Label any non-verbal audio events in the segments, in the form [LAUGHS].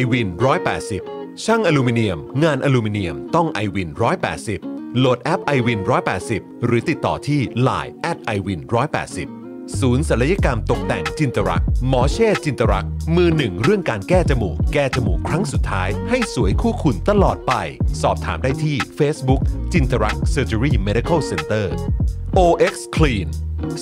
i w วิน180 ช่างอลูมิเนียม งานอลูมิเนียมต้อง i w วิน180 โหลดแอป i w วิน180 หรือติดต่อที่ Line at i w วิน180 ศูนย์ศัลยกรรมตกแต่งจินตรัก หมอเช่จินตรัก มือหนึ่งเรื่องการแก้จมูก แก้จมูกครั้งสุดท้าย ให้สวยคู่คุณตลอดไป สอบถามได้ที่ Facebook จินตรัก Surgery Medical Center OX Clean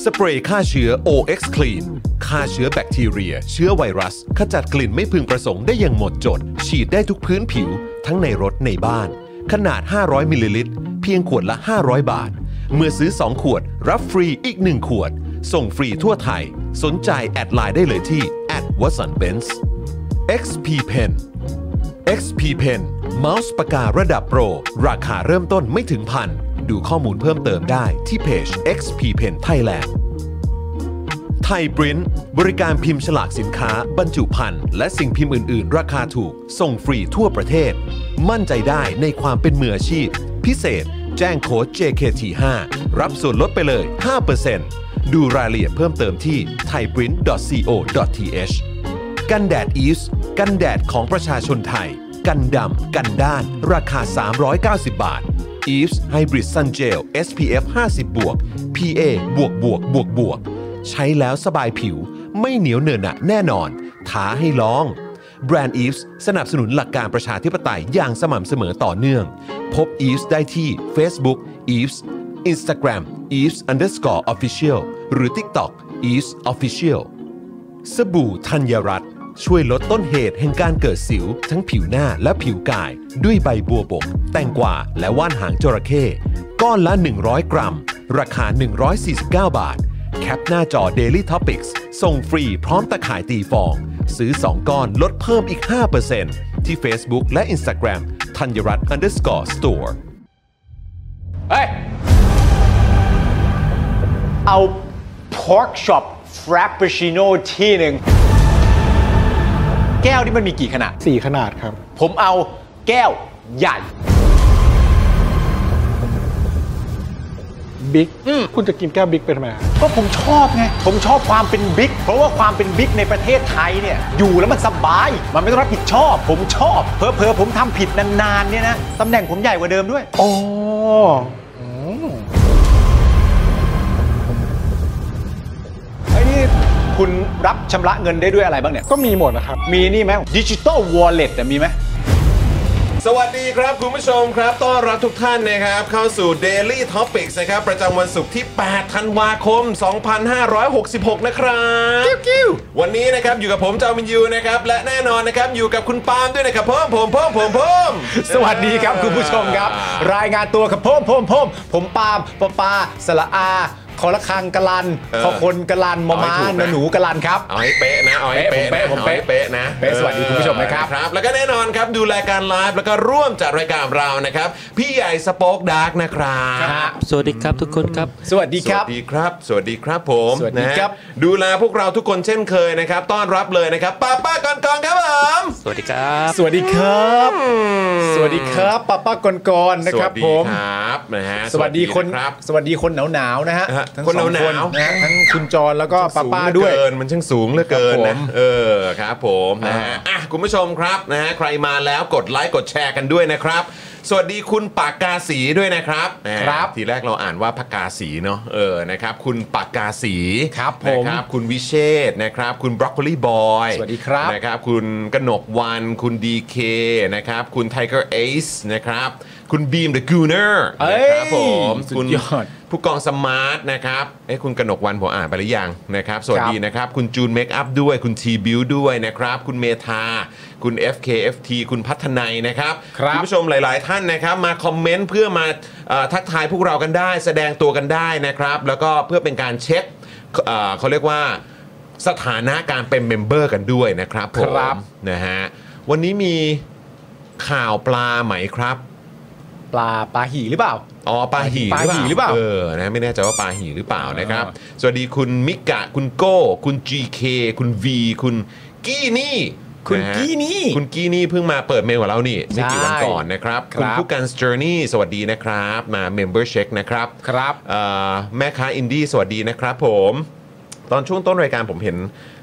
สเปรย์ฆ่าเชื้อ OX Clean ฆ่าเชื้อแบคทีเรีย เชื้อไวรัส ขจัดกลิ่นไม่พึงประสงค์ได้อย่างหมดจด ฉีดได้ทุกพื้นผิว ทั้งในรถในบ้าน ขนาด 500 มิลลิลิตร เพียงขวดละ 500 บาท เมื่อซื้อ 2 ขวด รับฟรีอีก 1 ขวด ส่งฟรีทั่วไทย สนใจแอดไลน์ได้เลยที่ w a t s o n b e n z XP Pen XP Pen เมาส์ปากการะดับโปร ราคาเริ่มต้นไม่ถึงพัน ดูข้อมูลเพิ่มเติมได้ที่เพจ XP Pen Thailand ไทยปริ้นบริการพิมพ์ฉลากสินค้า บรรจุภัณฑ์และสิ่งพิมพ์อื่น ๆ ราคาถูก ส่งฟรีทั่วประเทศ มั่นใจได้ในความเป็นมืออาชีพ พิเศษ แจ้งโค้ด JKT5 รับส่วนลดไปเลย 5%ดูรายละเอียดเพิ่มเติมที่ thaiprint.co.th กันแดดอีสกันแดดของประชาชนไทย กันดำ กันด้าน ราคา 390 บาท e v e s Hybrid Sun Gel SPF 50 บวก PA บวกบวกบวกบวก ใช้แล้วสบายผิว ไม่เหนียวเหนอะหนะแน่นอน ท้าให้ลอง แบรนด์ e v e s สนับสนุนหลักการประชาธิปไตยอย่างสม่ำเสมอต่อเนื่อง พบ e v e s ได้ที่ Facebook e v e s Instagram e v e s Underscore Official หรือ TikTok e v e s Official สบู่ธัญรัตน์ช่วยลดต้นเหตุแห่งการเกิดสิว ทั้งผิวหน้าและผิวกาย ด้วยใบบัวบก แตงกวาและว่านหางจระเข้ก้อนละ 100 กรัม ราคา 149 บาท แคปหน้าจอ Daily Topics ส่งฟรีพร้อมตะข่ายตีฟอง ซื้อ 2 ก้อนลดเพิ่มอีก 5%ที่ Facebook และ Instagram ธัญรัตน์ underscore store เอา pork chop frappuccino ที่หนึ่ง แก้วนี่มันมีกี่ขนาด 4 ขนาดครับ ผมเอาแก้วใหญ่ บิ๊ก คุณจะกินแก้วบิ๊กเป็นทำไมครับ ก็ผมชอบไง ผมชอบความเป็นบิ๊ก เพราะว่าความเป็นบิ๊กในประเทศไทยเนี่ย อยู่แล้วมันสบาย มันไม่ต้องรับผิดชอบ ผมชอบ เพอเพอๆผมทำผิดนานๆเนี่ยนะ ตำแหน่งผมใหญ่กว่าเดิมด้วย อ๋ออืม ไอ้นี่คุณรับชำระเงินได้ด้วยอะไรบ้างเนี่ย ก็มีหมดนะครับ มีนี่ไหมดิจิตอลวอลเล็ตมีไหม สวัสดีครับคุณผู้ชมครับ ต้อนรับทุกท่านนะครับ เข้าสู่ Daily Topics นะครับ ประจำวันศุกร์ที่ 8 ธันวาคม 2566 นะครับกิ้ววันนี้นะครับอยู่กับผมจอมินยูนะครับ และแน่นอนนะครับอยู่กับคุณปาล์มด้วยนะครับผมผมผมผมผม สวัสดีครับคุณผู้ชมครับ รายงานตัวกับพมพมพมผมปาล์มปอปาสละอา ขอละคังกะลัน เออ ขอคนกะลันมอม้า เอาให้ถูกนะ นอหนูกะลันครับ เอาให้เป๊ะนะเอาให้เป๊ะ เป๊ะ นะ ผมเป๊ะ อาให้เป๊ะนะ เป๊ะสวัสดีคุณผู้ชมนะครับ เออครับ แล้วก็แน่นอนครับดูรายการไลฟ์แล้วก็ร่วมจัดรายการเรานะครับ พี่ใหญ่สป็อกดาร์กนะครับ สวัสดีครับทุกคนครับ สวัสดีครับ สวัสดีครับ สวัสดีครับผม สวัสดีครับ นะฮะดูแลพวกเราทุกคนเช่นเคยนะครับ ต้อนรับเลยนะครับป้าป้ากอนกองครับผม สวัสดีครับ สวัสดีครับ สวัสดีครับป้าป้ากรกรนะครับ สวัสดี ผม ครับนะฮะ สวัสดีคน ครับ สวัสดีคนหนาวหนาวๆนะฮะ ฮะ ทั้ง คน สอง หนาวๆ คนนะฮะทั้งคุณจรแล้วก็ป้าป้า สูงเหลือ ด้วย เกินมันช่างสูงเหลือเกิน ครับผม นะเออครับผมนะฮะอ่ะคุณผู้ชมครับนะฮะใครมาแล้วกดไลค์กดแชร์กันด้วยนะครับ สวัสดีคุณปากกาสีด้วยนะครับนะฮะ ครับ ทีแรกเราอ่านว่าปากกาสีเนาะเออนะครับ คุณปากกาสี ครับผม นะครับคุณวิเชษฐ์นะครับ คุณบรอกโคลีบอย สวัสดีครับ นะครับคุณกนกวันคุณดีเคนะครับคุณไทเกอร์เอซนะครับคุณบีมเดอะกูเนอร์ เอ้ยนะครับผม สุด คุณ ยอด ผู้กองสมาร์ทนะครับเอ้ยคุณกนกวันผมอ่านไปหรือยังนะครับสวัสดี ครับ นะครับคุณจูนเมคอัพด้วยคุณทีบิวด้วยนะครับคุณเมธาคุณ FKFT คุณพัฒนัยนะครับ ครับ ณผู้ชมหลาย ๆ ท่านนะครับมาคอมเมนต์เพื่อมาเอ่อทักทายพวกเรากันได้ แสดงตัวกันได้นะครับแล้วก็เพื่อเป็นการเช็คเอ่อเขาเรียกว่า สถานะการเป็นเมมเบอร์กันด้วยนะครับผม ครับ นะฮะวันนี้มีข่าวปลาไหมครับ ปลาปลาหี่หรือเปล่า อ๋อปลาหี ปลาหี่หรือเปล่า เออนะไม่แน่ใจว่าปลาหีหรือเปล่านะครับ อ่ สวัสดีคุณมิกะคุณโก้ คุณ GK คุณ V คุณกี้นี่ คุณ ะฮะ กี้นี่ คุณกี้นี่เพิ่งมาเปิดเมลกับเรานี่ไม่กี่วัน ใช่ ก่อนนะครับ ครับ คุณผู้การสเจอร์นี่สวัสดีนะครับมาเมมเบอร์เช็คนะครับ ครับ เอ่อแม่ค้าอินดี้สวัสดีนะครับผมตอนช่วงต้นรายการผมเห็น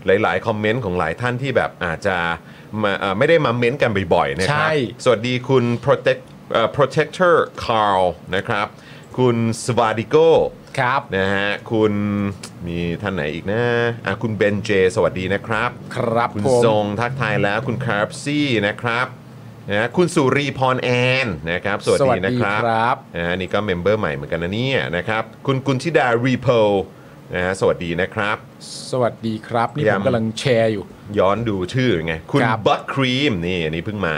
หลาย ๆ คอมเมนต์ของหลายท่านที่แบบอาจจะมาเอ่อไม่ได้มาเม้นต์กันบ่อย ๆ นะครับ ใช่ สวัสดีคุณ protect เอ่อ protector Carl นะครับ คุณสวาดิโก ครับ นะฮะคุณมีท่านไหนอีกนะอ่ะคุณเบนเจ สวัสดีนะครับ ครับ คุณ ผม ทรงทักทายแล้วคุณคาร์บซี่นะครับนะฮะคุณสุรีพรแอนนะครับสวัส สวัสดีดี นะครับ ครับ นะฮะนี่ก็เมมเบอร์ใหม่เหมือนกันนะเนี่ยนะครับคุณกุณธิดารีโพนะฮะสวัสดีนะครับ สวัสดีครับ นี่ พผยายาม มกำลังแชร์อยู่ ย้อนดูชื่อไง คุณ ครับ บัตครีมนี่อันนี้เพิ่งมา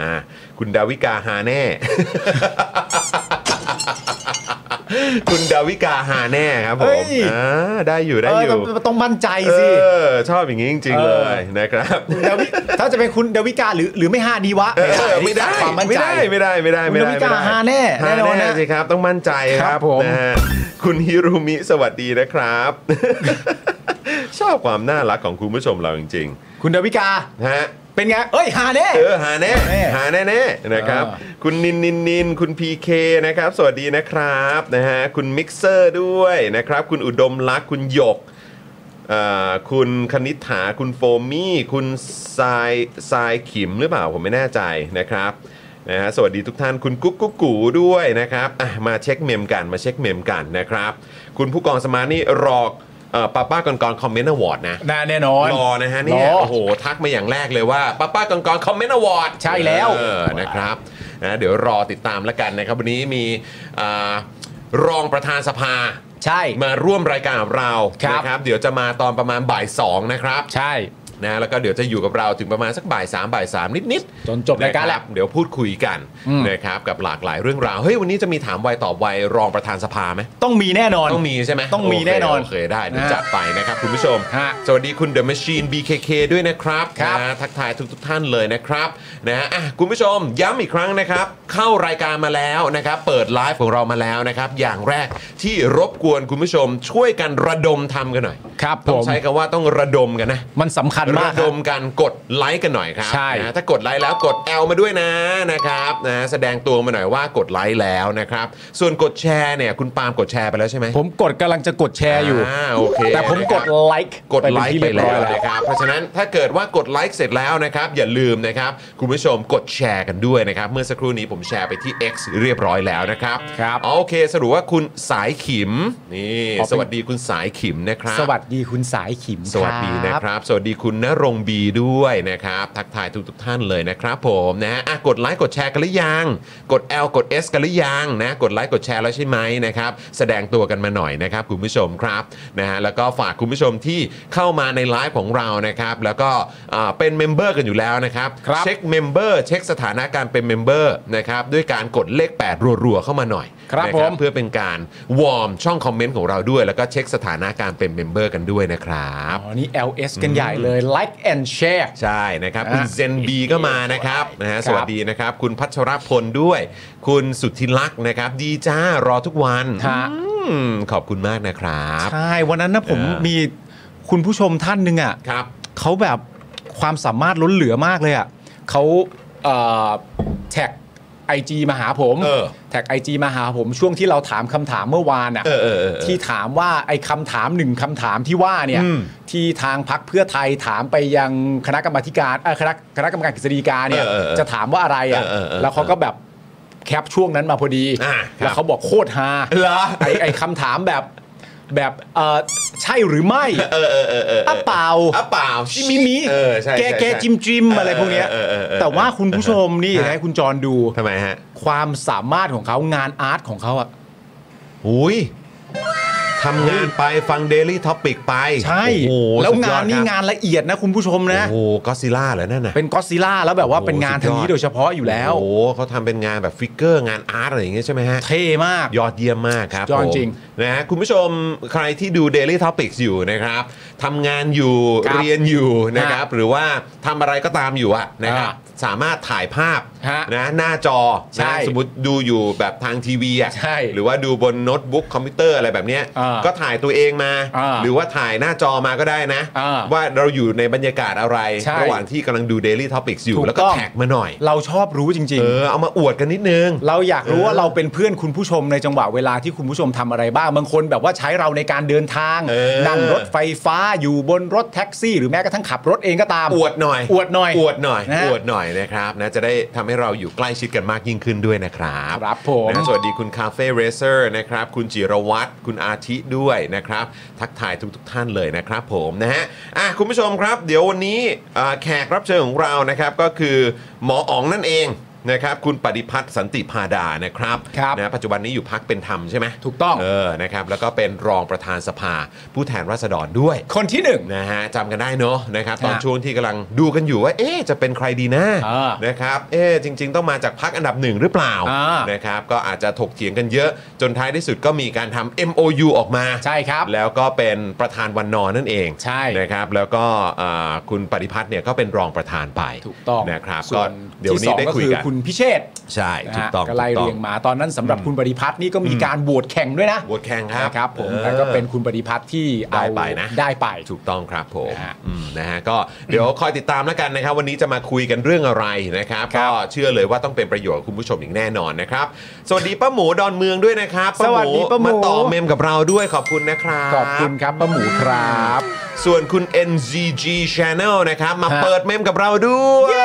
คุณดาวิกาฮาแน่ [LAUGHS] คุณดาวิกาฮาแน่ครับผ เฮ้ ม ย อ่าได้อยู่ได้อยู่ เต้องมั่นใจสิ เออชอบอย่างนี้จริง ๆ เอ เล อ ยนะครับ ดาวิถ้าจะเป็นคุณดาวิกาหรือหรือไม่ห้าดีวะ เออไม่ได้ ขาดความมั่น ไม่ ใจ ได้ไม่ได้ไม่ได้ไม่ได้ คุณดาวิกาหาแน่ หา แน่นอนนะ สิครับ ต้องมั่นใจค ครั รับบ ผม นะฮะคุณฮิรุมิสวัสดีนะครับ [LAUGHS] ชอบความน่ารักของคุณผู้ชมเราจริง คุณดาวิกา ๆฮะ เป็นไง เอ้ยหาแน่ เออหาแน่ แน่ หาแน่แน่ๆนะครับ เออ คุณนินนินนินคุณพีเคนะครับ สวัสดีนะครับนะฮะคุณมิกเซอร์ด้วยนะครับ คุณอุดมลักษณ์คุณหยก เอ่อคุณคณิษฐาคุณโฟมี่ คุณทรายทรายขิมหรือเปล่าผมไม่แน่ใจนะครับนะฮะสวัสดีทุกท่านคุณกุ๊กกุ๊กกูด้วยนะครับอ่ะมาเช็คเมมกันมาเช็คเมมกันนะครับ คุณผู้กองสมาร์ทนี่รอเอ่อป้าป้าก่อนก่อนคอมเมนต์อวอร์ดนะ น่าแน่นอน รอนะฮะเนี่ย รอ โอ้โหทักมาอย่างแรกเลยว่าป้าป้าก่อนก่อนคอมเมนต์อวอร์ด ใช่แล้ว เออนะครับนะเดี๋ยวรอติดตามแล้วกันนะครับวันนี้มีเอ่อรองประธานสภา ใช่ มาร่วมรายการกับเรา ครับ นะครับ เดี๋ยวจะมาตอนประมาณบ่าย2นะครับ ใช่ นะแล้วก็เดี๋ยวจะอยู่กับเราถึงประมาณสักบ่าย3บ่าย3นิดๆ จนจบรายการแหละ นะคบเดี๋ยวพูดคุยกันนะครับกับหลากหลายเรื่องราว เฮ้ย วันนี้จะมีถามวัยต่อวัยรองประธานสภาไหม ต้องมีแน่นอน ต้องมีใช่ไหม ต้องมีแน่นอน โอเคโอเคได้เดี๋ยว นะ จัดไปนะครับคุณผู้ชม ฮะ สวัสดีคุณ The Machine BKK ด้วยนะครับ ครับ นะทักทายทุกๆท่านเลยนะครับนะฮะอ่ะคุณผู้ชมย้ำอีกครั้งนะครับ เข้ารายการมาแล้วนะครับ เปิดไลฟ์ของเรามาแล้วนะครับ อย่างแรกที่รบกวนคุณผู้ชม ช่วยกันระดมทำกันหน่อย ครับ ต้อผงม ใช้คำว่าต้องระดมกันนะ มันสำคัญมาก ระดมกันกดไลค์กันหน่อยครับ ใช่ นะถ้ากดไลค์แล้วกด L มาด้วยนะนะครับนะแสดงตัวมาหน่อยว่ากดไลค์แล้วนะครับ ส่วนกดแชร์เนี่ยคุณปาล์มกดแชร์ไปแล้วใช่ไหม ผมกดกำลังจะกดแชร์อยู่ าโอเค แต่ผมกด นะครับ ไลค์ กดไลเนค์ไปที่เรียบ แล้ว ร้อย นะครับเพราะฉะนั้นถ้าเกิดว่ากดไลค์เสร็จแล้วนะครับ อย่าลืมนะครับ คุณผู้ชมกดแชร์กันด้วยนะครับ เมื่อสักครู่นี้ผมแชร์ไปที่ X เรียบร้อยแล้วนะครับ ครับ อ๋อโอเคสรุปว่าคุณสายขิมนี่สวัสดีคุณสายขิมนะครับ สวัสดีคุณสายขิม สวัสดีนะครับ สวัสดีคุณณรงค์บีด้วยนะครับ ทักทายทุกทท่านเลยนะครับผมนะฮะอ่ะกดไลค์กดแชร์กันหรือยัง กด L กด S กันหรือยังนะกดไลค์กดแชร์แล้วใช่ไหมนะครับ แสดงตัวกันมาหน่อยนะครับคุณผู้ชมครับนะฮะแล้วก็ฝากคุณผู้ชมที่เข้ามาในไลฟ์ของเรานะครับ แล้วก็อ่าเป็นเมมเบอร์กันอยู่แล้วนะครับ เช็คเมมเบอร์เช็คสถานะการเป็นเมมเบอร์นะครับด้วยการกดเลข 8 รัวๆเข้ามาหน่อย ครับ นะ ผม เพื่อเป็นการวอร์มช่องคอมเมนต์ของเราด้วย แล้วก็เช็คสถานะการเป็นเมมเบอร์กันด้วยนะครับ อ๋อนี่ LS กันใหญ่เลย like and share ใช่นะครับ คุณ อ่ะ เซนบีก็มานะครับนะฮะ ครับ สวัสดีนะครับ คุณพัชรพลด้วย คุณสุทธิลักษณ์นะครับ ดีจ้ารอทุกวัน ฮะ อืมขอบคุณมากนะครับ ใช่ วันนั้นนะผม เออ มีคุณผู้ชมท่านหนึ่งอ่ะ ครับ เขาแบบความสามารถล้นเหลือมากเลยอ่ะเขาเอ่อแท็กไอจีมาหาผม เออ แท็กไอจีมาหาผมช่วงที่เราถามคำถามเมื่อวานอ่ะ เออเออเออ ที่ถามว่าไอ้คำถามหนึ่งคำถามที่ว่าเนี่ย อืม ที่ทางพักเพื่อไทยถามไปยังคณะกรรมาธิการเอ่อคณะคณะกรรมการกฤษฎีกาเนี่ย เออเออเออ จะถามว่าอะไรอ่ะ เออเออเออ แล้วเขาก็แบบแคปช่วงนั้นมาพอดี อ่าครับ แล้วเขาบอกโคตรฮา เหรอ ไอ้ไอ้คำถามแบบแบบเอ่อใช่หรือไม่ เออเออเออเออ อ้าเปล่า อ่ะเปล่า ชิมิมิ เออใช่ แก ใช่ แก ใช่ จิมจิมอะไรพวกเนี้ย เออเออเออ แต่ว่าคุณผู้ชมนี่ ฮะ ให้คุณจรดู ทำไมฮะ ความสามารถของเขางานอาร์ตของเขาอ่ะ หุยทำงานไปฟัง Daily Topic ไป ใช่ โอ้โห แล้ว สุดย งา อน ดคนี่รับ งานละเอียดนะคุณผู้ชมนะ โอ้โหก็ซิล่าเหรอนั่นน่ะ เป็นก็อดซิลล่าแล้วแบบว่าเป็นงานทางนี้โดยเฉพาะอยู่แล้ว โอ้โหเขาทำเป็นงานแบบฟิกเกอร์งานอาร์ตอะไรอย่างเงี้ยใช่ไหมฮะ เท่มาก ยอดเยี่ยมมากครับ ยอด ผม จริง นะฮะคุณผู้ชมใครที่ดู Daily Topics อยู่นะครับทำงานอยู่ ครับ เรียนอยู่นะครับหรือว่าทำอะไรก็ตามอยู่อะนะครับ อ่ สามารถถ่ายภาพ ฮะ นะหน้าจอ ใช่ นะสมมติดูอยู่แบบทางทีวีอะ ใช่ หรือว่าดูบนโน้ตบุ๊กคอมพิวเตอร์อะไรแบบเนี้ย อ่า ก็ถ่ายตัวเองมา อ่า หรือว่าถ่ายหน้าจอมาก็ได้นะ อ่า ว่าเราอยู่ในบรรยากาศอะไร ใช่ ระหว่างที่กำลังดู Daily Topics อยู่ ถูก แล้วก็ ต้อง แท็กมาหน่อย เราชอบรู้จริง เออเอามาอวดกันนิดนึง ๆ เราอยากรู้ว่าเราเป็นเพื่อนคุณผู้ชมในจังหวะเวลาที่คุณผู้ชมทำอะไรบ้างบางคนแบบว่าใช้เราในการเดินทาง เออ นั่งรถไฟฟ้าอยู่บนรถแท็กซี่ หรือแม้กระทั่งขับรถเองก็ตาม อวดหน่อย อวดหน่อย อวดหน่อย นะฮะ อวดหน่อยนะครับนะจะได้ทำให้เราอยู่ใกล้ชิดกันมากยิ่งขึ้นด้วยนะครับ ครับผม นะสวัสดีคุณคาเฟ่เรเซอร์นะครับ คุณจิรวัตรคุณอาทิด้วยนะครับ ทักทายทุกทท่านเลยนะครับผมนะฮะอ่ะคุณผู้ชมครับ เดี๋ยววันนี้อ่าแขกรับเชิญของเรานะครับ ก็คือหมออ๋องนั่นเองนะครับ คุณปฏิพัฒน์สันติพาดานะครับ ครับ นะปัจจุบันนี้อยู่พักเป็นธรรมใช่ไหม ถูกต้อง เออนะครับ แล้วก็เป็นรองประธานสภา ผู้แทนราษฎรด้วย คนที่หนึ่ง นะฮะจำกันได้เนอะนะครับตอน ฮะ ช่วงที่กำลังดูกันอยู่ว่า เอ๊ะจะเป็นใครดีนะ อ่าน นะครับเอ๊ะจริง ๆ ต้องมาจากพักอันดับหนึ่งหรือเปล่า อ่าน นะครับก็อาจจะถกเถียงกันเยอะจนท้ายที่สุดก็มีการทำ MOU ออกมา ใช่ครับ แล้วก็เป็นประธานวันนอนนั่นเอง ใช่ นะครับแล้วก็อ่าคุณปฏิพัฒน์เนี่ยก็เป็นรองประธานไป ถูกต้อง นะครับ ส่ ก็ วน เดี๋ยว ที่ส นี้ อง ได้ ก็ คุย คือ กัน คุณพิเชษฐ์ ใช่ นะ ถูก ฮะ ต้อง ก็ไล่ ถูต้อ เรียงมาตอนนั้นสำหรับคุณปฏิพัฒน์นี่ก็มีการโหวตแข่งด้วยนะ โหวตแข่งครับ นะครับผม เออ แต่ก็เป็นคุณปฏิพัฒน์ที่เอา ได้ไปนะ ได้ไป ถูกต้องครับผม นะฮะ อืมนะฮะก็เดี๋ยวคอยติดตามแล้วกันนะครับ วันนี้จะมาคุยกันเรื่องอะไรนะครับ ครั ก็ บ เชื่อเลยว่าต้องเป็นประโยชน์กับคุณผู้ชมอย่างแน่นอนนะครับสวัสดีป้าหมูดอนเมืองด้วยนะครับาห สวัสดีป้าหมู มาต่อเมมกับเราด้วยขอบคุณนะครับ ขอบคุณครับป้าหมูครับ ส่วนคุณ NGG Channel นะครับมา ฮะ เปิดเมมกับเราด้วย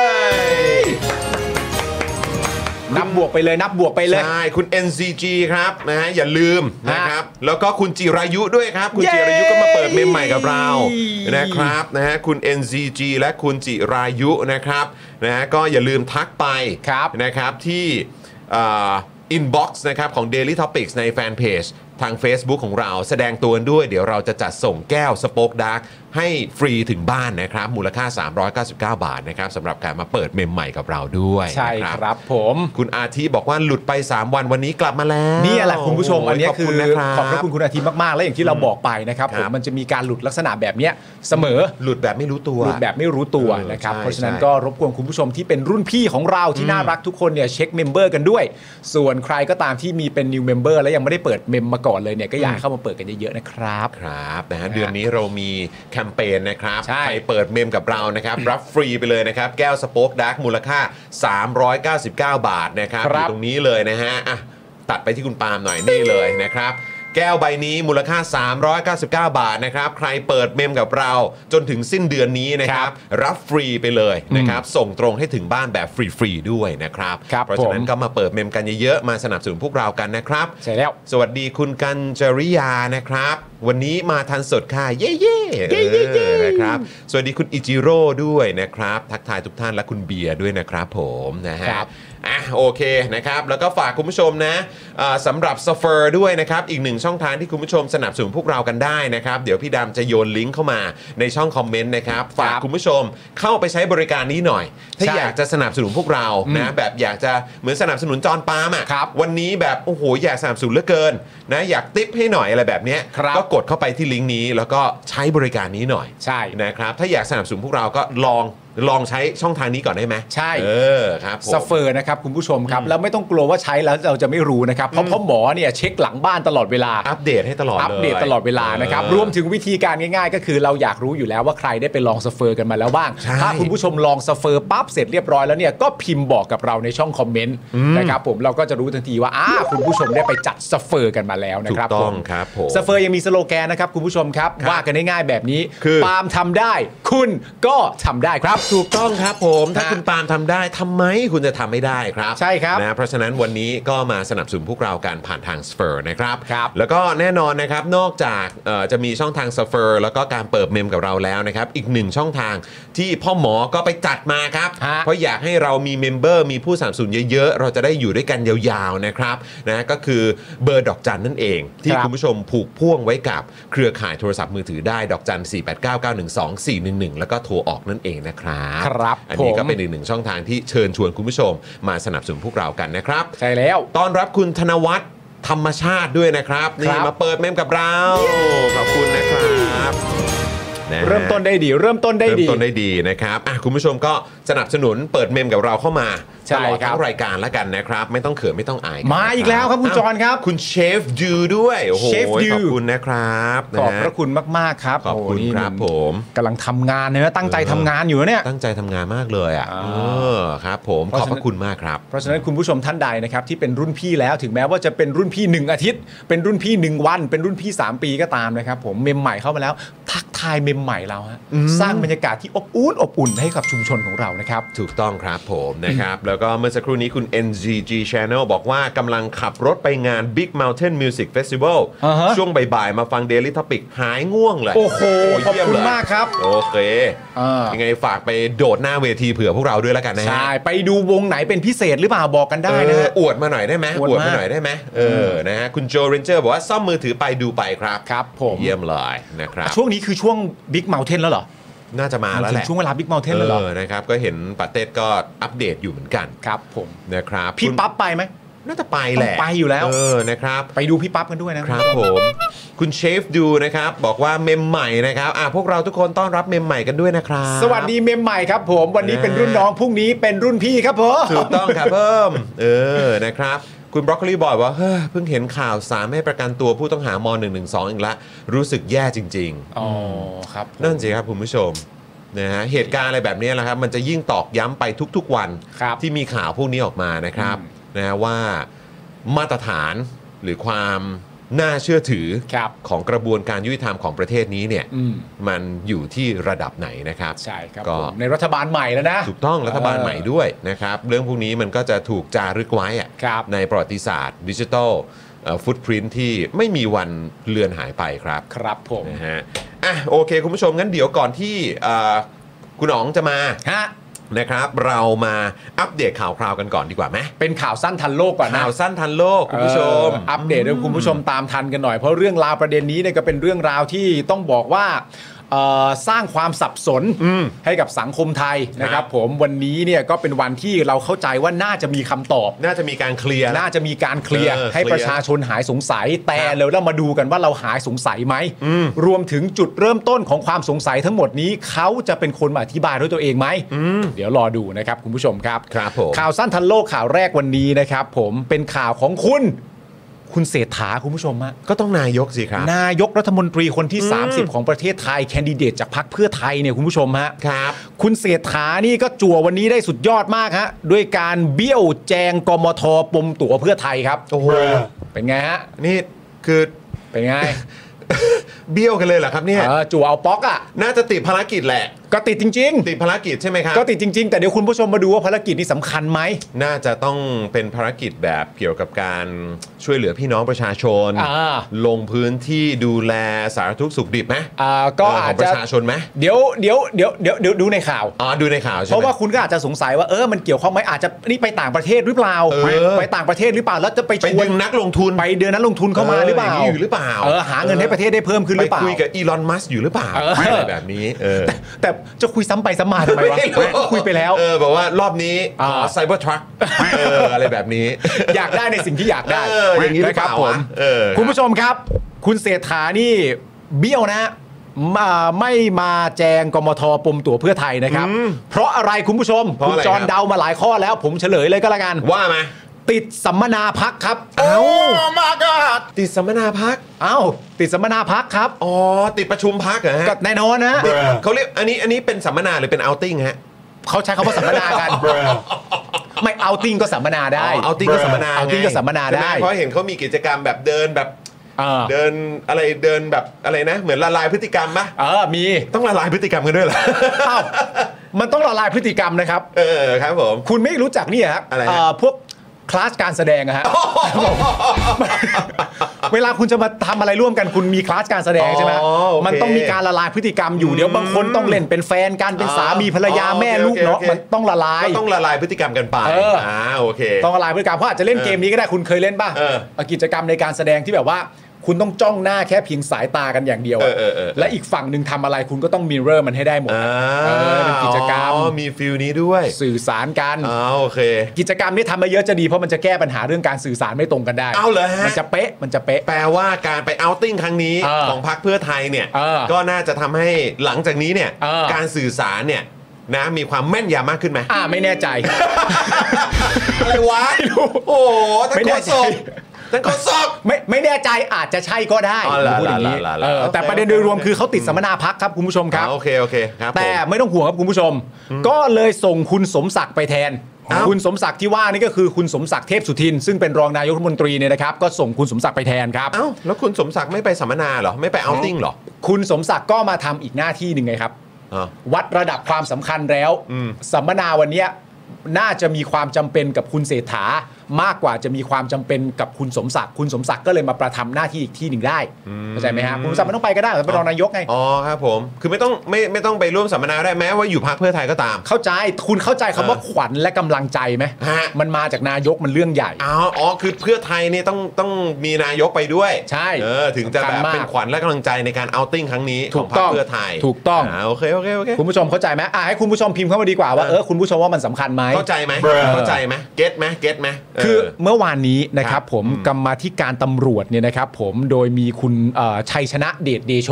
นับบวกไปเลยนับบวกไปเลย ใช่ คุณ NCG ครับนะฮะอย่าลืมนะครับ แล้วก็คุณจิรายุด้วยครับ คุณ เย้ จิรายุก็มาเปิดเมมใหม่กับเรานะครับนะฮะคุณ NCG และคุณจิรายุนะครับนะฮะก็อย่าลืมทักไป ครับ นะครับที่อินบ็อกซ์นะครับของ Daily Topics ในแฟนเพจทาง Facebook ของเราแสดงตัวด้วย เดี๋ยวเราจะจัดส่งแก้วสป็อกดาร์กให้ฟรีถึงบ้านนะครับ มูลค่า 399 บาทนะครับสำหรับการมาเปิดเมมใหม่กับเราด้วย ใช่ นะครับ ผม คุณอาทิบอกว่าหลุดไป 3 วันวันนี้กลับมาแล้ว นี่แหละคุณผู้ชม โย อันเนี้ย ขอบ คือ คุณนะ ขอบพระคุณ บ คุณอาทิตย์มาก ๆ และอย่างที่เราบอกไปนะครับ ครั ผ บ มมันจะมีการหลุดลักษณะแบบเนี้ยเสมอ หลุดแบบไม่รู้ตัว หลุดแบบไม่รู้ตัว เออ นะครับ ใช่ เพราะฉะนั้น ใช่ ก็รบกวนคุณผู้ชมที่เป็นรุ่นพี่ของเราที่น่ารักทุกคนเนี่ยเช็คเมมเบอร์กันด้วย ส่วนใครก็ตามที่มีเป็น new member และยังไม่ได้เปิดเมมมาก่อนเลยเนี่ยก็อยากให้เข้ามาเปิดกันเยอะๆนะครับ ครับนะฮะเดือนนี้เรามีแคมเปญนะครับ ใช่ ไปเปิดเมมกับเรานะครับ รับฟรีไปเลยนะครับ แก้วสป็อกดาร์กมูลค่า 399 บาทนะครับอยู่ตรงนี้เลยนะฮะอ่ะตัดไปที่คุณปาล์มหน่อยนี่เลยนะครับ แก้วใบนี้มูลค่า 399 บาทนะครับ ใครเปิดเมมกับเราจนถึงสิ้นเดือนนี้นะครับ รับฟรีไปเลยนะครับ ส่งตรงให้ถึงบ้านแบบฟรีๆด้วยนะครับ ครับ เพราะฉะนั้น ผม ก็มาเปิดเมมกันเยอะๆมาสนับสนุนพวกเรากันนะครับ ใช่แล้ว สวัสดีคุณกัญจริยานะครับ วันนี้มาทันสดค่ะ เย่เย่เย่เย่นะครับ สวัสดีคุณอิจิโร่ด้วยนะครับ ทักทายทุกท่านและคุณเบียร์ด้วยนะครับผมนะฮะ ครับ อ่ะโอเคนะครับ แล้วก็ฝากคุณผู้ชมนะอ่าสำหรับ s เฟอร์ด้วยนะครับ อีกหนึ่งช่องทางที่คุณผู้ชมสนับสนุนพวกเรากันได้นะครับ เดี๋ยวพี่ดำจะโยนลิงก์เข้ามาในช่องคอมเมนต์นะครับ ฝากคุณผู้ชมเข้าไปใช้บริการนี้หน่อย ถ้า ใช่ อยากจะสนับสนุนพวกเรานะแบบอยากจะเหมือนสนับสนุนจอนปาล์มอ่ะ ครับ วันนี้แบบโอ้โหอยากสนับสนุนเหลือเกินนะอยากติปให้หน่อยอะไรแบบเนี้ย ครับ ก็กดเข้าไปที่ลิงก์นี้แล้วก็ใช้บริการนี้หน่อย ใช่ นะครับถ้าอยากสนับสนุนพวกเราก็ลองลองใช้ช่องทางนี้ก่อนได้ไหม ใช่ เออครับผม ซัฟเฟอร์นะครับคุณผู้ชมครับ แล้วไม่ต้องกลัวว่าใช้แล้วเราจะไม่รู้นะครับ เพราะพ่อหมอเนี่ยเช็คหลังบ้านตลอดเวลา อัปเดตให้ตลอดเลย อัปเดตตลอดเวลานะครับ เออ รวมถึงวิธีการง่ายๆ ก็คือเราอยากรู้อยู่แล้วว่าใครได้ไปลองสเฟอร์กันมาแล้วบ้าง ใช่ ถ้าคุณผู้ชมลองสเฟอร์ปั๊บเสร็จเรียบร้อยแล้วเนี่ยก็พิมพ์บอกกับเราในช่องคอมเมนต์นะครับผมเราก็จะรู้ทันทีว่าอ่าคุณผู้ชมได้ไปจัดสเฟอร์กันมาแล้วนะครับ ถูกต้อง ผม ครับผม สเฟอร์ยังมีสโลแกนนะครับคุณผู้ชมครับ ครับ ว่ากันง่ายๆแบบนี้ คือ ปาล์มทำได้ คุณก็ทำได้ครับ ถูกต้องครับผมถ้า ฮะ คุณปาล์มทำได้ทำไมคุณจะทำไม่ได้ครับ ใช่ครับ นะเพราะฉะนั้นวันนี้ก็มาสนับสนุนพวกเราการผ่านทางสเฟอร์นะครับ ครับ แล้วก็แน่นอนนะครับนอกจากเอ่อจะมีช่องทางสเฟอร์แล้วก็การเปิดเมมกับเราแล้วนะครับ อีกหนึ่งช่องทางที่พ่อหมอก็ไปจัดมาครับ ฮะ เพราะอยากให้เรามีเมมเบอร์มีผู้สนับสนุนเยอะๆ เราจะได้อยู่ด้วยกันยาวๆนะครับนะก็คือเบอร์ดอกจันนั่นเอง ที่ ครับ คุณผู้ชมผูกพ่วงไว้กับเครือข่ายโทรศัพท์มือถือได้ดอกจัน 4 8 9 9 1 2 4 1 1 แล้วก็โทรออกนั่นเองนะครับ ครับ อันนี้ก็ ผม เป็นอีกหนึ่งช่องทางที่เชิญชวนคุณผู้ชมมาสนับสนุนพวกเรากันนะครับ ใช่แล้ว ต้อนรับคุณธนวัฒน์ธรรมชาติด้วยนะครับ นี่มาเปิดเมมกับเรา ขอบคุณนะครับะฮะ เริ่มต้นได้ดี เริ่มต้นได้ เริ่ ดี มต้นได้ดีนะครับอ่ะคุณผู้ชมก็สนับสนุนเปิดเมมกับเราเข้ามา ใช่ ตลอด ครั ทั้ บ งรายการแล้วกันนะครับ ไม่ต้องเขินไม่ต้องอายน มาอีกแล้วครับคุณจอนครับ าวคุณเชฟดูด้วยโอ้โห เชฟดิว ขอบคุณนะครับ ขอบ น พระคุณมากๆครับ ขอบคุณ โโหนี่ ครับ ห ผ นุ่ ม กำลังทำงานเลยนะตั้งใจ เออ ทำงานอยู่นะเนี่ย ตั้งใจทำงานมากเลยอ่ะ อ่า เออครับผม เพราะ ขอบ ฉะพนั้นระคุณมากครับ เพราะฉะนั้นคุณผู้ชมท่านใดนะครับที่เป็นรุ่นพี่แล้วถึงแม้ว่าจะเป็นรุ่นพี่ 1 อาทิตย์ เป็นรุ่นพี่ 1 วัน เป็นรุ่นพี่ 3 ปีก็ตามนะครับผมเมมใหม่เข้ามาแล้ว ทักทายเมมใหม่เราฮะสร้างบรรยากาศที่อบอุ่นอบอุ่นให้กับชุมชนของเรานะครับ ถูกต้องครับผมนะครับ แล้วก็เมื่อสักครู่นี้คุณ NGG Channel บอกว่ากำลังขับรถไปงาน Big Mountain Music Festival อ่าฮะ ช่วงบ่ายๆ มาฟัง Daily Topic หายง่วงเลย โอ้โหขอบคุณ เยี่ยเลย มากครับ โอเค อ่ายั ยังไงฝากไปโดดหน้าเวทีเผื่อพวกเราด้วยแล้วกันนะฮะ ใช่ไปดูวงไหนเป็นพิเศษหรือเปล่าบอกกันได้ ได้ นะ นะ ฮะ อวดมาหน่อยได้ไหม อวด อวดมา มา หน่อยได้ไหมเออนะฮะคุณโจเรนเจอร์บอกว่าซ่อมมือถือไปดูไปครับ ครับผม เยี่ยมเลยนะครับ ช่วงนี้คือช่วงบิ๊กเม t เทนแล้วเหรอ น่าจะมาแล้วแห ถึ ละ งช่วงเวลาบิ๊กเม t เทนแล้วเหรอ เออนะครับก็เห็นปาเต้ก็อัปเดตอยู่เหมือนกัน ครับผม นะครับ พี่ คุณ ปั๊บไปไหม น่าจะไปแหละ ต้องไปอยู่แล้ว เออนะครับ ไปดูพี่ปั๊บกันด้วยนะ ครับผมคุณเชฟดูนะครับ บอกว่าเมมใหม่นะครับอ่ะพวกเราทุกคนต้อนรับเมมใหม่กันด้วยนะครับ สวัสดีเมมใหม่ครับผมวันนี้เป็นรุ่นน้องพรุ่งนี้เป็นรุ่นพี่ครับผม ถูกต้องครับเพิ่ม เออนะครับ คุณบรอกโคลีบอกว่าเฮ้อเพิ่งเห็นข่าวสามให้ประกันตัวผู้ต้องหาม .112 อีกแล้วรู้สึกแย่จริง อ๋อครับผม ๆ นั่นสิครับคุณผู้ชมนะฮะเหตุการณ์อะไรแบบนี้แหละครับ มันจะยิ่งตอกย้ำไปทุกๆวัน ครับ ที่มีข่าวพวกนี้ออกมานะครับ อื นะฮะว่ามาตรฐานหรือความน่าเชื่อถือ ครับ ของกระบวนการยุติธรรมของประเทศนี้เนี่ย อืม มันอยู่ที่ระดับไหนนะครับ ใช่ครับ ก็ ผมในรัฐบาลใหม่แล้วนะ ถูกต้องรัฐบาล เออ ใหม่ด้วยนะครับ เรื่องพวกนี้มันก็จะถูกจารึกไว้อะ ครับ ในประวัติศาสตร์ดิจิทัลฟุตพิ้นที่ไม่มีวันเลือนหายไปครับ ครับผม นะฮะอ่ะโอเค คุณผู้ชมงั้นเดี๋ยวก่อนที่เอ่อคุณอ๋องจะมา ฮะ นะครับ เรามาอัปเดตข่าวคราวกันก่อนดีกว่าไหม เป็นข่าวสั้นทันโลกก่อนนะ ข่าวสั้นทันโลกคุณผู้ชม เอออัปเดตให้คุณผู้ชมตามทันกันหน่อย เพราะเรื่องราวประเด็นนี้เนี่ยก็เป็นเรื่องราวที่ต้องบอกว่าเอ่อสร้างความสับสนให้กับสังคมไทยนะค ครั รับ บ ผมวันนี้เนี่ยก็เป็นวันที่เราเข้าใจว่าน่าจะมีคำตอบ น่าจะมีการเคลียร์แล้ว น่าจะมีการเคลียร์ เออ ให้ เคลียร์ ประชาชนหายสงสัย แต่ ครับ แล้วเรามาดูกันว่าเราหายสงสัยไหม อืม รวมถึงจุดเริ่มต้นของความสงสัยทั้งหมดนี้เขาจะเป็นคนมาอธิบายด้วยตัวเองไหมเดี๋ยวรอดูนะครับคุณผู้ชมครับ ครับผม ข่าวสั้นทันโลกข่าวแรกวันนี้นะครับ ผมเป็นข่าวของคุณ คุณเศรษฐาคุณผู้ชมฮะ ก็ต้องนายกสิครับ นายกรัฐมนตรีคนที่ 30 ของประเทศไทยแคนดิเดตจากพรรคเพื่อไทยเนี่ยคุณผู้ชมฮะ ครับ คุณเศรษฐานี่ก็จั่ววันนี้ได้สุดยอดมากฮะด้วยการเบี้ยวแจงกมทปมตั๋วเพื่อไทยครับ โอ้โห เป็นไงฮะ นี่คือ [LAUGHS] เป็นไง เบี้ยวกันเลยเหรอครับเนี่ย เออจั่วเอาป๊อกอ่ะ น่าจะติดภารกิจแหละ ก็ติดจริง ติดภารกิจใช่ไหมครับ ๆ ก็ติดจริง ๆ แต่เดี๋ยวคุณผู้ชมมาดูว่าภารกิจนี้สำคัญไหม น่าจะต้องเป็นภารกิจแบบเกี่ยวกับการช่วยเหลือพี่น้องประชาชน อ่า ลงพื้นที่ดูแลสาธารณทุกข์สุขดิบไหม อ่าก็ เข อาจ งป จะ ระชาชนไหม เดี๋ยวเดี๋ยวเดี๋ยวเดี๋ยวเดี๋ยวดูในข่าว อ๋อดูในข่าวใช่ไหม เพราะว่าคุณก็อาจจะสงสัยว่าเออมันเกี่ยวข้องไหมอาจจะนี่ไปต่างประเทศหรือเปล่า เออ ไปไปต่างประเทศหรือเปล่าแล้วจะไป ไป ชว ดึ น งนักลงทุน ไปเดือนนั้นลงทุนเข้ามาหรือเปล่า ย่งนี้อยู่หรือเปล่า เออหาเงินให้ประเทศได้เพิ่มขึ้นห ไป รือเปล่า คุยกับอีลอนมัสอยู่หรือเปล่า เอออ อะไรแบบนี้เออ แต่จะคุยซ้ำไปซ้ำมาทำไมวะคุยไปแล้ว เออแบบว่ารอบนี้ อ่า ขอไซเบอร์ทรัคเอออะไรแบบนี้ อยากได้ในสิ่งที่อยากได้ เอออย่างนี้หรือ นะครั เปล่าวะ ผม เออ คุณผู้ชมครับ คุณเศรษฐานี่เบี้ยวนะมาไม่มาแจงกมทปมตั๋วเพื่อไทยนะครับ เพราะอะไรคุณผู้ชมคุณจรเดามาหลายข้อแล้ว ผมเฉลยเลยก็แล้วกัน ว่ามา ติดสัมมนาพักครับ มากอดติดสัมมนาพัก เอ้าติดสัมมนาพักครับ อ๋อติดประชุมพักเหรอฮะ ก็แน่นอนนะ เขาเรียกอันนี้อันนี้เป็นสัมมนาหรือเป็นเอาติ้งฮะ เขาใช้คำว่าสัมมนากัน ไม่เอาติ้งก็สัมมนาได้ เอาติ้งก็สัมมนา เอาติ้งก็สัมมนา ใช่ห ได้ เพราะเห็นเขามีกิจกรรมแบบเดินแบบ เออ เดินอะไรเดินแบบอะไรนะ เหมือนละลายพฤติกรรมปะ เออมี ต้องละลายพฤติกรรมกันด้วยเหรอ เอ้ามันต้องละลายพฤติกรรมนะครับ เออครับผม คุณไม่รู้จักเนี่ยครับ อะไรฮะ เอ่อพวกคลาสการแสดงอะฮ [LAUGHS] ะ เวลาคุณจะมาทำอะไรร่วมกันคุณมีคลาสการแสดงใช่ไหม อ๋อโอเค มันต้องมีการละลายพฤติกรรมอยู่เดี๋ยวบางคนต้องเล่นเป็นแฟนกันเป็นสามีภรรยา อ๋อ แม่ โอเค ลูกเนาะ โอเค มันต้องละลาย ก็ [LAUGHS] ต้องละลายพฤติกรรมกันไป เอออ่ โอเค ต้องละลายพฤติกรรมเพราะอาจจะเล่นเกมนี้ก็ได้คุณเคยเล่นป่ะ เออ เอากิจกรรมในการแสดงที่แบบว่า คุณต้องจ้องหน้าแค่เพียงสายตากันอย่างเดียวอะ เออเออเออ และอีกฝั่งหนึ่งทำอะไรคุณก็ต้องมิเรอร์มันให้ได้หมด อ่า เออเป็นกิจกรรม อ๋อมีฟิลนี้ด้วย สื่อสารกัน อ๋อโอเค กิจกรรมนี้ทำมาเยอะจะดีเพราะมันจะแก้ปัญหาเรื่องการสื่อสารไม่ตรงกันได้ เอาเหรอฮะ มันจะเป๊ะมันจะเป๊ะ แปลว่าการไปเอาติ้งครั้งนี้ เออ ของพรรคเพื่อไทยเนี่ย เออ ก็น่าจะทำให้หลังจากนี้เนี่ย เออ การสื่อสารเนี่ยนะมีความแม่นยำมากขึ้นไหม อ่าไม่แน่ใจ [LAUGHS] อะไรวะโอ้โหทั้ ไม่ ง แน่ ข้อ ใจ ศอกทั้งข้อศอก ไม่ไม่แน่ใจอาจจะใช่ก็ได้ อ๋อเหรอ พูดอย่างนี้ เหรอเหรอเหรอ เออ โอเค แต่ประเด็นโดยรวมคือเขาติดสัมมนาพักครับคุณผู้ชมครั า บ โอเค โอเคครับผม แต่ไม่ต้องห่วงครับคุณผู้ชม ก็เลยส่งคุณสมศักดิ์ไปแทน อ้าว คุณสมศักดิ์ที่ว่านี่ก็คือคุณสมศักดิ์เทพสุทิน ซึ่งเป็นรองนายกรัฐมนตรีเนี่ยนะครับ ก็ส่งคุณสมศักดิ์ไปแทนครับ เอ้า แล้วคุณสมศักดิ์ไม่ไปสัมมนาเหรอ ไม่ไปเอาติ้งเหรอ คุณสมศักดิ์ก็มาทำอีกหน้าที่หนึ่งไงครับ อ๋อ วัดระดับความสำคัญแล้ว อืม สัมมนาวันเนี้ยน่าจะมีความจำเป็นกับคุณเศรษฐามากกว่าจะมีความจำเป็นกับคุณสมศักดิ์คุณสมศักดิ์ก็เลยมาประทำหน้าที่อีกที่หนึ่งได้เข้าใจไหมฮะคุณสมศักดิ์ไม่ต้องไปก็ได้แต่เป็นรองนายกไง อ๋อครับผม คือไม่ต้องไม่ไม่ต้องไปร่วมสัมมนาได้แม้ว่าอยู่พรรคเพื่อไทยก็ตาม เข้าใจคุณเข้าใจคำว่า เออ ขวัญและกำลังใจไหม ฮะ มันมาจากนายกมันเรื่องใหญ่ อ๋ออ๋อ คือเพื่อไทยเนี่ยต้องต้องมีนายกไปด้วย ใช่ เออ ถึงจะแบบ สำคัญมาก เป็นขวัญและกำลังใจในการเอาติ้งครั้งนี้ ถู ของ ก พรร ต้ ค อง เพื่อไทย ถูกต้อง าโอเค โอเค โอเค คุณผู้ชมเข้าใจไหมอ่ะให้คุณผู้ชมพิมพ์เข้ามาดีกว่าว่า เออ เออคุณผู้ชมว่ามันสำคัญไหม เข้าใจไหม เข้าใจไหมเก็ตไหมเก็ตไหมเ คือเมื่อวานนี้นะค ครั รั บบ ผมกรรมาธิการตำรวจเนี่ยนะครับผมโดยมีคุณเอ่อชัยชนะเดชเดโช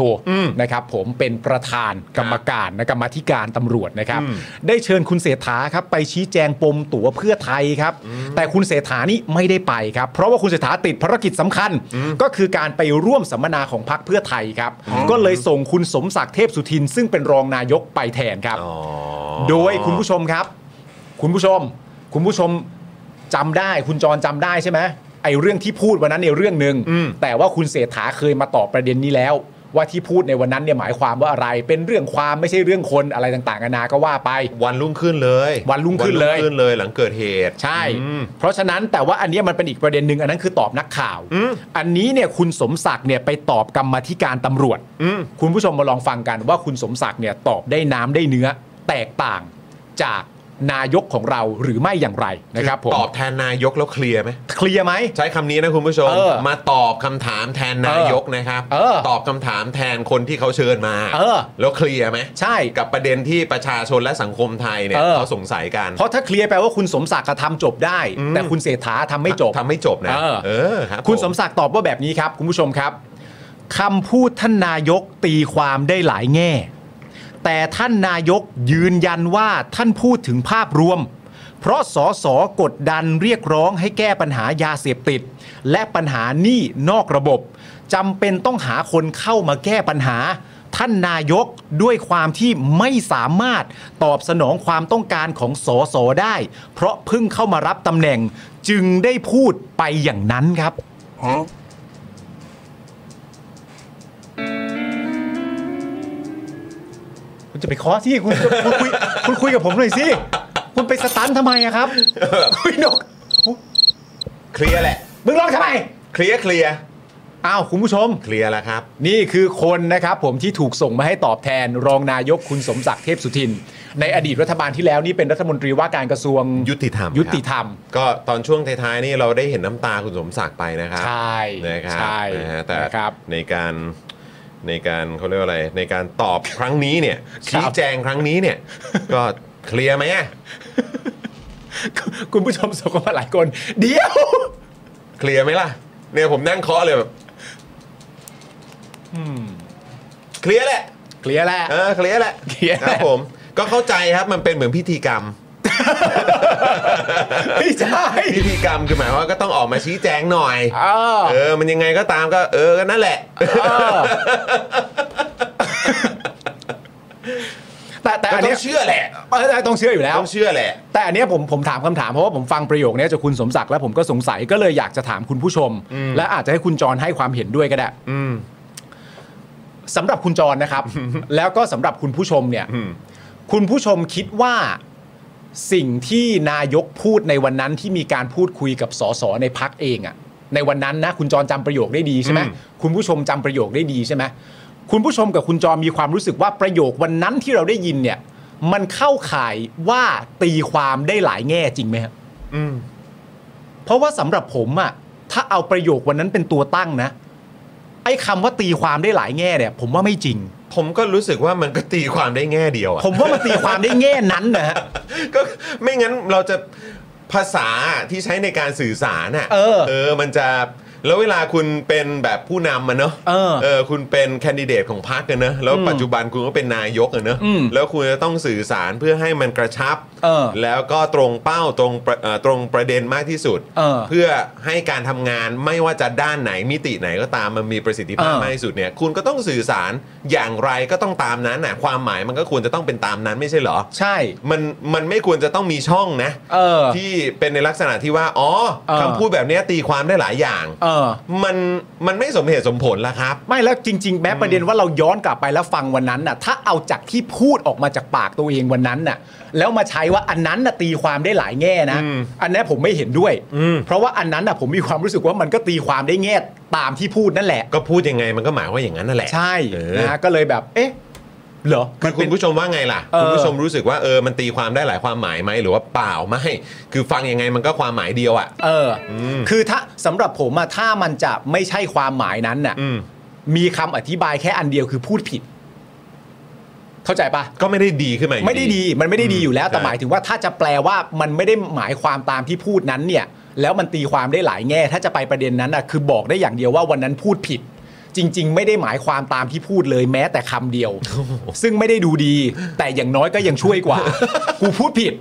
นะครับผมเป็นประธานกรรมการนะกรรมาธิการตำรวจนะครับได้เชิญคุณเศรษฐาครับไปชี้แจงปมตั๋วเพื่อไทยครับ แต่คุณเศรษฐานี่ไม่ได้ไปครับ เพราะว่าคุณเศรษฐาติดภารกิจสำคัญ ก็คือการไปร่วมสัมมนาของพรรคเพื่อไทยครับ ก็เลยส่งคุณสมศักดิ์เทพสุทิน ซึ่งเป็นรองนายกไปแทนครับ อ๋อ โดยคุณผู้ชมครับ คุณผู้ชม คุณผู้ชมจำได้ คุณจรจำได้ใช่ไหมไอ้เรื่องที่พูดวันนั้นในเรื่องหนึ่ง อืม แต่ว่าคุณเศรษฐาเคยมาตอบประเด็นนี้แล้ว ว่าที่พูดในวันนั้นเนี่ยหมายความว่าอะไร เป็นเรื่องความไม่ใช่เรื่องคนอะไรต่างๆนานาก็ว่าไป วันรุ่งขึ้นเลย วันรุ่งขึ้นเลย วัขึ้นเลยหลังเกิดเหตุ ใช่ อืม เพราะฉะนั้นแต่ว่าอันเนี้ยมันเป็นอีกประเด็นหนึ่งอันนั้นคือตอบนักข่าว อันนี้เนี่ยคุณสมศักดิ์เนี่ยไปตอบกรรมาธิการตำรวจ อืม คุณผู้ชมมาลองฟังกันว่าคุณสมศักดิ์เนี่ยตอบได้น้ำได้เนื้อ แตกต่างจากนายกของเราหรือไม่อย่างไรนะครับผม ตอบแทนนายกแล้วเคลียร์ไหม เคลียร์ไหม ใช้คำนี้นะคุณผู้ชม เออ มาตอบคำถามแทนนายกนะครับ เออ ตอบคำถามแทนคนที่เขาเชิญมา เออ แล้วเคลียร์ไหม ใช่ กับประเด็นที่ประชาชนและสังคมไทยเนี่ย เออ เขาสงสัยกัน เพราะถ้าเคลียร์แปลว่าคุณสมศักดิ์อะทำจบได้ แต่คุณเศรษฐาทำไม่จบ ทำไม่จบนะ เออ เออครับ คุณ ผ สมศักดิ์ตอบว่าแบบนี้ครับคุณผู้ชมครับคำพูดท่านนายกตีความได้หลายแง่ แต่ท่านนายกยืนยันว่าท่านพูดถึงภาพรวม เพราะสสกดดันเรียกร้องให้แก้ปัญหายาเสพติด และปัญหาหนี้นอกระบบจำเป็นต้องหาคนเข้ามาแก้ปัญหา ท่านนายกด้วยความที่ไม่สามารถตอบสนองความต้องการของสสได้ เพราะเพิ่งเข้ามารับตำแหน่งจึงได้พูดไปอย่างนั้นครับ คุณจะไปเคอที่คุณคุณคุยคุณคุยกับผมหน่อยสิคุณไปสตันทำไมอะครับคุยนก เคลียร์แหละ มึงร้องทำไม เคลียร์เคลียร์ อ้าวคุณผู้ชม เคลียร์แล้วครับ นี่คือคนนะครับผมที่ถูกส่งมาให้ตอบแทน รองนายกคุณสมศักดิ์เทพสุทิน ในอดีตรัฐบาลที่แล้วนี่เป็นรัฐมนตรีว่าการกระทรวง ยุติธรรม ยุติธรรม ครับก็ตอนช่วงท้ายๆนี่เราได้เห็นน้ำตาคุณสมศักดิ์ไปนะครับ ใช่ นะครับ ใช่ นะฮะแต่ นะครับ ในการในการเขาเรียกว่าอะไรในการตอบครั้งนี้เนี่ย ครับ ชี้แจงครั้งนี้เนี่ย ก็เคลียร์ไหมอะ คุณผู้ชมส่งเข้ามาหลายคนเดี๋ยว เคลียร์ไหมล่ะเนี่ยผมนั่งเคาะเลยแบบเคลียร์แหละ เคลียร์ [LAUGHS] แล้ว เออเคลียร์แหละ เคลียร์ ครับผมก็เข้าใจครับมันเป็นเหมือนพิธีกรรม ไม่ใช่ พิธีกรรมคือหมายว่าก็ต้องออกมาชี้แจงหน่อย เออ เออ มันยังไงก็ตามก็เออก็นั่นแหละ แต่แต่อัน ก็ต้ เนี้ อยงเชื่อแหละ เออต้องเชื่ออยู่แล้ว ต้องเชื่อแหละ แต่อันเนี้ยผมผมถามคำถามเพราะว่าผมฟังประโยคเนี้ยจากคุณสมศักดิ์แล้วผมก็สงสัยก็เลยอยากจะถามคุณผู้ชม และอาจจะให้คุณจรให้ความเห็นด้วยก็ได้สำหรับคุณจรนะครับ แล้วก็สำหรับคุณผู้ชมเนี่ย คุณผู้ชมคิดว่าสิ่งที่นายกพูดในวันนั้นที่มีการพูดคุยกับสสในพักเองอะในวันนั้นนะคุณจรจำประโยคได้ดีใช่ไหมคุณผู้ชมจำประโยคได้ดีใช่ไหมคุณผู้ชมกับคุณจรมีความรู้สึกว่าประโยควันนั้นที่เราได้ยินเนี่ย มันเข้าข่ายว่าตีความได้หลายแง่จริงไหมครับเพราะว่าสำหรับผมอะถ้าเอาประโยควันนั้นเป็นตัวตั้งนะ ไอ้คำว่าตีความได้หลายแง่เนี่ย ผมว่าไม่จริง ผมก็รู้สึกว่ามันก็ตีความได้แง่เดียวอะ ผมว่ามันตีความได้แง่นั้นนะฮะ ก็ไม่งั้นเราจะภาษาที่ใช้ในการสื่อสารน่ะ เออ เออ มันจะแล้วเวลาคุณเป็นแบบผู้นำมันเนอะ เออ คุณเป็นแคนดิเดตของพรรคกันเนอะแล้วปัจจุบันคุณก็เป็นนายกอะเนอะ อืม แล้วคุณจะต้องสื่อสารเพื่อให้มันกระชับ เออ แล้วก็ตรงเป้าตรงประเอ่อตรงประเด็นมากที่สุด เออ อให้การทำงานไม่ว่าจะด้านไหนมิติไหนก็ตามมันมีประสิทธิภาพ เออ มากที่สุดเนี่ยคุณก็ต้องสื่อสารอย่างไรก็ต้องตามนั้นน่ะความหมายมันก็ควรจะต้องเป็นตามนั้นไม่ใช่เหรอ ใช่ มันมันไม่ควรจะต้องมีช่องนะ เออ ที่เป็นในลักษณะที่ว่า อ๋อ เออ คำพูดแบบเนี้ยตีความได้หลายอย่าง เออ มันมันไม่สมเหตุสมผลละครับ ไม่แล้วจริง ๆ แม้ประเด็นว่าเราย้อนกลับไปแล้วฟังวันนั้นน่ะ ถ้าเอาจากที่พูดออกมาจากปากตัวเองวันนั้นน่ะ แล้วมาใช้ว่าอันนั้นน่ะตีความได้หลายแง่นะ อันนี้ผมไม่เห็นด้วย เพราะว่าอันนั้นน่ะผมมีความรู้สึกว่ามันก็ตีความได้แง่ตามที่พูดนั่นแหละ ก็พูดยังไงมันก็หมายว่าอย่างนั้นนั่นแหละ ใช่ เออ นะฮะก็เลยแบบ เอ๊ะเหรอ คือ เป็ คุ น ณผู้ชมว่าไงล่ะ เออ คุณผู้ชมรู้สึกว่าเออมันตีความได้หลายความหมายไหมหรือว่าเปล่าไม่คือฟังยังไงมันก็ความหมายเดียวอ่ะ เอออ ม คือถ้าสำหรับผมอะถ้ามันจะไม่ใช่ความหมายนั้นน่ะ อืม มีคำอธิบายแค่อันเดียวคือพูดผิด เข้าใจปะ ก็ไม่ได้ดีขึ้นมาอยู่ ไม่ได้ดีมันไม่ได้ดีอยู่แล้ว แต่ ใช่ หมายถึงว่าถ้าจะแปลว่ามันไม่ได้หมายความตามที่พูดนั้นเนี่ย แล้วมันตีความได้หลายแง่ ถ้าจะไปประเด็นนั้นอ่ะคือบอกได้อย่างเดียวว่าวันนั้นพูดผิด จริง ๆ ไม่ได้หมายความตามที่พูดเลยแม้แต่คำเดียว ซึ่งไม่ได้ดูดี แต่อย่างน้อยก็ยังช่วยกว่า [LAUGHS] กูพูดผิด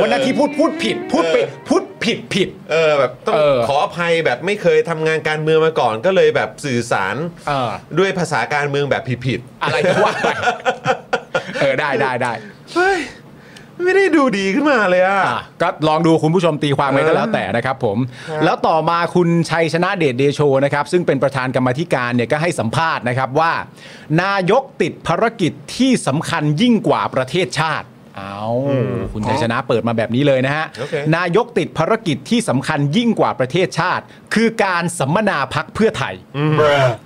วันนั้นที่พูดพูดผิด พูดไปพูดผิดผิด เออแบบต้อง เออ ขออภัยแบบไม่เคยทำงานการเมืองมาก่อน ก็เลยแบบสื่อสาร เออ ด้วยภาษาการเมืองแบบผิด อะไรก็ว่าไปเออได้ได้ได้ ๆเฮ้ยไม่ได้ดูดีขึ้นมาเลยอ่ะ อ่ะก็ลองดูคุณผู้ชมตีความไว้ก็แล้วแต่นะครับผม แล้วต่อมาคุณชัยชนะเดชเดโชนะครับ ซึ่งเป็นประธานกรรมาธิการเนี่ยก็ให้สัมภาษณ์นะครับว่า นายกติดภารกิจที่สำคัญยิ่งกว่าประเทศชาติ เอาคุณชัยชนะเปิดมาแบบนี้เลยนะฮะ โอเค นายกติดภารกิจที่สำคัญยิ่งกว่าประเทศชาติ คือการสัมมนาพักเพื่อไทย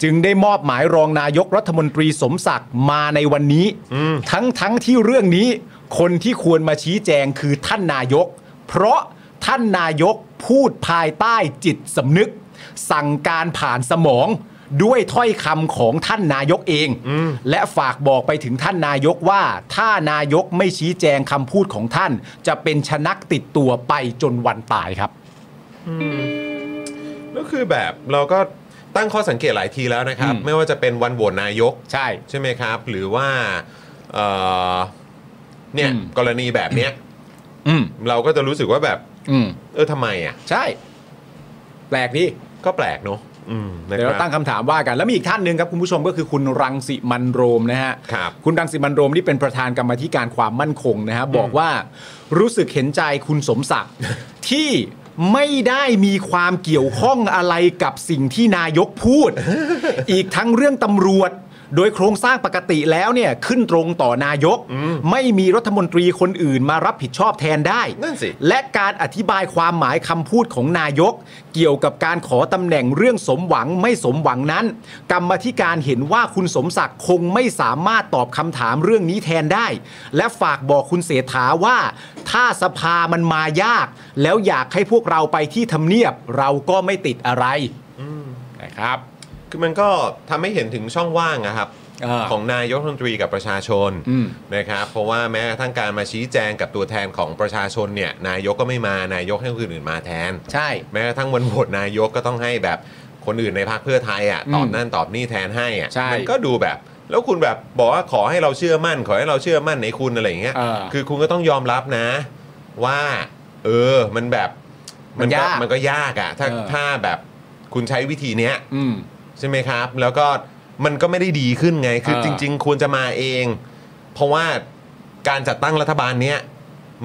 จึงได้มอบหมายรองนายกรัฐมนตรีสมศักดิ์มาในวันนี้ ทั้งทั้งที่เรื่องนี้ คนที่ควรมาชี้แจงคือท่านนายก เพราะท่านนายกพูดภายใต้จิตสำนึก สั่งการผ่านสมอง ด้วยถ้อยคำของท่านนายกเอง และฝากบอกไปถึงท่านนายกว่า ถ้านายกไม่ชี้แจงคำพูดของท่าน จะเป็นชนักติดตัวไปจนวันตายครับ ก็คือแบบเราก็ตั้งข้อสังเกตหลายทีแล้วนะครับ อืม ไม่ว่าจะเป็นวันโหวตนายก ใช่ ใช่ไหมครับ หรือว่าเอ่อเนี่ย อืม กรณีแบบเนี้ย อืม เราก็จะรู้สึกว่าแบบ อืม เออทำไมอ่ะ ใช่ แปลกดี ก็แปลกเนอะอืมนะ เดี๋ยว ค เรา รั ตั้ บ งคำถามว่ากัน แล้วมีอีกท่านหนึ่งครับคุณผู้ชมก็คือคุณรังสิมันโรมนะฮะ ครับ คุณรังสิมันโรมนี่เป็นประธานกรรมาธิการความมั่นคงนะฮะบอกว่ารู้สึกเห็นใจคุณสมศักดิ์ ที่ไม่ได้มีความเกี่ยวข้องอะไรกับสิ่งที่นายกพูด อีกทั้งเรื่องตำรวจ โดยโครงสร้างปกติแล้วเนี่ยขึ้นตรงต่อนายก ไม่มีรัฐมนตรีคนอื่นมารับผิดชอบแทนได้ นั่นสิ และการอธิบายความหมายคำพูดของนายก เกี่ยวกับการขอตำแหน่งเรื่องสมหวังไม่สมหวังนั้น กรรมาธิการเห็นว่าคุณสมศักดิ์คงไม่สามารถตอบคำถามเรื่องนี้แทนได้ และฝากบอกคุณเสถาว่า ถ้าสภามันมายาก แล้วอยากให้พวกเราไปที่ทำเนียบ เราก็ไม่ติดอะไรนะครับ คือมันก็ทำให้เห็นถึงช่องว่างนะครับ เออ ของนายกรัฐมนตรีกับประชาชนนะครับเพราะว่าแม้กระทั่งการมาชี้แจงกับตัวแทนของประชาชนเนี่ยนายกก็ไม่มานายกให้คนอื่นมาแทน ใช่ แม้กระทั่งวันโหวตนายกก็ต้องให้แบบคนอื่นในพรรคเพื่อไทยอ่ะตอบนั่นตอบนี่แทนให้อ่ะ ใช่ มัก็ดูแบบ แล้วคุณแบบบอกว่าขอให้เราเชื่อมั่น ขอให้เราเชื่อมั่นในคุณอะไรอย่างเงี้ย เออ คือคุณก็ต้องยอมรับนะ ว่า เออมันแบบ มันยาก มันก็ยากอ่ะถ้า เออ ถ้าแบบคุณใช้วิธีเนี้ย อืม ใช่ไหมครับ แล้วก็มันก็ไม่ได้ดีขึ้นไง คือ เออ จริง ๆ ควรจะมาเอง เพราะว่าการจัดตั้งรัฐบาลเนี้ย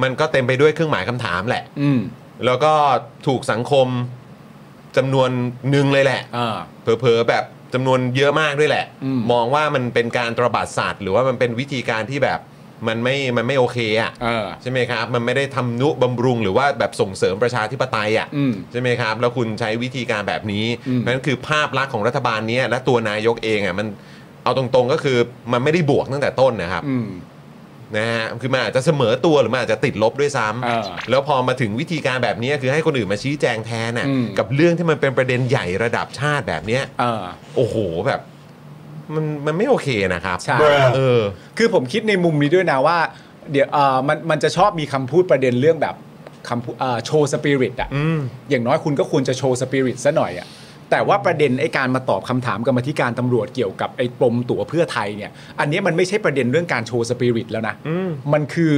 มันก็เต็มไปด้วยเครื่องหมายคำถามแหละ ืม แล้วก็ถูกสังคมจำนวนหนึ่งเลยแหละ อ่า เผลอๆแบบจำนวนเยอะมากด้วยแหละ อืม มองว่ามันเป็นการตระบาดสัตว์หรือว่ามันเป็นวิธีการที่แบบมันไม่มันไม่โอเคอ่ะ เออ ใช่ไหมครับ มันไม่ได้ทำนุบำรุงหรือว่าแบบส่งเสริมประชาธิปไตยอ่ะ อืม ใช่ไหมครับ แล้วคุณใช้วิธีการแบบนี้ อืม เพราะฉะนั้นคือภาพลักษณ์ของรัฐบาลเนี้ยและตัวนายกเองอ่ะมันเอาตรงๆก็คือมันไม่ได้บวกตั้งแต่ต้นนะครับ อืม นะฮะคือมันอาจจะเสมอตัวหรือมันอาจจะติดลบด้วยซ้ เออ ำแล้วพอมาถึงวิธีการแบบนี้คือให้คนอื่นมาชี้แจงแทนน่ะ อืม กับเรื่องที่มันเป็นประเด็นใหญ่ระดับชาติแบบเนี้ย เออ โอ้โหแบบ มันมันไม่โอเคนะครับ ใช่ เออ คือผมคิดในมุมนี้ด้วยนะว่า เดี๋ยวเอ่อมันมันจะชอบมีคำพูดประเด็นเรื่องแบบคำพูดเอ่อโชว์สปิริตอ่ะ อืม อย่างน้อยคุณก็ควรจะโชว์สปิริตซะหน่อยอ่ะแต่ว่าประเด็นไอ้การมาตอบคำถามกรรมธิการตำรวจเกี่ยวกับไอ้ปมตั๋วเพื่อไทยเนี่ย อันเนี้ยมันไม่ใช่ประเด็นเรื่องการโชว์สปิริตแล้วนะมันคือ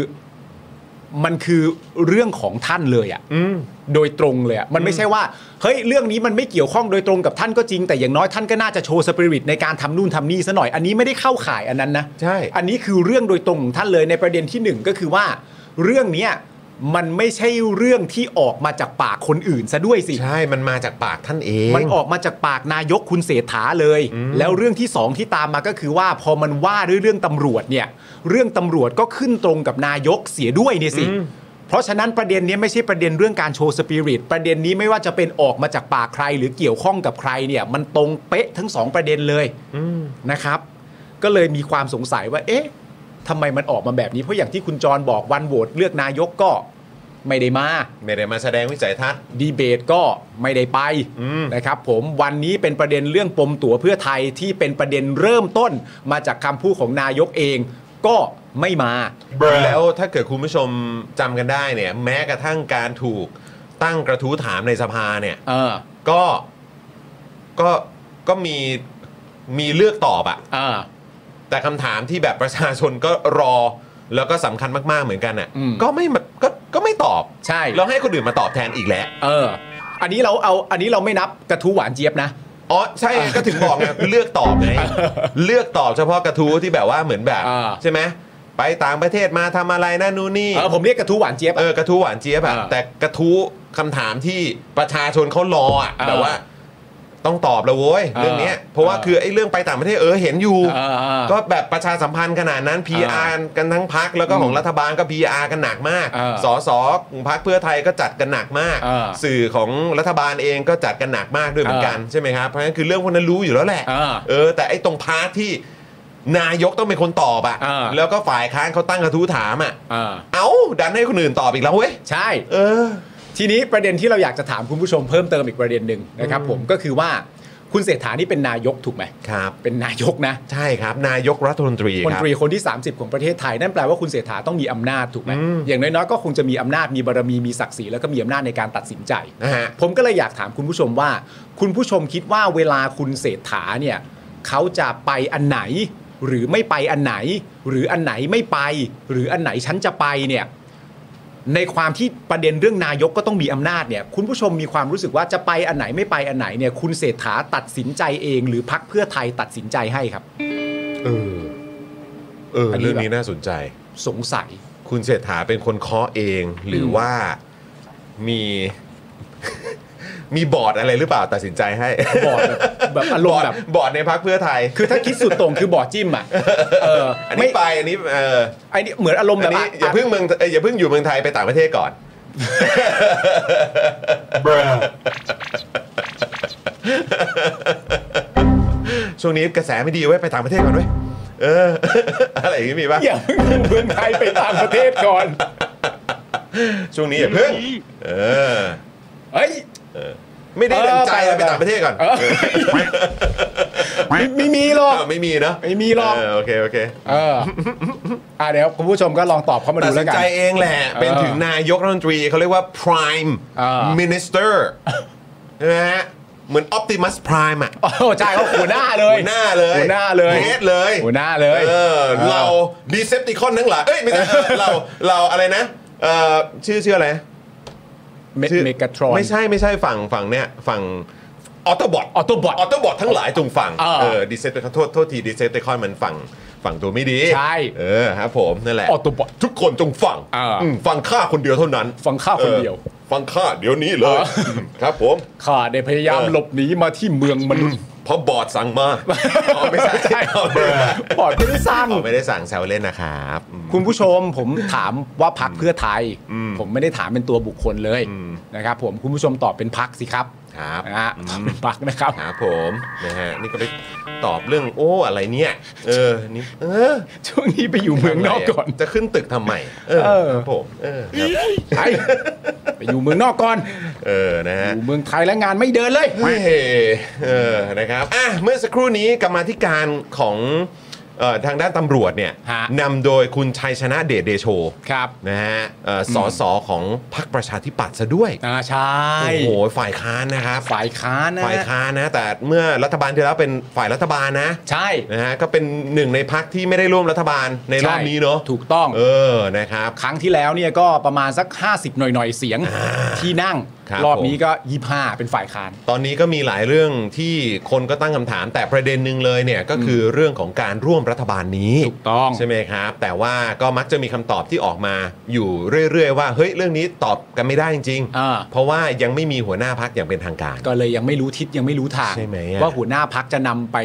มันคือเรื่องของท่านเลยอ่ะ อืม โดยตรงเลยอะมันไม่ใช่ว่าเฮ้ยเรื่องนี้มันไม่เกี่ยวข้องโดยตรงกับท่านก็จริง แต่อย่างน้อยท่านก็น่าจะโชว์สปิริตในการทำนู่นทำนี่ซะหน่อย อันนี้ไม่ได้เข้าข่ายอันนั้นนะ ใช่ อันนี้คือเรื่องโดยตรงของท่านเลยในประเด็นที่หนึ่งก็คือว่า เรื่องเนี้ยมันไม่ใช่เรื่องที่ออกมาจากปากคนอื่นซะด้วยสิ ใช่มันมาจากปากท่านเอง มันออกมาจากปากนายกคุณเศรษฐาเลย แล้วเรื่องที่สองที่ตามมาก็คือว่าพอมันว่าด้วยเรื่องตำรวจเนี่ย เรื่องตำรวจก็ขึ้นตรงกับนายกเสียด้วยเนี่ยสิ เพราะฉะนั้นประเด็นเนี้ยไม่ใช่ประเด็นเรื่องการโชว์สปิริตประเด็นนี้ไม่ว่าจะเป็นออกมาจากปากใครหรือเกี่ยวข้องกับใครเนี่ย มันตรงเป๊ะทั้งสองประเด็นเลยนะครับ ก็เลยมีความสงสัยว่า เอ๊ะทำไมมันออกมาแบบนี้เพราะอย่างที่คุณจรบอกวันโหวตเลือกนายกก็ไม่ได้มา ไม่ได้มาแสดงวิสัยทัศน์ ดีเบตก็ไม่ได้ไป อืม นะครับผมวันนี้เป็นประเด็นเรื่องปมตั๋วเพื่อไทยที่เป็นประเด็นเริ่มต้นมาจากคำพูดของนายกเองก็ไม่มา แล้วถ้าเกิดคุณผู้ชมจำกันได้เนี่ย แม้กระทั่งการถูกตั้งกระทู้ถามในสภาเนี่ย เออ ก็ก็ก็มีมีเลือกตอบอะ เออ แต่คำถามที่แบบประชาชนก็รอ แล้วก็สำคัญมาก ๆ เหมือนกันน่ะ อืม ก็ไม่มาก็ก็ไม่ตอบ ใช่ แล้วให้คนอื่นมาตอบแทนอีกแล้ว เออ อันนี้เราเอาอันนี้เราไม่นับกระทู้หวานเจี๊ยบนะ อ๋อใช่ก็ถึงบอกไงเลือกตอบ [LAUGHS] ไงเลือกตอบเฉพาะกระทู้ที่แบบว่าเหมือนแบบ อ่า ใช่ไหมไปต่างประเทศมาทำอะไรนั่นนู่นนี่ เออผมเรียกกระทู้หวานเจี๊ยบ เอ อะ อกระทู้หวานเจี๊ยบอะ อ่า แต่กระทู้คำถามที่ประชาชนเขารออะ อ่า แบบว่า ต้องตอบแล้วโว้ยเรื่องเนี้ยเพราะว่า อ่า คือไอ้เรื่องไปต่างประเทศเออเห็นอยู่ เออเออ ก็แบบประชาสัมพันธ์ขนาดนั้น PR กันทั้งพักแล้วก็ของรัฐบาลก็ PR กันหนักมาก เออ สสของพักเพื่อไทยก็จัดกันหนักมาก เออ สื่อของรัฐบาลเองก็จัดกันหนักมากด้วยเหมือนกันใช่ไหมครับ เพราะฉะนั้นคือเรื่องพวกนั้นรู้อยู่แล้วแหละ เออ เออ แต่ไอ้ตรงพาร์ทที่นายกต้องเป็นคนตอบอะ เออ แล้วก็ฝ่ายค้านเขาตั้งกระทู้ถามอะ เออ เอ้า ดันให้คนอื่นตอบอีกแล้วเว้ย ใช่ เออ ทีนี้ประเด็นที่เราอยากจะถามคุณผู้ชมเพิ่มเติมอีกประเด็นหนึ่งนะครับผมก็คือว่าคุณเศรษฐานี่เป็นนายกถูกไหม ครับ เป็นนายกนะ ใช่ครับ นายกรัฐมนตรี มน ครับ ตรีคนที่ 30 ของประเทศไทย นั่นแปลว่าคุณเศรษฐาต้องมีอำนาจถูกไหมอย่างน้อยๆก็คงจะมีอำนาจมีบารมีมีศักดิ์ศรีแล้วก็มีอำนาจในการตัดสินใจ นะฮะ ผมก็เลยอยากถามคุณผู้ชมว่า คุณผู้ชมคิดว่าเวลาคุณเศรษฐาเนี่ยเขาจะไปอันไหน หรือไม่ไปอันไหน หรืออันไหนไม่ไป หรืออันไหนฉันจะไปเนี่ยในความที่ประเด็นเรื่องนายกก็ต้องมีอำนาจเนี่ยคุณผู้ชมมีความรู้สึกว่าจะไปอันไหนไม่ไปอันไหนเนี่ยคุณเศรษฐาตัดสินใจเอง หรือพักเพื่อไทยตัดสินใจให้ครับ เออ เออ อันนี้ เรื่อง แบบ นี้น่าสนใจ สงสัย คุณเศรษฐาเป็นคนเคาะเองหรือว่า [LAUGHS] มี มีบอร์ดอะไรหรือเปล่าตัดสินใจให้ [LAUGHS] บอร์ดแบบ แบบอารมณ์แบบ บอร์ดในพักเพื่อไทย คือถ้าคิดสุดโต่งคือบอร์ดจิ้ม [LAUGHS] อ่ะเออ อัน ไม่ นี้ไปอันนี้เออ ไอ้นี่เหมือนอารมณ์แบ อัน บ นี้อย่าเพิ่งเมืองเอ้ยอย่าเพิ่งอยู่เมืองไทยไปต่างประเทศก่อน [LAUGHS] ช่วงนี้กระแสไม่ดีไว้ยไปต่างประเทศก่อนไว้ยเออ [LAUGHS] อะไรอย่างนี้มีปะ อย่าเพิ่งอยู่เมืองไทยไปต่างประเทศก่อน ช่วงนี้อย่าเพิ่งเออ เฮ้ย ไม่ได้ดังใจ เออ เรา ไป ไปต่างประเทศก่อน เออ ไม่ไม่มีหรอก เออไม่มีเนอะ ไม่มีหรอก เโอเคโอเค เอออ่ะเดี๋ยวคุณผู้ชมก็ลองตอบเข้ามา ตัดดูสิ แล้ว น กัน ใจเองแหละ เป็นถึงนายกรัฐมนตรีเขาเรียกว่า prime เออ minister ใช่ไหมฮะเหมือน Optimus Prime อ่ะ โอ้ใช่เขาหัวหน้าเลย หัวหน้าเลย หัวหน้าเลย เฮดเลย หัวหน้าเลย เออเราดีเซปติคอนทั้งหลายเอ้ยไม่ใช่ [LAUGHS] เออเราเราอะไรนะเอ่อชื่อชื่ออะไรนะ เม ชื่ เมกาทรอน ไม่ใช่ไม่ใช่ฝั่งฝั่งเนี้ยฝั่งออโตบอท Autobot ออโตบอททั้งหลายจงฟัง เออ เออดีเซปติคอนโทษโทษทีดีเซปติคอนมันฝั่งฝั่งตัวไม่ดี ใช่ เออครับผมนั่นแหละ Autobot ทุกคนจงฟัง เอออื มฟังข้าคนเดียวเท่านั้น ฟังข้าคนเดียว ออฟังข้าเดี๋ยวนี้เลยมครับผม ข้าได้พยายาม เออ หลบหนีมาที่เมืองมนุษย์ เพราะบอร์ดสั่งมาอ๋อไม่ใช่เอาไม่ได้ บอร์ดไม่ได้สร้าง อ๋อไม่ได้สั่งแซวเล่นนะครับอืม คุณผู้ชมผมถามว่าพักเพื่อไทย อืม ผมไม่ได้ถามเป็นตัวบุคคลเลย อืม นะครับผมคุณผู้ชมตอบเป็นพักสิครับ ครับ นะฮะตอบเป็นพักนะครับ ครับผมนะฮะนี่ก็ไปตอบเรื่องโอ้อะไรเนี่ยเออนี่เออ ช่วงนี้ไปอยู่เมืองนอกก่อน จะขึ้นตึกทำไมเออ เออ ครับผมเออครับ ไปไปอยู่เมืองนอกก่อน เออนะ อ ฮะ ยู่เมืองไทยแล้วงานไม่เดินเลย เฮ้ยเออนะครับอ่ะเมื่อสักครู่นี้กรรมาธิการของเอ่อทางด้านตำรวจเนี่ย ฮะ นำโดยคุณชัยชนะเดชเดโช ครับ นะฮะเอ่อสอสอของพรรคประชาธิปัตย์ซะด้วย อ่าใช่ โอ้โห ฝ่ายค้านนะครับ ฝ่ายค้านนะ ฝ่ายค้านนะ แต่เมื่อรัฐบาลที่แล้วเป็นฝ่ายรัฐบาลนะ ใช่ นะฮะก็เป็นหนึ่งในพรรคที่ไม่ได้ร่วมรัฐบาลในรอบนี้เนาะ ถูกต้อง เออนะครับ ครั้งที่แล้วเนี่ยก็ประมาณสัก 50 หน่อยๆ เสียงที่นั่ง ครับ รอบ ผม นี้ก็25เป็นฝ่ายค้าน ตอนนี้ก็มีหลายเรื่องที่คนก็ตั้งคำถาม แต่ประเด็นหนึ่งเลยเนี่ยก็คือเรื่องของการร่วมรัฐบาลนี้ ถูกต้อง ใช่ไหมครับ แต่ว่าก็มักจะมีคำตอบที่ออกมาอยู่เรื่อย ๆ ว่าเฮ้ยเรื่องนี้ตอบกันไม่ได้จริง อ่า เพราะว่ายังไม่มีหัวหน้าพักอย่างเป็นทางการ ก็เลยยังไม่รู้ทิศยังไม่รู้ทาง ใช่ไหมอะ ว่าหัวหน้าพักจะนำไป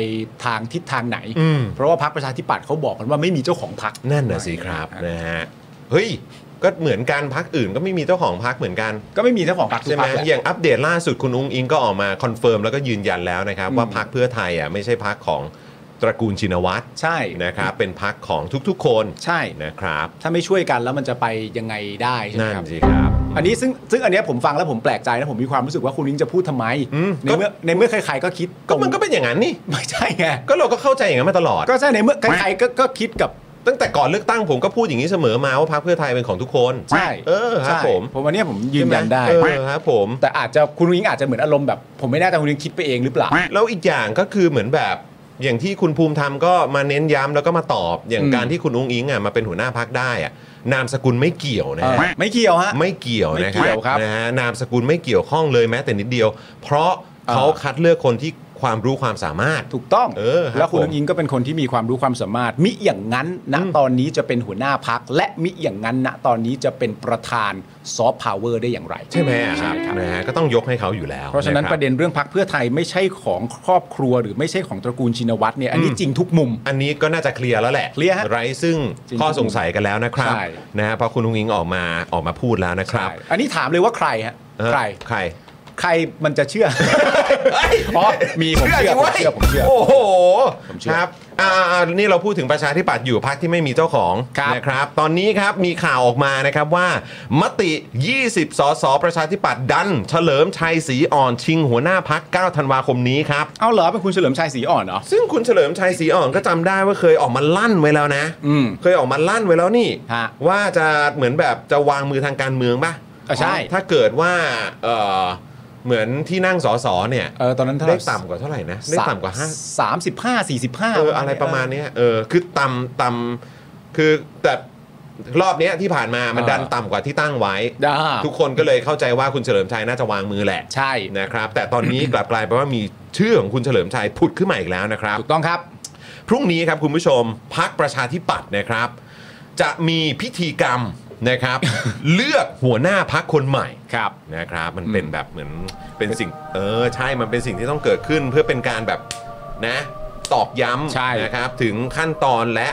ทางทิศทางไหน อืม เพราะว่าพักประชาธิปัตย์เขาบอกกันว่าไม่มีเจ้าของพัก นั่นน่ะสิครับนะฮะเฮ้ยก็เหมือนกันพักอื่นก็ไม่มีเจ้าของพักเหมือนกัน ก็ไม่มีเจ้าของพักทุก ใช่ไหม พักแหละ อย่างอัปเดตล่าสุดคุณอุ้งอิงก็ออกมาคอนเฟิร์มแล้วก็ยืนยันแล้วนะครับว่าพักเพื่อไทยอ่ะไม่ใช่พักของตระกูลชินวัตร ใช่ นะครับเป็นพักของทุกๆ คน ใช่ นะครับ ถ้าไม่ช่วยกันแล้วมันจะไปยังไงได้ใช่ไหม นั่น ครับ สิครับ อันนี้ซึ่งซึ่งอันเนี้ยผมฟังแล้วผมแปลกใจนะผมมีความรู้สึกว่าคุณลิงจะพูดทำไม อืม ใน ก็ เมื่อในเมื่อใครๆก็คิดต ก็ รง มันก็เป็นอย่างนั้นนี่ ไม่ [LAUGHS] ใช่ไง ก็เราก็เข้าใจอย่างนั้นมาตลอด ก็ใช่ในเมื่อใครๆก็ก็คิดกับ ตั้งแต่ก่อนเลือกตั้งผมก็พูดอย่างนี้เสมอมาว่าพรรคเพื่อไทยเป็นของทุกคน ใช่ เออครับ ใช่ ผม ผมวันเนี้ยผมยืนยันได้ เออครับผม แต่อาจจะคุณวิงอาจจะเหมือนอารมณ์แบบผมไม่แน่ใจคุณวิงคิดไปเองหรือเปล่า แล้วอีกอย่างก็คือเหมือนแบบ อย่างที่คุณภูมิธรรมก็มาเน้นย้ำแล้วก็มาตอบ อย่าง อืม การที่คุณอุ้งอิงอ่ะมาเป็นหัวหน้าพักได้อ่ะนามสกุลไม่เกี่ยวนะฮะ เออไม่เกี่ยวฮะ ไม่เกี่ยวนะค ไม่เกี่ รั ยวครับ นะฮะนามสกุลไม่เกี่ยวข้องเลยแม้แต่นิดเดียว เพราะ เออ เขาคัดเลือกคนที่ความรู้ความสามารถ ถูกต้อง เออครับ แล้วคุณ ผม ลุงอิงก็เป็นคนที่มีความรู้ความสามารถ มิอย่างนั้นณตอนนี้จะเป็นหัวหน้าพัก และมิอย่างนั้นณตอนนี้จะเป็นประธานซอฟต์พาวเวอร์ได้อย่างไร ใช่ไหมอะครับนะฮะก็ต้องยกให้เขาอยู่แล้ว เพราะฉะนั้น คบ ประเด็นเรื่องพักเพื่อไทยไม่ใช่ของครอบครัวหรือไม่ใช่ของตระกูลชินวัตรเนี่ยอันนี้จริงทุกมุม อันนี้ก็น่าจะเคลียร์แล้วแหละ เคลียร์ฮะ ไร้ซึ่ง จริง ข้อสงสัยกันแล้วนะครับ ใช่ นะฮะเพราะคุณลุงอิงออกมาออกมาพูดแล้วนะครับ ใช่อันนี้ถามเลยว่าใครฮะ เออ ใคร ใคร ใครมันจะเชื่อ อ๋อมีผมเชื่อผมเชื่อผมเชื่อ โอ้โห ผมเชื่อ ครับอ่าอ่านี่เราพูดถึงประชาธิปัตย์อยู่พักที่ไม่มีเจ้าของ ครับ นะครับ ตอนนี้ครับมีข่าวออกมานะครับว่า มติ 20 สสประชาธิปัตย์ดัน เฉลิมชัยศรีอ่อนชิงหัวหน้าพัก9ธันวาคมนี้ครับ เอาเหรอเป็นคุณเฉลิมชัยศรีอ่อนเหรอ ซึ่งคุณเฉลิมชัยศรีอ่อนก็จำได้ว่าเคยออกมาลั่นไว้แล้วนะ อืม เคยออกมาลั่นไว้แล้วนี่ ฮะ ว่าจะเหมือนแบบจะวางมือทางการเมืองป่ะ อ่ะใช่ ถ้าเกิดว่าเออเหมือนที่นั่งสอสอเนี่ย เออตอนนั้นเท่าไห ได้ ร่ ต่ำกว่าเท่าไหร่นะได้ต่ำกว่าห้า สามสิบห้าสี่สิบห้า เอออะไรประมาณเนี้ยเออคือต่ำต่ำคือแต่รอบเนี้ยที่ผ่านมามันดันต่ำกว่าที่ตั้งไว้ ได้ ทุกคนก็เลยเข้าใจว่าคุณเฉลิมชัยน่าจะวางมือแหละ ใช่ นะครับ แต่ตอนนี้ กลับกลายเป็นว่ามีชื่อของคุณเฉลิมชัยผุดขึ้นมาอีกแล้วนะครับ ถูกต้องครับ พรุ่งนี้ครับคุณผู้ชมพักประชาธิปัตย์นะครับ จะมีพิธีกรรม [LAUGHS] นะครับ เลือกหัวหน้าพักคนใหม่ ครับ นะครับ มันเป็นแบบเหมือนเป็นสิ่งเออใช่มันเป็นสิ่งที่ต้องเกิดขึ้นเพื่อเป็นการแบบนะตอกย้ ใช่ ำนะครับ ถึงขั้นตอน [COUGHS] และ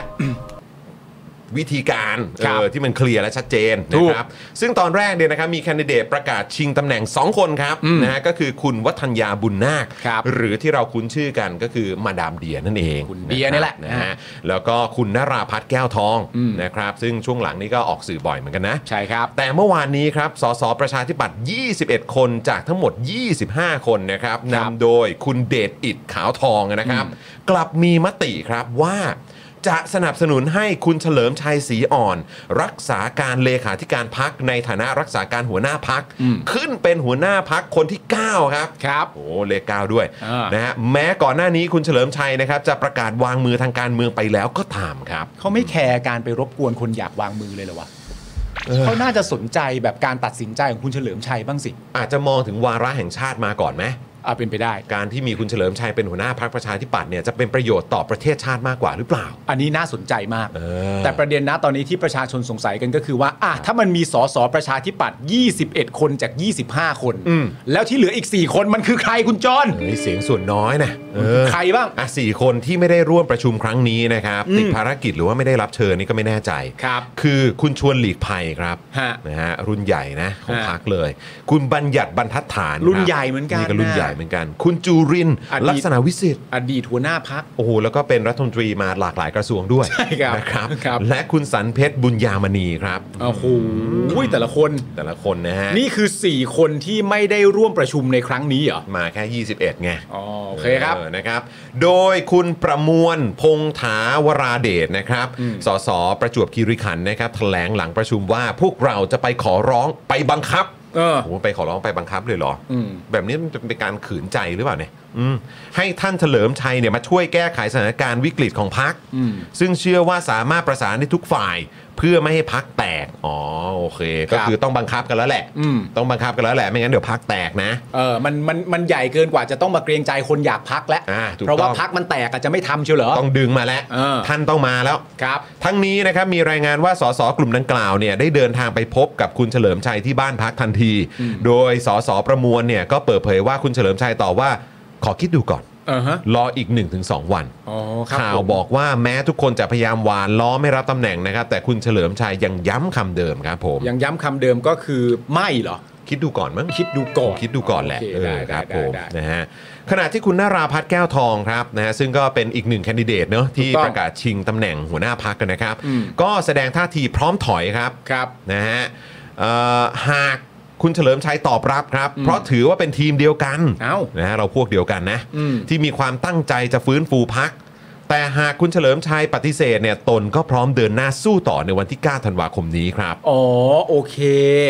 วิธีการ ค เอ รับ อที่มันเคลียร์และชัดเจน ถู นะ ก ครับ ซึ่งตอนแรกเนี่ยนะครับมีแคนดิเดตประกาศชิงตำแหน่ง 2 คนครับนะฮะก็คือคุณวัฒนยาบุญนาค ครับ หรือที่เราคุ้นชื่อกันก็คือมาดามเดียนั่นเอง คุณเดียนี่แหละ ครับนะฮะแล้วก็คุณนราพัฒน์แก้วทองนะครับ ซึ่งช่วงหลังนี้ก็ออกสื่อบ่อยเหมือนกันนะ ใช่ครับ แต่เมื่อวานนี้ครับ สสประชาธิปัตย์ 21 คนจากทั้งหมด 25 คนนะครับ ครับ นำโดยคุณเดชอิดขาวทองนะครับ กลับมีมติครับว่า จะสนับสนุนให้คุณเฉลิมชัยศรีอ่อน รักษาการเลขาธิการพักในฐานะรักษาการหัวหน้าพัก ขึ้นเป็นหัวหน้าพักคนที่ 9 ครับ ครับ โอ้เลขเก้าด้วย อ่าน นะฮะแม้ก่อนหน้านี้คุณเฉลิมชัยนะครับ จะประกาศวางมือทางการเมืองไปแล้วก็ตามครับ เขาไม่แคร์การไปรบกวนคนอยากวางมือเลยเหรอวะเขาน่าจะสนใจแบบการตัดสินใจของคุณเฉลิมชัยบ้างสิ อาจจะมองถึงวาระแห่งชาติมาก่อนไหม อ่าเป็นไปได้ การที่มีคุณเฉลิมชัยเป็นหัวหน้าพรรคประชาธิปัตย์เนี่ยจะเป็นประโยชน์ต่อประเทศชาติมากกว่าหรือเปล่า อันนี้น่าสนใจมาก เออ แต่ประเด็นนะตอนนี้ที่ประชาชนสงสัยกันก็คือว่าอ่ะถ้ามันมีสสประชาธิปัตย์21 คนจาก 25 คน แล้วที่เหลืออีก 4 คนมันคือใครคุณจอน เอ้ยเสียงส่วนน้อยนะเออ ใครบ้าง อ่ะสี่คนที่ไม่ได้ร่วมประชุมครั้งนี้นะครับติดภารกิจหรือว่าไม่ได้รับเชิญนี่ก็ไม่แน่ใจ ครับ คือคุณชวนหลีกภัยครับ ฮะ นะฮะรุ่นใหญ่นะของ ฮะ พรรคเลย คุณบัญญัติบรรทัดฐานคบ รุ่นใหญ่เหมือนกัน นี่ก็รุ่น นะ ใหญ่เหมือนกัน คุณจูรินทร์ อดีต ลักษณะวิสิทธิ์ อดีตหัวหน้าพัก โอ้โหแล้วก็เป็นรัฐมนตรีมาหลากหลายกระทรวงด้วย ใช่ครับ นะครับ ครับ และคุณสันเพชรบุญยามณีครับ โอ้โหแต่ละคน แต่ละคนนะฮะ นี่คือ 4 คนที่ไม่ได้ร่วมประชุมในครั้งนี้เหรอ มาแค่ 21ไง อ๋อโอเคครับ เออนะครับ โดยคุณประมวลพงษาวราเดชนะครับ สสประจวบคีรีขันธ์นะครับแถลงหลังประชุมว่าพวกเราจะไปขอร้องไปบังคับ เออ โอ้โหไปขอร้องไปบังคับเลยเหรออแบบนี้มันจะเป็นการขืนใจหรือเปล่าเนี่ยอืมให้ท่านเฉลิมชัยเนี่ยมาช่วยแก้ไขสถานการณ์วิกฤตของพัก ซึ่งเชื่อว่าสามารถประสานได้ทุกฝ่าย เพื่อไม่ให้พักแตก อ๋อโอเค ก็คือต้องบังคับกันแล้วแหละ ต้องบังคับกันแล้วแหละไม่งั้นเดี๋ยวพักแตกนะ เออมันมันมันใหญ่เกินกว่าจะต้องมาเกรงใจคนอยากพักแล้ว อ่าถูกต้อง เพราะว่าพักมันแตกอาจจะไม่ทำเชียวเหรอ ต้องดึงมาแล้ว เออ ท่านต้องมาแล้ว ครับ ทั้งนี้นะครับมีรายงานว่าสสกลุ่มดังกล่าวเนี่ยได้เดินทางไปพบกับคุณเฉลิมชัยที่บ้านพักทันที โดยสสประมวลเนี่ยก็เปิดเผยว่าคุณเฉลิมชัยตอบว่า ขอคิดดูก่อน อ่าฮะ รออีก 1-2 วัน อ๋อครับ ข่าว ผม บอกว่าแม้ทุกคนจะพยายามหวานล้อมไม่รับตำแหน่งนะครับ แต่คุณเฉลิมชัยยังย้ำคำเดิมครับผม ยังย้ำคำเดิมก็คือไม่เหรอ คิดดูก่อนมั้ง คิดดูก่อน คิดดูก่อนแหละ โอเค เออคได้รับ ได้ ผม ได้ได้ นะฮะขณะที่คุณนาราพัฒน์แก้วทองครับนะฮะซึ่งก็เป็นอีกหนึ่งแคนดิเดตเนอะที่ ถูกต้อง ประกาศชิงตำแหน่งหัวหน้าพักกันนะครับ อืม ก็แสดงท่าทีพร้อมถอยครับ ครับ นะฮะเอ่อหากคุณเฉลิมชัยตอบรับครับ เพราะถือว่าเป็นทีมเดียวกัน เอ้า นะฮะเราพวกเดียวกันนะ อืม ที่มีความตั้งใจจะฟื้นฟูพัก แต่หากคุณเฉลิมชัยปฏิเสธเนี่ยตนก็พร้อมเดินหน้าสู้ต่อในวันที่ 9 ธันวาคมนี้ครับ อ๋อโอเค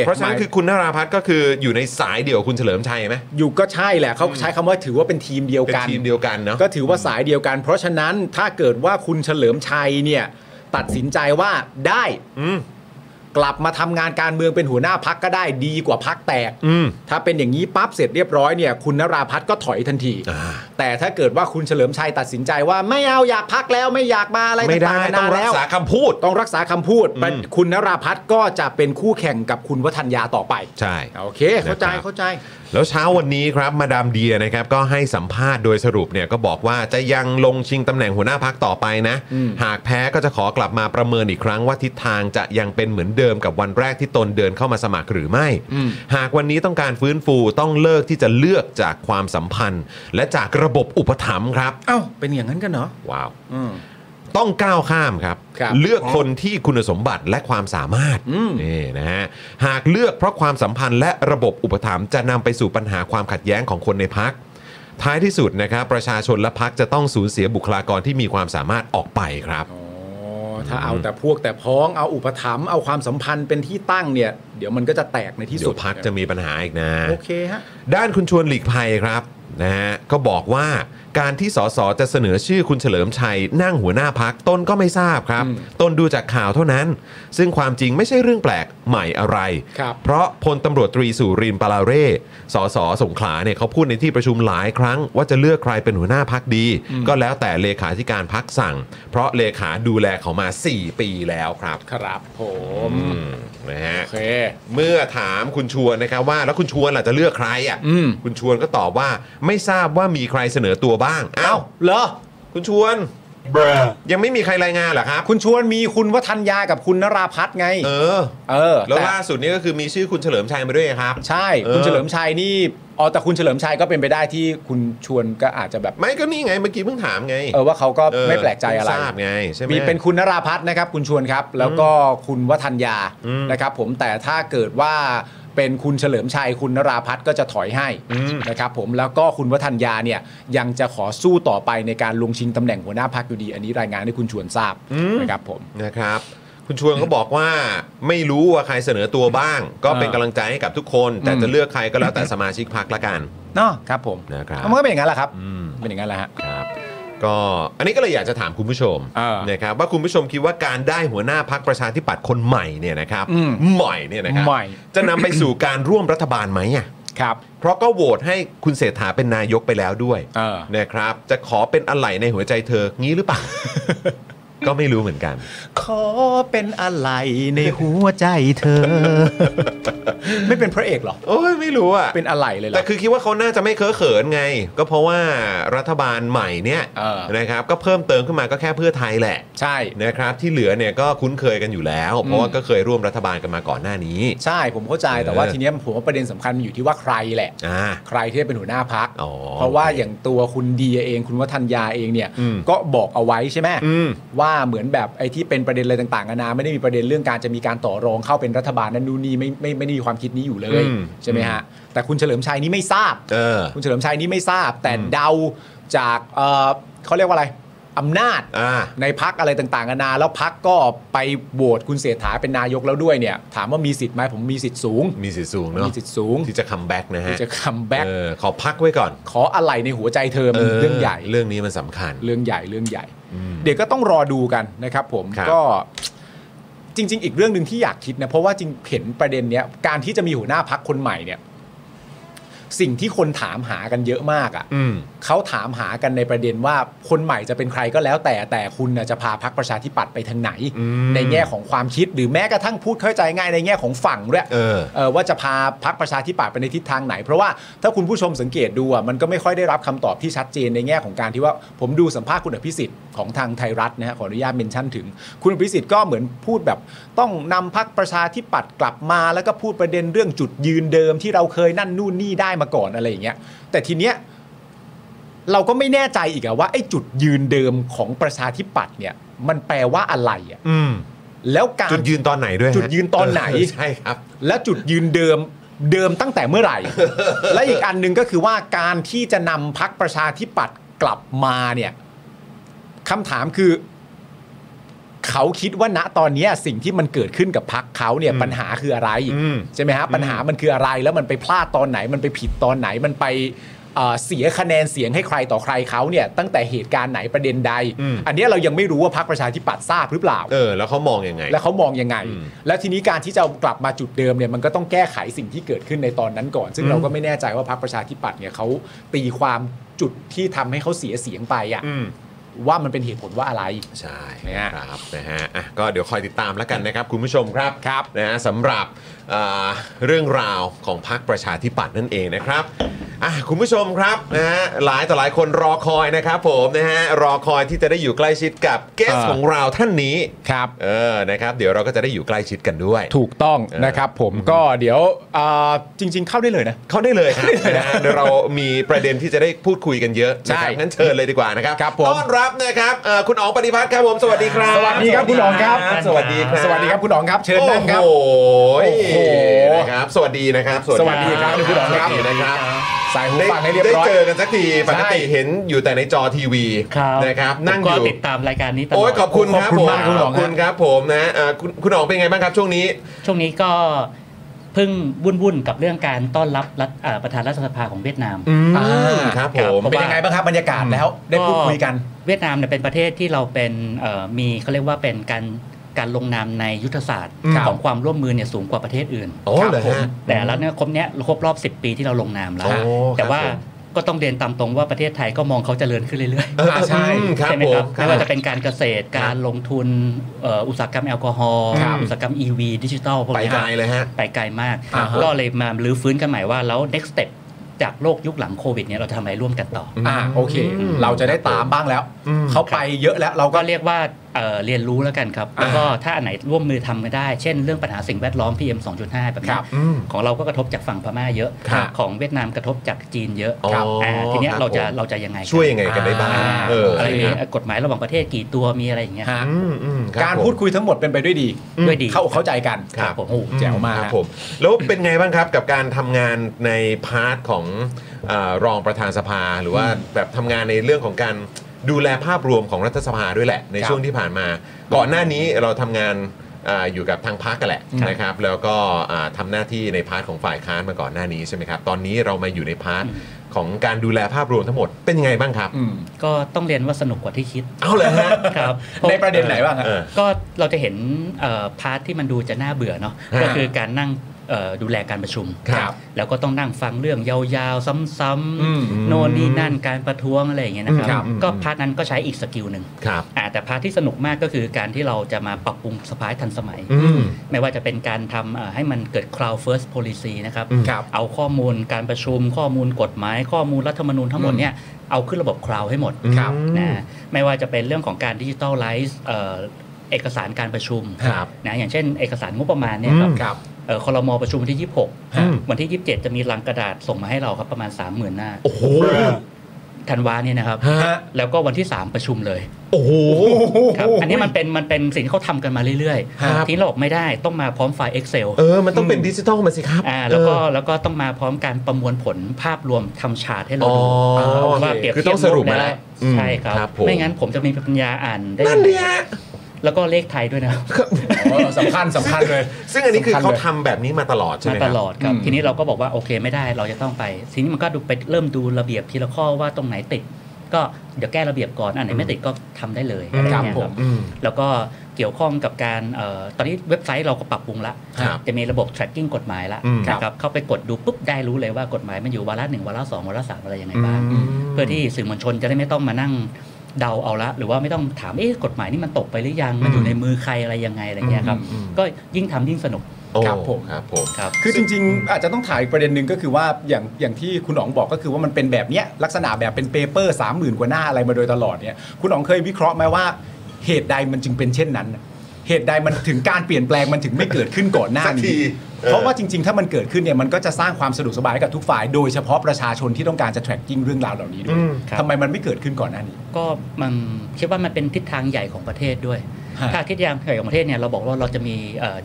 เพราะฉะนั้นคือคุณนาราพัฒน์ก็คืออยู่ในสายเดียวกับคุณเฉลิมชัยไหม อยู่ก็ใช่แหละเขาใช้คำว่าถือว่าเป็นทีมเดียว เป็น กัน ทีมเดียวกันเนาะ ก็ถือว่าสายเดียวกัน เพราะฉะนั้นถ้าเกิดว่าคุณเฉลิมชัยเนี่ยตัดสินใจว่าได้ อืม กลับมาทำงานการเมืองเป็นหัวหน้าพักก็ได้ดีกว่าพักแตก อืม ถ้าเป็นอย่างนี้ปั๊บเสร็จเรียบร้อยเนี่ยคุณนราพัฒน์ก็ถอยทันที อ่า แต่ถ้าเกิดว่าคุณเฉลิมชัยตัดสินใจว่าไม่เอาอยากพักแล้วไม่อยากมาอะไร ไม่ได้ ต่างๆต้อนนาาง รั แล้ ก ว ษาคำพูด ต้องรักษาคำพูดประคุณนราพัฒน์ก็จะเป็นคู่แข่งกับคุณวัฒนยาต่อไป ใช่ โอเค เข้าใจ นะครับ เข้าใจ แล้วเช้าวันนี้ครับมาดามเดียนะครับก็ให้สัมภาษณ์โดยสรุปเนี่ยก็บอกว่าจะยังลงชิงตำแหน่งหัวหน้าพักต่อไปนะ หากแพ้ก็จะขอกลับมาประเมินอีกครั้งว่าทิศทางจะยังเป็นเหมือนเดิมกับวันแรกที่ตนเดินเข้ามาสมัครหรือไม่ หากวันนี้ต้องการฟื้นฟูต้องเลิกที่จะเลือกจากความสัมพันธ์ และจากระบบอุปถัมภ์ครับ เอ้า เป็นอย่างนั้นกันเหรอ ว้าว อืม ต้องก้าวข้ามครับ ครับ เลือกคนที่คุณสมบัติและความสามารถ อืม นี่นะฮะหากเลือกเพราะความสัมพันธ์และระบบอุปถัมภ์จะนำไปสู่ปัญหาความขัดแย้งของคนในพัก ท้ายที่สุดนะครับประชาชนและพักจะต้องสูญเสียบุคลากรที่มีความสามารถออกไปครับ อ๋อ ถ้าเอาแต่พวกแต่พ้องเอาอุปถัมภ์เอาความสัมพันธ์เป็นที่ตั้งเนี่ย เดี๋ยวมันก็จะแตกในที่ เดี๋ สุ ยวดพักจะมีปัญหาอีกนะ โอเคฮะ ด้านคุณชวนหลีกภัยครับ นะฮะก็บอกว่าการที่สสจะเสนอชื่อคุณเฉลิมชัย นั่งหัวหน้าพักต้นก็ไม่ทราบครับ ต้นดูจากข่าวเท่านั้น ซึ่งความจริงไม่ใช่เรื่องแปลกใหม่อะไร ครับ เพราะพลตำรวจตรีสุรินทร์ปาลาเร่สสสงขลาเนี่ยเขาพูดในที่ประชุมหลายครั้ง ว่าจะเลือกใครเป็นหัวหน้าพักดี ก็แล้วแต่เลขาธิการพักสั่ง เพราะเลขาดูแลเขามา 4 ปีแล้วครับ ครับผม อืมนะฮะ โอเค เมื่อถามคุณชวนนะครับว่าแล้วคุณชวนล่ะจะเลือกใครอ่ะ อืม คุณชวนก็ตอบว่าไม่ทราบว่ามีใครเสนอตัวบ้างอ้าว เหรอ คุณชวนยังไม่มีใครรายงานเหรอครับ คุณชวนมีคุณวัฒนยากับคุณนราพัฒน์ไง เออ เออ แล้ว ต่ ล่าสุดนี้ก็คือมีชื่อคุณเฉลิมชัยมาด้วยครับ ใช่ เออ คุณเฉลิมชัยนี่อ๋อแต่คุณเฉลิมชัยก็เป็นไปได้ที่คุณชวนก็อาจจะแบบ ไม่ก็นี่ไงเมื่อกี้เพิ่งถามไง เออว่าเขาก็ เออ ไม่แปลกใจอะไร ทราบไงใช่ไหม มีเป็นคุณนราพัฒน์นะครับ คุณชวนครับ แล้วก็คุณวัฒนยา อืม นะครับ ผมแต่ถ้าเกิดว่าเป็นคุณเฉลิมชัยคุณนราพัฒน์ก็จะถอยให้ อืม นะครับ ผมแล้วก็คุณวัฒนยาเนี่ยยังจะขอสู้ต่อไปในการลงชิงตำแหน่งหัวหน้าพักอยู่ดี อันนี้รายงานให้คุณชวนทราบนะครับผม นะครับ คุณชวนก็บอกว่าไม่รู้ว่าใครเสนอตัวบ้าง ก็เป็เออกนำลังใจให้กับทุกคนแต่ อืม จะเลือกใครก็แล้วแต่สมาชิกพักละกัน เนาะครับผม นะครับ มันก็เป็นอย่างนั้นแหละครับ อืม เป็นอย่างนั้นแหละฮะ ครับก็อันนี้ก็เลยอยากจะถามคุณผู้ชม เออ นะครับว่าคุณผู้ชมคิดว่าการได้หัวหน้าพักประชาธิปัตย์คนใหม่เนี่ยนะครับ อืม ใหม่เนี่ยนะครับ ใหม่ จะนำไปสู่การร่วมรัฐบาลไหมอ่ะ ครับ เพราะก็โหวตให้คุณเศรษฐาเป็นนายกไปแล้วด้วย เออ นะครับจะขอเป็นอะไรในหัวใจเธองี้หรือเปล่า [LAUGHS] ก็ไม่รู้เหมือนกัน ขอเป็นอะไรในหัวใจเธอ [LAUGHS] ไม่เป็นพระเอกเหรอ โอ้ยไม่รู้อ่ะ เป็นอะไรเลยเหร แต่ อ คือคิดว่าเขาน่าจะไม่เคอะเขินไง ก็เพราะว่ารัฐบาลใหม่เนี่ย เออ นะครับก็เพิ่มเติมขึ้นมาก็แค่เพื่อไทยแหละ ใช่ นะครับที่เหลือเนี่ยก็คุ้นเคยกันอยู่แล้ว เพราะว่าก็เคยร่วมรัฐบาลกันมาก่อนหน้านี้ ใช่ผมเข้าใจแต่ว่า เออ ทีเนี้ยผมว่าประเด็นสำคัญมันอยู่ที่ว่าใครแหละ อ่า ใครที่จะเป็นหัวหน้าพัก อ๋อ เพราะว่าอย่างตัวคุณเดียเองคุณวัฒนยาเองเนี่ย อืม ก็บอกเอาไว้ใช่ไหม อืม ว่าเหมือนแบบไอ้ที่เป็นประเด็นอะไรต่างๆนานาไม่ได้มีประเด็นเรื่องการจะมีการต่อรองเข้าเป็นรัฐบาลนั้นนู่นนี่ไม่ไม่ไม่ได้มีความคิดนี้อยู่เลยใช่ไหมฮะแต่คุณเฉลิมชัยนี่ไม่ทราบ เออ คุณเฉลิมชัยนี่ไม่ทราบ แต่เดาจากเอ่อเขาเรียกว่าอะไรอำนาจ อ่า ในพักอะไรต่างๆนานาแล้วพักก็ไปโหวตคุณเศรษฐาเป็นนายกแล้วด้วยเนี่ย ถามว่ามีสิทธิ์ไหมผมมีสิทธิ์สูง มีสิทธิ์สูงเนาะ มีสิทธิ์สูง ที่จะคัมแบ็กนะฮะ ที่จะคัมแบ็ก เออขอพักไว้ก่อน ขออะไรในหัวใจเธอมันเรื่องใหญ่ เรื่องนี้มันสำคัญ เรื่องใหญ่เรื่องใหญ่ เดี๋ยวก็ต้องรอดูกันนะครับผม ครับ ก็จริง ๆ อีกเรื่องหนึ่งที่อยากคิดนะ เพราะว่าจริงเห็นประเด็นเนี้ยการที่จะมีหัวหน้าพักคนใหม่เนี่ย สิ่งที่คนถามหากันเยอะมากอ่ะ อืม เขาถามหากันในประเด็นว่าคนใหม่จะเป็นใครก็แล้วแต่แต่คุณน่ะจะพาพักประชาธิปัตย์ไปทางไหน อืม ในแง่ของความคิดหรือแม้กระทั่งพูดเข้าใจง่ายในแง่ของฝั่งด้วย เออ เออว่าจะพาพักประชาธิปัตย์ไปในทิศทางไหน เพราะว่าถ้าคุณผู้ชมสังเกตดูอ่ะมันก็ไม่ค่อยได้รับคำตอบที่ชัดเจนในแง่ของการที่ว่าผมดูสัมภาษณ์คุณอภิสิทธิ์ของทางไทยรัฐนะฮะขออนุญาตเมนชั่นถึง คุณอภิสิทธิ์ก็เหมือนพูดแบบ ต้องนำพักประชาธิปัตย์กลับมา แล้วก็พูดประเด็นเรื่องจุดยืนเดิมที่เราเคยนั่นนู่นนี่ได้มาก่อนอะไรอย่างเงี้ยแต่ทีเนี้ย เราก็ไม่แน่ใจอีกอะว่าไอ้จุดยืนเดิมของประชาธิปัตย์เนี่ย มันแปลว่าอะไรอะ อืม แล้วการ จุดยืนตอนไหนด้วยฮะ จุดยืนตอนไหน เใช่ครับ และจุดยืนเดิมเดิมตั้งแต่เมื่อไหร่ และอีกอันหนึ่งก็คือว่าการที่จะนำพักประชาธิปัตย์กลับมาเนี่ยคำถามคือ เขาคิดว่าณตอนเนี้ยสิ่งที่มันเกิดขึ้นกับพักเขาเนี่ยปัญหาคืออะไร อืม ใช่ไหมฮะปัญหามันคืออะไรแล้วมันไปพลาดตอนไหน มันไปผิดตอนไหนมันไปเอ่อเสียคะแนนเสียงให้ใครต่อใครเขาเนี่ยตั้งแต่เหตุการณ์ไหนประเด็นใด อืม อันเนี้ยเรายังไม่รู้ว่าพักประชาธิปัตย์ทราบหรือเปล่า เออ แล้วเขามองยังไง แล้วเขามองยังไง อืม แล้วทีนี้การที่จะกลับมาจุดเดิมเนี่ยมันก็ต้องแก้ไขสิ่งที่เกิดขึ้นในตอนนั้นก่อน ซึ่งเราก็ไม่แน่ใจว่าพรรคประชาธิปัตย์เนี่ยเขาตีความจุดที่ทำให้เขาเสียเสียงไปอะ อืม ว่ามันเป็นเหตุผลว่าอะไร ใช่ นะฮะ ครับนะฮะอ่ะก็เดี๋ยวคอยติดตามแล้วกันนะครับ คุณผู้ชมครับ ครับ นะฮะสำหรับเอ่อเรื่องราวของพรรคประชาธิปัตย์นั่นเองนะครับอ่ะคุณผู้ชมครับนะฮะหลายต่อหลายคนรอคอยนะครับผมนะฮะรอคอยที่จะได้อยู่ใกล้ชิดกับเกส เออ ของเราท่านนี้ ครับ เออนะครับเดี๋ยวเราก็จะได้อยู่ใกล้ชิดกันด้วย ถูกต้อง เออ นะครับผมก็เดี๋ยวเอ่อจริง ๆ เข้าได้เลยนะ เขาได้เลย [LAUGHS] ครับนะฮะเดี๋ยวเรามีประเด็นที่จะได้พูดคุยกันเยอะนะใช่ครับงั้นเชิญเลยดีกว่านะครับ ครับผม ต้อนรับนะครับเอ่อคุณอ๋องปฏิพัฒน์ครับผมสวัสดีครับ สวัสดีครับคุณหนองครับ สวัสดีครับ สวัสดีครับคุณหนองครับ เชิญ โอ้ นั่งครับ โห โอ้โห นะครับ สวัสดีนะครับ สวัสดีครับคุณผู้ชมครับ สวัสดีนะครับ ใส่หู ได้ ฟังให้เรียบ ได้ ร้อย เจอกันสักทีปกติ ใช่ เห็นอยู่แต่ในจอทีวี ครับ นะครับนั่ง ผอมก็ ยู่ ติดตามรายการนี้ตลอด โอ้ยขอบคุณครับ ขอบผคุม ณมากคุณ ข หน อ อบ ง คุณครับผมนะเอ่อคุณคุณหนองเป็นไงบ้างครับช่วงนี้ ช่วงนี้ก็ เพิ่งวุ่นๆกับเรื่องการต้อนรับรัฐอ่าประธานรัฐสภาของเวียดนาม อ่า ครับผ ครับ ม เป็นยังไงบ้างครับบรรยากาศแล้ว ได้พูดคุยกัน เวียดนามเนี่ยเป็นประเทศที่เราเป็นเอ่อมีเขาเรียกว่าเป็นการการลงนามในยุทธศาสตร์ ครับ ของความร่วมมือเนี่ยสูงกว่าประเทศอื่น โอ้เหรอ ครับผม ฮะ แต่แล้วเนี่ยครบเนี้ยครบรอบ 10 ปีที่เราลงนามแล้ว โอ้ครับ แต่ว่า ผม ก็ต้องเรียนตามตรงว่าประเทศไทยก็มองเขาเจริญขึ้นเรื่อยๆ เออใช่ครับ ใช่ไหม ผ ครั ม บ ครั ไม่ บ ว่าจะเป็นการเกษตรการลงทุนเอ่ออุตสาหกรรมแอลกอฮอล์ ครับ อุตสาหกรรม EV ดิจิทัลพวก ไป เนี้ย ไกลเลยฮะ ไปไกลมาก อ่าฮะ ก็เลยมารื้อฟื้นกันใหม่ว่า แล้ว next step จากโลกยุคหลังโควิดเนี่ยเราจะทำอะไรร่วมกันต่ออ อ่าโอเค อืม เราจะได้ตามบ้างแล้ว อืม เขาไปเยอะแล้วเราก็ ก็เรียกว่าเอ่อเรียนรู้แล้วกันครับ แล้วก็ถ้าอันไหนร่วมมือทำกันได้ เช่นเรื่องปัญหาสิ่งแวดล้อม PM 2.5 แบบ ค นี้ รับ อืม ของเราก็กระทบจากฝั่งพม่าเยอะ ครับ ของเวียดนามกระทบจากจีนเยอะ อ๋อ อ่าทีเนี้ยเราจะ ครับผม เราจะยังไงกัน ช่วยยังไงกันได้บ้าง อ่า เออ อะไรมี ครับ กฎหมายระหว่างประเทศกี่ตัวมีอะไรอย่างเงี้ย ฮะ อืมอืมคบ การ ผม พูดคุยทั้งหมดเป็นไปด้วยดี ด้วยดี เข้าเข้าใจกัน ครับ โอ้โหแจ๋วมาก ครับ ฮะ ผมแล้วเป็นไงบ้างครับกับการทำงานในพาร์ทของเออรองประธานสภา หรือว่าแบบทำงานในเรื่องของการดูแลภาพรวมของรัฐสภาด้วยแหละ ใน ครับ ช่วงที่ผ่านมา ก่อนหน้านี้เราทำงานเอ่ออยู่กับทางพรรคกันแหละ ครับ นะครับแล้วก็อ่าทำาหน้าที่ในพาร์ทของฝ่ายค้านมาก่อนหน้านี้ใช่ไหมครับตอนนี้เรามาอยู่ในพาร์ทของการดูแลภาพรวมทั้งหมดเป็นยังไงบ้างครับ อืม ก็ต้องเรียนว่าสนุกกว่าที่คิด เอาเลยฮะ ครับ ในประเด็นไหนบ้างฮะ เออ ก็เราจะเห็นเอ่อพาร์ทที่มันดูจะน่าเบื่อเนาะ ฮะ ก็คือการนั่งเอ่อดูแลการประชุม ครับ แล้วก็ต้องนั่งฟังเรื่องยาวๆ ซ้ อืม ำๆ โน่นนี่นั่นการประท้วงอะไรอย่างเงี้ยนะค ครั รับ บ ก็พาร์ทนั้นก็ใช้อีกสกิลหนึ่ง ครับ อ่าแต่พาร์ทที่สนุกมากก็คือการที่เราจะมาปรับปรุงสภาให้ทันสมัย อืม ไม่ว่าจะเป็นการทำเอ่อให้มันเกิด cloud first policy นะครับ ครับ เอาข้อมูลการประชุม ข้อมูลกฎหมาย ข้อมูลรัฐธรรมนูญทั้งหมดเนี่ยเอาขึ้นระบบ cloud ให้หมด ครับ นะไม่ว่าจะเป็นเรื่องของการดิจิทัลไลซ์เอกสารการประชุม ครับ นะอย่างเช่นเอกสารงบประมาณเนี่ยครับ ครับ เอ่อคอรมอประชุมวันที่ อืม 26 วันที่ 27 จะมีลังกระดาษส่งมาให้เราครับประมาณ 30,000 หน้า โอ้โห ธันวาเนี่ยนะครับ ฮะ แล้วก็วันที่ 3 ประชุมเลย โอ้โห ครับอันนี้มันเป็นมันเป็นสิ่งที่เขาทำกันมาเรื่อย ครับ ๆทิ้งระบบไม่ได้ต้องมาพร้อมไฟล์ Excel เออมันต้องเป็นดิจิทัลมาสิครับ อ่าแล้วก็ เออ แล้วก็ต้องมาพร้อมการประมวลผลภาพรวมทำชาร์ตให้เราดู อ๋ออ่ าว่า โอเค เปรียบ คือ เที ต้ ย อบงสรุปมาแล้ว ได้ อืม ใช่ครับ ครับผม ไม่งั้นผมจะมีปัญญาอ่านได้ นั่นเนี่ย แล้วก็เลขไทยด้วยนะ อ๋อสำคัญสำคัญเลย ซึ่งอันนี้คือ สำคัญ เขา เลย ทำแบบนี้มาตลอดใช่ มา ไหมค ต รับ ลอดครับ อืม ทีนี้เราก็บอกว่าโอเคไม่ได้เราจะต้องไปทีนี้มันก็ดูไปเริ่มดูระเบียบทีละข้อว่าตรงไหนติด ก็เดี๋ยวแก้ระเบียบก่อนอันไหนไม่ติดก็ทำได้เลยอะไรอ ครัย่าบ งเงี้ย ผ ครั ม บ แล้วก็เกี่ยวข้องกับการเออตอนนี้เว็บไซต์เราก็ปรับปรุงละ ครับ จะมีระบบ tracking กฎหมายละ อืม นะครับ เข้าไปกดดูปุ๊บได้รู้เลยว่ากฎหมายมันอยู่วาระหนึ่งวาระสองวาระสามอะไรยังไงบ้าง อืม เพื่อที่สื่อมวลชนจะได้ไม่ต้องมานั่งเดาเอาละ หรือว่าไม่ต้องถาม เอ๊ะ กฎหมายนี่มันตกไปหรือยัง มันอยู่ในมือใครอะไรยังไงอะไรเงี้ยครับ ก็ยิ่งทำยิ่งสนุก โอ้ ครับผม ครับผม ครับ คือจริงๆ อาจจะต้องถ่ายอีกประเด็นหนึ่งก็คือว่าอย่างอย่างที่คุณอ๋องบอกก็คือว่ามันเป็นแบบเนี้ยลักษณะแบบเป็นเปเปอร์สามหมื่นกว่าหน้าอะไรมาโดยตลอดเนี่ยคุณอ๋องเคยวิเคราะห์ไหมว่าเหตุใดมันจึงเป็นเช่นนั้นน่ะเหตุใดมันถึงการเปลี่ยนแปลงมันถึงไม่เกิดขึ้นก่อนหน้า สักที นี้ เออ เพราะว่าจริง ๆ ถ้ามันเกิดขึ้นเนี่ยมันก็จะสร้างความสะดวกสบายให้กับทุกฝ่ายโดยเฉพาะประชาชนที่ต้องการจะ tracking เรื่องราวเหล่านี้ด้วย ครับ ทำไมมันไม่เกิดขึ้นก่อนหน้านี้ ก็มันคิดว่ามันเป็นทิศทางใหญ่ของประเทศด้วย ฮะ ถ้าทิศทางใหญ่ของประเทศเนี่ยเราบอกว่าเราจะมี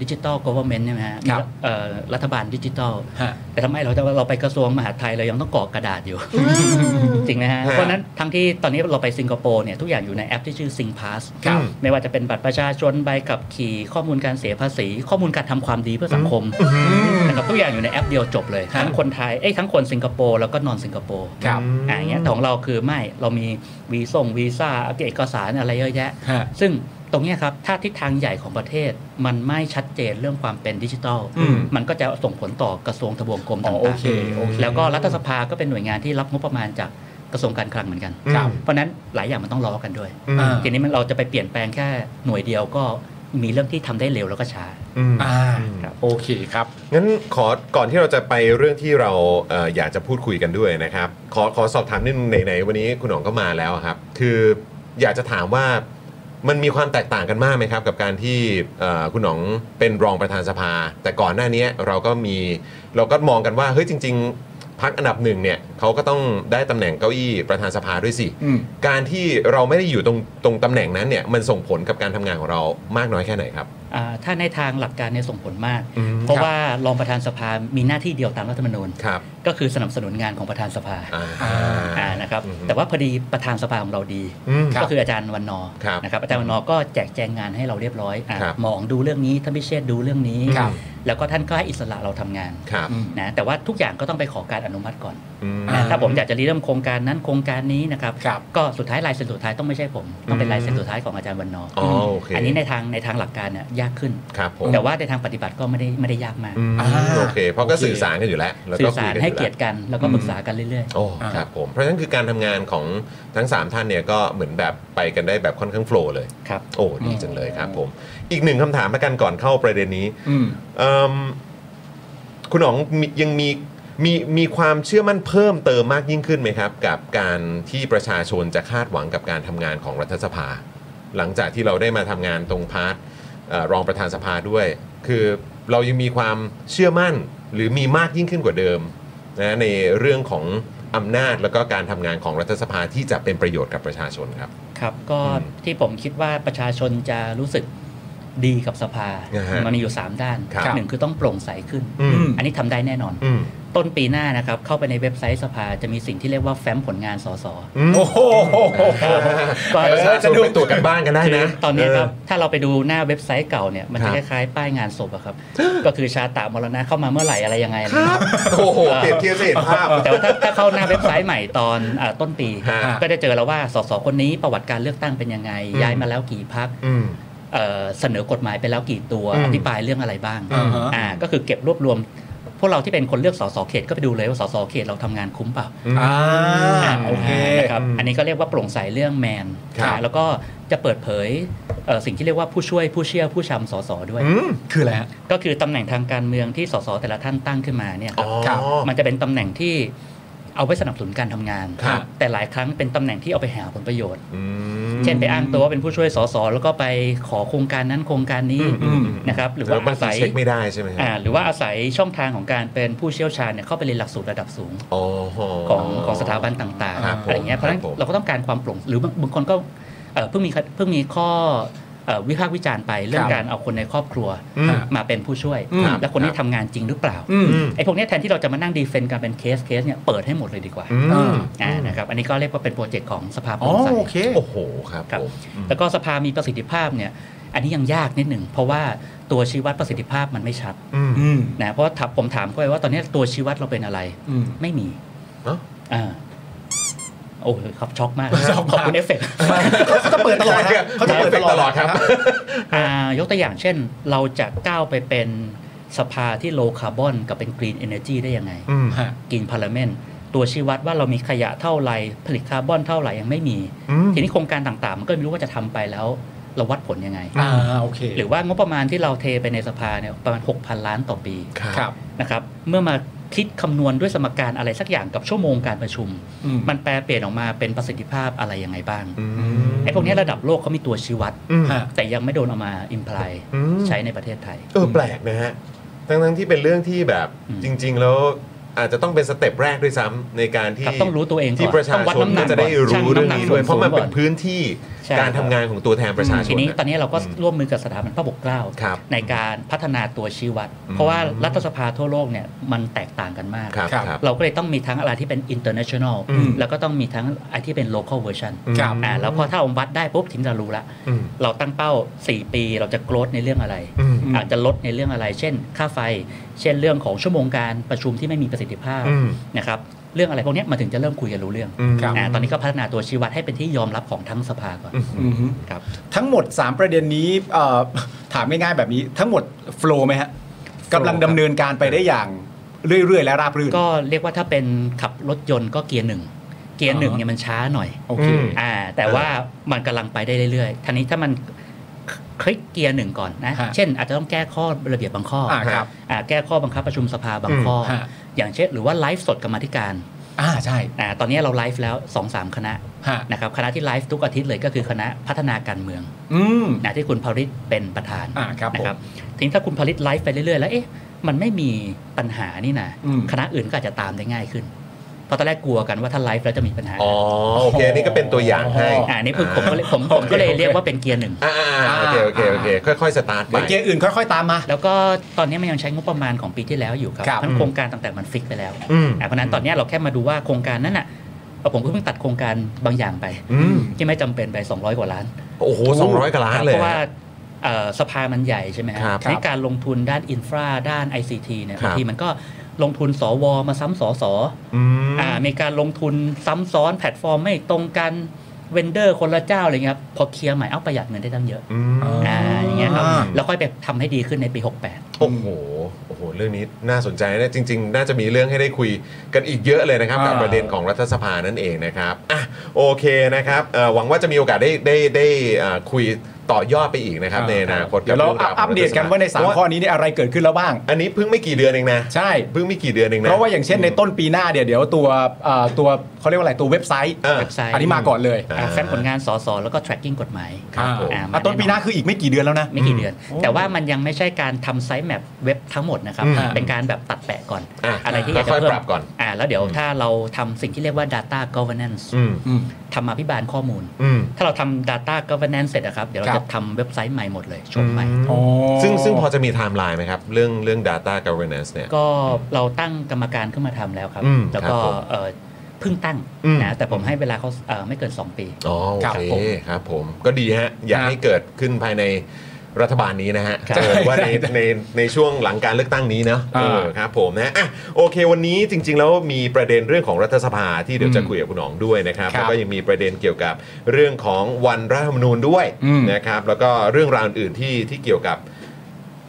ดิจิตอลก o v e r n m e n t ใช่ไหมฮะมี ครับ เอ่อรัฐบาลดิจิตอล ฮะ แต่ทำไมเราจะเราไปกระทรวงมหาดไทยเรายังต้องกรอกกระดาษอยู่ จริงไหมฮะ ฮะ เพราะฉะนั้นทั้งที่ตอนนี้เราไปสิงคโปร์เนี่ย ทุกอย่างอยู่ในแอปที่ชื่อ SingPass ครับ ไม่ว่าจะเป็นบัตรประชาชนใบขับขี่ข้อมูลการเสียภาษี ข้อมูลการทำความดีเพื่อสังคมนะครับทุกอย่างอยู่ในแอปเดียวจบเลย ฮะ ทั้งคนไทยเอ้ยทั้งคนสิงคโปร์แล้วก็นอนสิงคโปร์ ครับ อ่าอย่างเงี้ยแต่ของเราคือไม่เรามีวีส่งวีซ่าเอกสารอะไรเยอะแยะ ฮะ ซึ่งตรงเนี้ยครับ ถ้าทิศทางใหญ่ของประเทศมันไม่ชัดเจนเรื่องความเป็นดิจิทัล อืม มันก็จะส่งผลต่อกระทรวงทบวงกรม อ๋ ต่า อโอง เคโอเค ๆแล้วก็รัฐสภาก็เป็นหน่วยงานที่รับงบประมาณจากกระทรวงการคลังเหมือนกัน ครับ เพราะฉะนั้นหลายอย่างมันต้องล้อกันด้วย อืม อ่า ทีนี้มันเราจะไปเปลี่ยนแปลงแค่หน่วยเดียวก็มีเรื่องที่ทำได้เร็วแล้วก็ช้า อืม อ่า ครับ โอเคครับ งั้นขอก่อนที่เราจะไปเรื่องที่เราเอ่ออยากจะพูดคุยกันด้วยนะครับ ขอขอสอบถามนิดนึงไหนๆวันนี้คุณหนองก็มาแล้วครับ คืออยากจะถามว่ามันมีความแตกต่างกันมากไหมครับ กับการที่เอ่อคุณหนองเป็นรองประธานสภา แต่ก่อนหน้านี้เราก็มีเราก็มองกันว่าเฮ้ยจริง ๆพักอันดับหนึ่งเนี่ยเขาก็ต้องได้ตำแหน่งเก้าอี้ประธานสภาด้วยสิ อืม การที่เราไม่ได้อยู่ตรงตรงตำแหน่งนั้นเนี่ยมันส่งผลกับการทำงานของเรามากน้อยแค่ไหนครับ อ่าถ้าในทางหลักการเนี่ยส่งผลมาก อืม เพราะว่ารองประธานสภามีหน้าที่เดียวตามรัฐธรรมนูญ ครับ ก็คือสนับสนุนงานของประธานสภา อ่า อ่านะครับ อืม แต่ว่าพอดีประธานสภาของเราดี อืม ก็คืออาจารย์วันนอร์ ครับ นะครับอาจารย์วันนอร์ก็แจกแจงงานให้เราเรียบร้อยอ่ะ ครับ หมองดูเรื่องนี้ท่านพิเชษฐ์ดูเรื่องนี้ ครับ แล้วก็ท่านก็ให้อิสระเราทำงาน ครับ นะแต่ว่าทุกอย่างก็ต้องไปขอการอนุมัติก่อน อืม นะถ้าผมอยากจะรีเริ่มโครงการนั้นโครงการนี้นะครับ ครับ ก็สุดท้ายลายเซ็นสุดท้ายต้องไม่ใช่ผมต้องเป็นลายเซ็นสุดท้ายของอาจารย์วันนอร์ อ๋อโอเค อันนี้ในทางในทางหลักการเนี่ยยากขึ้น ครับผม แต่ว่าในทางปฏิบัติก็ไม่ได้ไม่ได้ยากมาก อืม อ่า โอเค เพราะก็สื่อสารกันอยู่แล้ว แล้ว สื่ ก็ อ คุ สาย ร กันอ ให้ ยู่ เกี แล้ ยว รติกันแล้วก็ปรึกษากันเรื่อย โอ้ครับผม เพราะฉะนั้นคือการทำงานของทั้ง 3 ท่านเนี่ยก็เหมือนแบบไปกันได้แบบค่อนข้างโฟล์เลย ๆ ครับ โอ้ดีจังเลยครับผม อีกหนึ่งคำถามละกันก่อนเข้าประเด็นนี้ อืม เอิ่มคุณหนองมียังมีมีมีความเชื่อมั่นเพิ่มเติมมากยิ่งขึ้นไหมครับ กับการที่ประชาชนจะคาดหวังกับการทำงานของรัฐสภา หลังจากที่เราได้มาทำงานตรงพาร์ทเอ่อรองประธานสภาด้วย คือเรายังมีความเชื่อมั่นหรือมีมากยิ่งขึ้นกว่าเดิมนะในเรื่องของอำนาจแล้วก็การทำงานของรัฐสภาที่จะเป็นประโยชน์กับประชาชนครับ ครับ ก็ อืม ที่ผมคิดว่าประชาชนจะรู้สึกดีกับสภา อ่าฮะ มันมีอยู่ 3 ด้าน ครับ หนึ่งคือต้องโปร่งใสขึ้น อืม อันนี้ทำได้แน่นอน อืม ต้นปีหน้านะครับ เข้าไปในเว็บไซต์สภาจะมีสิ่งที่เรียกว่าแฟ้มผลงานสส อืม โอ้โห ก็ เออจะดูไปตรวจกันบ้านกันได้ คือ นะ ตอนเนี้ยครับ เ ถ้าเราไปดูหน้าเว็บไซต์เก่าเนี่ยมันจะ ค ครับ ล้ายๆป้ายงานศพอะครับ ก็คือชาตะมรณะเข้ามาเมื่อไหร่อะไรยังไงอะไรอย่างเงี้ย ออโอ้โหเปรียบเทียบให้เห็นภาพ แต่ว่าถ้าถ้าเข้าหน้าเว็บไซต์ใหม่ตอนอาต้นปี ฮะ ก็จะเจอแล้วว่าสสคนนี้ประวัติการเลือกตั้งเป็นยังไง อืม ย้ายมาแล้วกี่พัก อืม เสนอกฎหมายไปแล้วกี่ตัว อืม อธิบายเรื่องอะไรบ้าง อ่าฮะ อ่าก็คือเก็บรวบรวม พวกเราที่เป็นคนเลือกสสเขตก็ไปดูเลยว่าสสเขตเราทำงานคุ้มเปล่า อ่าโอเค นะครับอันนี้ก็เรียกว่าโปร่งใสเรื่องแมน ครับ นะแล้วก็จะเปิดเผยเอ่อสิ่งที่เรียกว่าผู้ช่วยผู้เชี่ยวผู้ชำสสด้วย อืม คืออะไรฮะ ก็คือตำแหน่งทางการเมืองที่สสแต่ละท่านตั้งขึ้นมาเนี่ยค อ๋ รั อบ ครับ มันจะเป็นตำแหน่งที่เอาไว้สนับสนุนการทำงาน ครับ แต่หลายครั้งเป็นตำแหน่งที่เอาไปหาผลประโยชน์ อืม เช่นไปอ้างตัวว่าเป็นผู้ช่วยสสแล้วก็ไปขอโครงการนั้นโครงการนี้ อืม นะครับหรืแล้วอ่าว บางทีอาศัย เช็คไม่ได้ใช่ไหมค อ่า รับ หรือว่าอาศัยช่องทางของการเป็นผู้เชี่ยวชาญเนี่ยเข้าไปเรียนหลักสูตรระดับสูง อ๋อ ของของสถาบันต่าง ครับ ๆอะไรเงี้ ผม ยเพราะฉะนั้คนรับผม เราก็ต้องการความโปร่งหรือบางบางคนก็เอ่อเพิ่งมีเพิ่งมีข้อเอ่อวิพากษ์วิจารณ์ไปเรื่คอง รับ การเอาคนในครอบครัว อืม มาเป็นผู้ช่วย อืม และคนนี้ทำงานจริงหรือเปล่า อืม อืม ไอ้พวกเนี้ยแทนที่เราจะมานั่งดีเฟนต์กันเป็นเคสเคสเนี่ยเปิดให้หมดเลยดีกว่า อื อ่า ม อ่านะครับอันนี้ก็เรียกว่าเป็นโปรเจกต์ของสภาโป อ๋อ ร่งใส โอเค โอ้โหครับ ครับ ผมอืม แล้วก็สภามีประสิทธิภาพเนี่ยอันนี้ยังยากนิดหนึ่งเพราะว่าตัวชี้วัดประสิทธิภาพมันไม่ชัด อืม อืม นะเพราะว่าถ้าผมถามเขาไปว่าตอนเนี้ยตัวชี้วัดเราเป็นอะไร อืม ไม่มี เอ้า อ่าโอ้ยครับช็อกมาก ช็อกมาก ขอบคุณเอฟเฟกต์ เขาจะเปิดตลอดครับ เขาจะเปิดตลอดครับ อ่ายกตัวอย่างเช่น เราจะก้าวไปเป็นสภาที่โลคาร์บอนกับเป็นกรีนเอเนจีได้ยังไง อืม ฮะ กินพาราเมนตัวชี้วัดว่าเรามีขยะเท่าไหร่ผลิตคาร์บอนเท่าไหร่ยังไม่มี อืม ทีนี้โครงการต่างๆ มันก็ไม่รู้ว่าจะทำไปแล้ว เราวัดผลยังไง อ่าโอเค หรือว่างบประมาณที่เราเทไปในสภาเนี่ยประมาณ 6,000 ล้านต่อปี ครับ นะครับเมื่อมาคิดคำนวณด้วยสมการอะไรสักอย่างกับชั่วโมงการประชุม อื มันแปลเปลี่ยนออกมาเป็นประสิทธิภาพอะไรยังไงบ้าง อืม ไอ้พวกเนี้ยระดับโลกเขามีตัวชี้วัด อืม ฮะ แต่ยังไม่โดนเอามาอิมพลาย อืม ใช้ในประเทศไทย เออแปลกนะฮะ ทั้งทั้งๆที่เป็นเรื่องที่แบบ อืม จริง ๆ แล้วอาจจะต้องเป็นสเต็ปแรกด้วยซ้ำในการที่ ครับต้องรู้ตัวเองก่อน ที่ประชา ต้องวัด ชนก็น้ำหนัก จะได้ ก่อนชั่ง รู้เรื่อง ำหก นี้ด้วย ส่ เพราะมันเป็น สูงก่อ พื้นที่ ใช่ การทำงานของตัวแทนประชาชน ทีนี้ตอนนี้เราก็ อืม ร่วมมือกับสถาบันพระปกเกล้า ครับ ในการพัฒนาตัวชี้วัด อืม เพราะว่ารัฐสภาทั่วโลกเนี่ยมันแตกต่างกันมาก ครับ ครับ ครับ เราก็เลยต้องมีทั้งอะไรที่เป็น international อืม แล้วก็ต้องมีทั้งอะไรที่เป็น local version ครับ อ่าแล้วพอถ้าองวัดได้ปุ๊บทีมเรารู้ละ อืม เราตั้งเป้า 4 ปีเราจะ growth ในเรื่องอะไร อืม อาจจะลดในเรื่องอะไร เช่น ค่าไฟ เช่นเรื่องของชั่วโมงการประชุมที่ไม่มีประสิทธิภาพ อืม นะครับเรื่องอะไรพวกเนี้ยมันถึงจะเริ่มคุยกันรู้เรื่อง อืม ครับ อ่าตอนนี้ก็พัฒนาตัวชี้วัดให้เป็นที่ยอมรับของทั้งสภาก่อน อืม ครับ ทั้งหมด 3 ประเด็นนี้เอ่อถามง่ายๆแบบนี้ทั้งหมดโฟล์ไหมฮะกำลังดำเนินการไปได้อย่างเรื่อยๆ และราบรื่น ก็เรียกว่าถ้าเป็นขับรถยนต์ก็เกียร์หนึ่งเกียร์หนึ่ง อ่าฮะ เนี่ยมันช้าหน่อย โอเค อืม อ่าแต่ว่ามันกำลังไปได้เรื่อยๆทีนี้ถ้ามันคคลิกเกียร์หนึ่งก่อนนะ ฮะ เช่นอาจจะต้องแก้ข้อระเบียบบางข้ออา ครับ อ่าแก้ข้อบังคับประชุมสภาบางข้อ ฮะ อย่างเช่น หรือว่าไลฟ์สดกรรมาธิการ อ่าใช่ อ่าตอนนี้เราไลฟ์แล้ว2อสามคณะ ฮะ นะครับคณะที่ไลฟ์ทุกอาทิตย์เลยก็คือคณะพัฒนาการเมือง อืม นะที่คุณพริตเป็นประธาน อ่าครับผ นะ ม ครับทีนี้ถ้าคุณพริตไลฟ์ไปเรื่อยๆแล้วเอ๊ะมันไม่มีปัญหานี่นะ อืม คณะอื่นก็อาจจะตามได้ง่ายขึ้น เพราะตอนแรกกลัวกันว่าถ้าไลฟ์แล้วจะมีปัญหา อ๋อโอเคอันนี่ก็เป็นตัวอย่างให้ อ่านี่คือผมก็เลยผมผมก็เลยเรียกว่าเป็นเกียร์หนึ่ง อ่าๆๆโอเคโอเคโอเคค่อยๆสตาร์ทไป เดี๋ยวเกียร์อื่นค่อย ๆ ตามมา แล้วก็ตอนนี้มันยังใช้งบประมาณของปีที่แล้วอยู่ครับ ครับ ทั้งโครงการต่างๆมันฟิกไปแล้ว อืม อ่ะเพราะฉะนั้นตอนนี้เราแค่มาดูว่าโครงการนั้นอ่ะเอ่อผมก็เพิ่งตัดโครงการบางอย่างไป อืม ที่ไม่จำเป็นไป 200 กว่าล้าน โอ้โห200กว่าล้านเลย เพราะว่า เอ่อสภามันใหญ่ใช่ไหมฮะ ครับ ในการลงทุนด้านอินฟราด้าน ICT เนี่ครับยาง บ ทีมันก็ลงทุนสวมาซ้ำสอสอ อืม อ่ามีการลงทุนซ้ำซ้อนแพลตฟอร์มไม่ตรงกันเวนเดอร์คนละเจ้าอะไรเงี้ยครับพอเคลียร์ใหม่เอาประหยัดเงินได้ตั้งเยอะอ่าอย่างเงี้ยครับ อ่า แล้วค่อยไปทำให้ดีขึ้นในปี โอ้โห โอ้โห เรื่องนี้น่าสนใจนะจริง ๆ น่าจะมีเรื่องให้ได้คุยกันอีกเยอะเลยนะครับ กับ อ่า ประเด็นของรัฐสภานั่นเองนะครับ อ่ะ โอเคนะครับเอ่อหวังว่าจะมีโอกาสได้ได้ได้อ่าคุยต่อยอดไปอีกนะครับในอนาคต เดี๋ยวเราอัปอัปเดตกันว่าในสามข้อนี้เนี่ยอะไรเกิดขึ้นแล้วบ้าง อันนี้เพิ่งไม่กี่เดือนเองนะ ใช่ เพิ่งไม่กี่เดือนเองนะ เพราะว่าอย่างเช่นในต้นปีหน้าเดี๋ยวเดี๋ยวตัวเอ่อตัวเขาเรียกว่าอะไรตัวเว็บไซต์ เออ เว็บไซต์ อันนี้มาก่อนเลย 68อ่าแฟ้มผลงานสอสอแล้วก็ tracking กฎหมาย ครับผม อ่า อ่ะต้นปีหน้าคืออีกไม่กี่เดือนแล้วนะ ไม่กี่เดือน แต่ว่ามันยังไม่ใช่การทำไซต์แมปเว็บทั้งหมดนะครับ อืม เป็นการแบบตัดแปะก่อน อ่ะ อะไรที่อยากจะ ค่อยๆ เพิ่ ปรั ม บก่อน อ่าแล้วเดี๋ยวถ้าเราทำสิ่งที่เรียกว่า data governance อืม ทำมาพิบาลข้อมูล อืม ถ้าเราทำ data governance เสร็จนะครับ เดี๋ยวเรา ครั จะ บ ทำเว็บไซต์ใหม่หมดเลยชมใหม่ อืม อ๋อ ซึ่งซึ่งพอจะมีไทม์ไลน์ไหมครับ เรื่องเรื่อง data governance เนี่ย ก็เราตั้งกรรมการขึ้นมาทำแล้วครับ อืม แล้วก็ ครับผม เอ่อเพิ่งตั้ง อืม นะแต่ผมให้เวลาเขาเอ่อไม่เกิน 2 ปี อ๋อโอ ครับ เค ผม ครับผมก็ดีฮะ อยาก ครับ ให้เกิดขึ้นภายในรัฐบาลนี้นะฮะ ครับ เออว่าในในในช่วงหลังการเลือกตั้งนี้เนอะ อ่า เออครับผมนะอ่ะโอเค วันนี้จริง ๆ แล้วมีประเด็นเรื่องของรัฐสภาที่เดี๋ยวจะคุยกับคุณหนองด้วยนะครับ ครับ แล้วก็ยังมีประเด็นเกี่ยวกับเรื่องของวันรัฐธรรมนูญด้วย อืม นะครับ แล้วก็เรื่องราวอื่นๆที่ที่เกี่ยวกับ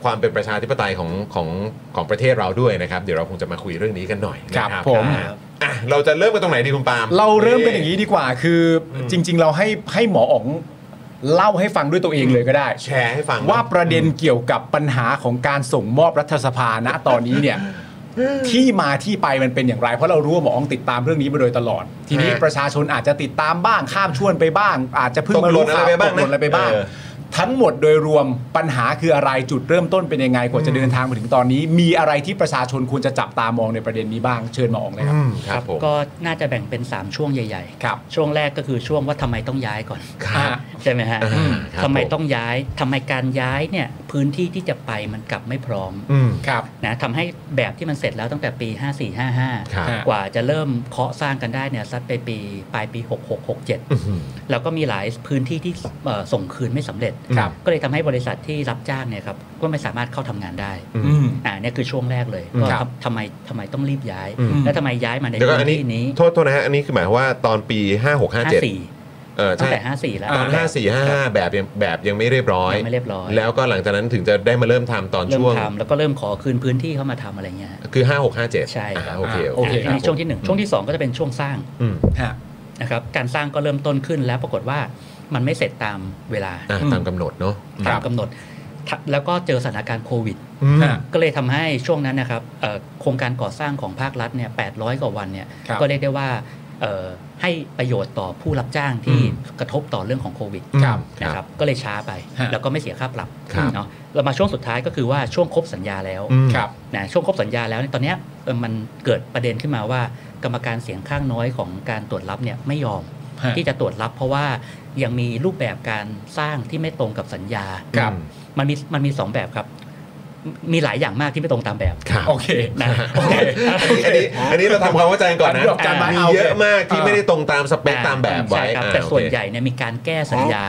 ความเป็นประชาธิปไตยของของของประเทศเราด้วยนะครับ เดี๋ยวเราคงจะมาคุยเรื่องนี้กันหน่อยนะครับ ผม อ่ะอ่ะเราจะเริ่มกันตรงไหนดีคุณปาล์ม เราเริ่มกันอย่างนี้ดีกว่า คือจริง ๆ เราให้ให้หมออ๋องเล่าให้ฟังด้วยตัวเองเลยก็ได้ แชร์ให้ฟัง ว่าประเด็นเกี่ยวกับปัญหาของการส่งมอบรัฐสภาณตอนนี้เนี่ย ที่มาที่ไปมันเป็นอย่างไร เพราะเรารู้ว่าหมออ๋องติดตามเรื่องนี้มาโดยตลอด ทีนี้ ฮะ ประชาชนอาจจะติดตามบ้างข้ามชวนไปบ้าง อาจจะเพิ่งมารู้ข่าว ตกหล่นอะไรไปบ้าง ตกหล่นอะไรไปบ้าง เออ ทั้งหมดโดยรวมปัญหาคืออะไรจุดเริ่มต้นเป็นยังไงกว่าจะเดินทางมาถึงตอนนี้ มีอะไรที่ประชาชนควรจะจับตามองในประเด็นนี้บ้างเชิญหมออ๋องเลยครับ อืมครับผม ก็น่าจะแบ่งเป็น 3 ช่วงใหญ่ ครับ ๆ ช่วงแรกก็คือช่วงว่าทำไมต้องย้ายก่อน ครับ ใช่ไหมฮะ อ่าครับ ทำไม ผม ต้องย้ายทำไมการย้ายเนี่ยพื้นที่ที่จะไปมันกลับไม่พร้อม อืม ครับ นะทำให้แบบที่มันเสร็จแล้วตั้งแต่ปี ค 5455 รับ ฮะ กว่าจะเริ่มเคาะสร้างกันได้เนี่ยสัดไปปีปลายปี 6667 แล้วก็มีหลายพื้นที่ที่เอ่อส่งคืนไม่สำเร็จ ครับ ก็เลยทำให้บริษัทที่รับจ้างเนี่ยครับก็ไม่สามารถเข้าทำงานได้ อืม อ่าเนี่ยคือช่วงแรกเลย อืม ก็ ครับ ทำทำไมทำไมต้องรีบย้าย อืม และทำไมย้ายมาใน เดี๋ยวก็ พื้ อัน น นี้ ที่นี้ โทษโทษนะฮะ อันนี้คือหมายความว่าตอนปี 5657 54 เออ ตั้ ใช่ งแต่ 54 แล้ว ตอน 54 55 แบบยังแบบยังไม่เรียบร้อย ยังไม่เรียบร้อย แล้วก็หลังจากนั้นถึงจะได้มาเริ่มทำตอน เริ่ม ช่วง ทำแล้วก็เริ่มขอคืนพื้นที่เข้ามาทำอะไรเงี้ยฮะ คือ 5657 ใช่ อ่า ครับ โอเค อ่า โอเค อันนี้ช่วงที่หนึ่งช่วงที่สองก็จะเป็นช่วงสร้าง อืม ฮะ นะครับการสร้างก็เริ่มต้นขึ้นแล้วปรากฏว่ามันไม่เสร็จตามเวลา อ่ะตามกำหนดเนาะ ตามกำหนดทะแล้วก็เจอสถานการณ์โควิด อืม ฮะ ก็เลยทำให้ช่วงนั้นนะครับเอ่อโครงการก่อสร้างของภาครัฐเนี่ย800 กว่าวันเนี่ย ครับ ก็เรียกได้ว่าเอ่อให้ประโยชน์ต่อผู้รับจ้างที่ อืม กระทบต่อเรื่องของโควิด ครับ นะครับก็เลยช้าไป ฮะ แล้วก็ไม่เสียค่าปรับ ครับ เนาะเรามาช่วงสุดท้ายก็คือว่าช่วงครบสัญญาแล้ว อืม ครับ นะช่วงครบสัญญาแล้วเนี่ยตอนเนี้ยเอ่อมันเกิดประเด็นขึ้นมาว่ากรรมการเสียงข้างน้อยของการตรวจรับเนี่ยไม่ยอม ฮะ ที่จะตรวจรับเพราะว่ายังมีรูปแบบการสร้างที่ไม่ตรงกับสัญญา ครับ มันมีมันมีสองแบบครับมมีหลายอย่างมากที่ไม่ตรงตามแบบ ครับ โอเค นะ โอเค อันนี้อันนี้เราทำความเข้าใจก่อนนะ อันนี้บอกจำไว้ มี เอาโอเค เยอะมากที่ไม่ [LAUGHS] ได้ตรงตามสเปคตามแบบไว้ ใช่ครับ อ่า แต่ส่วน โอเค ใหญ่เนี่ยมีการแก้สัญญา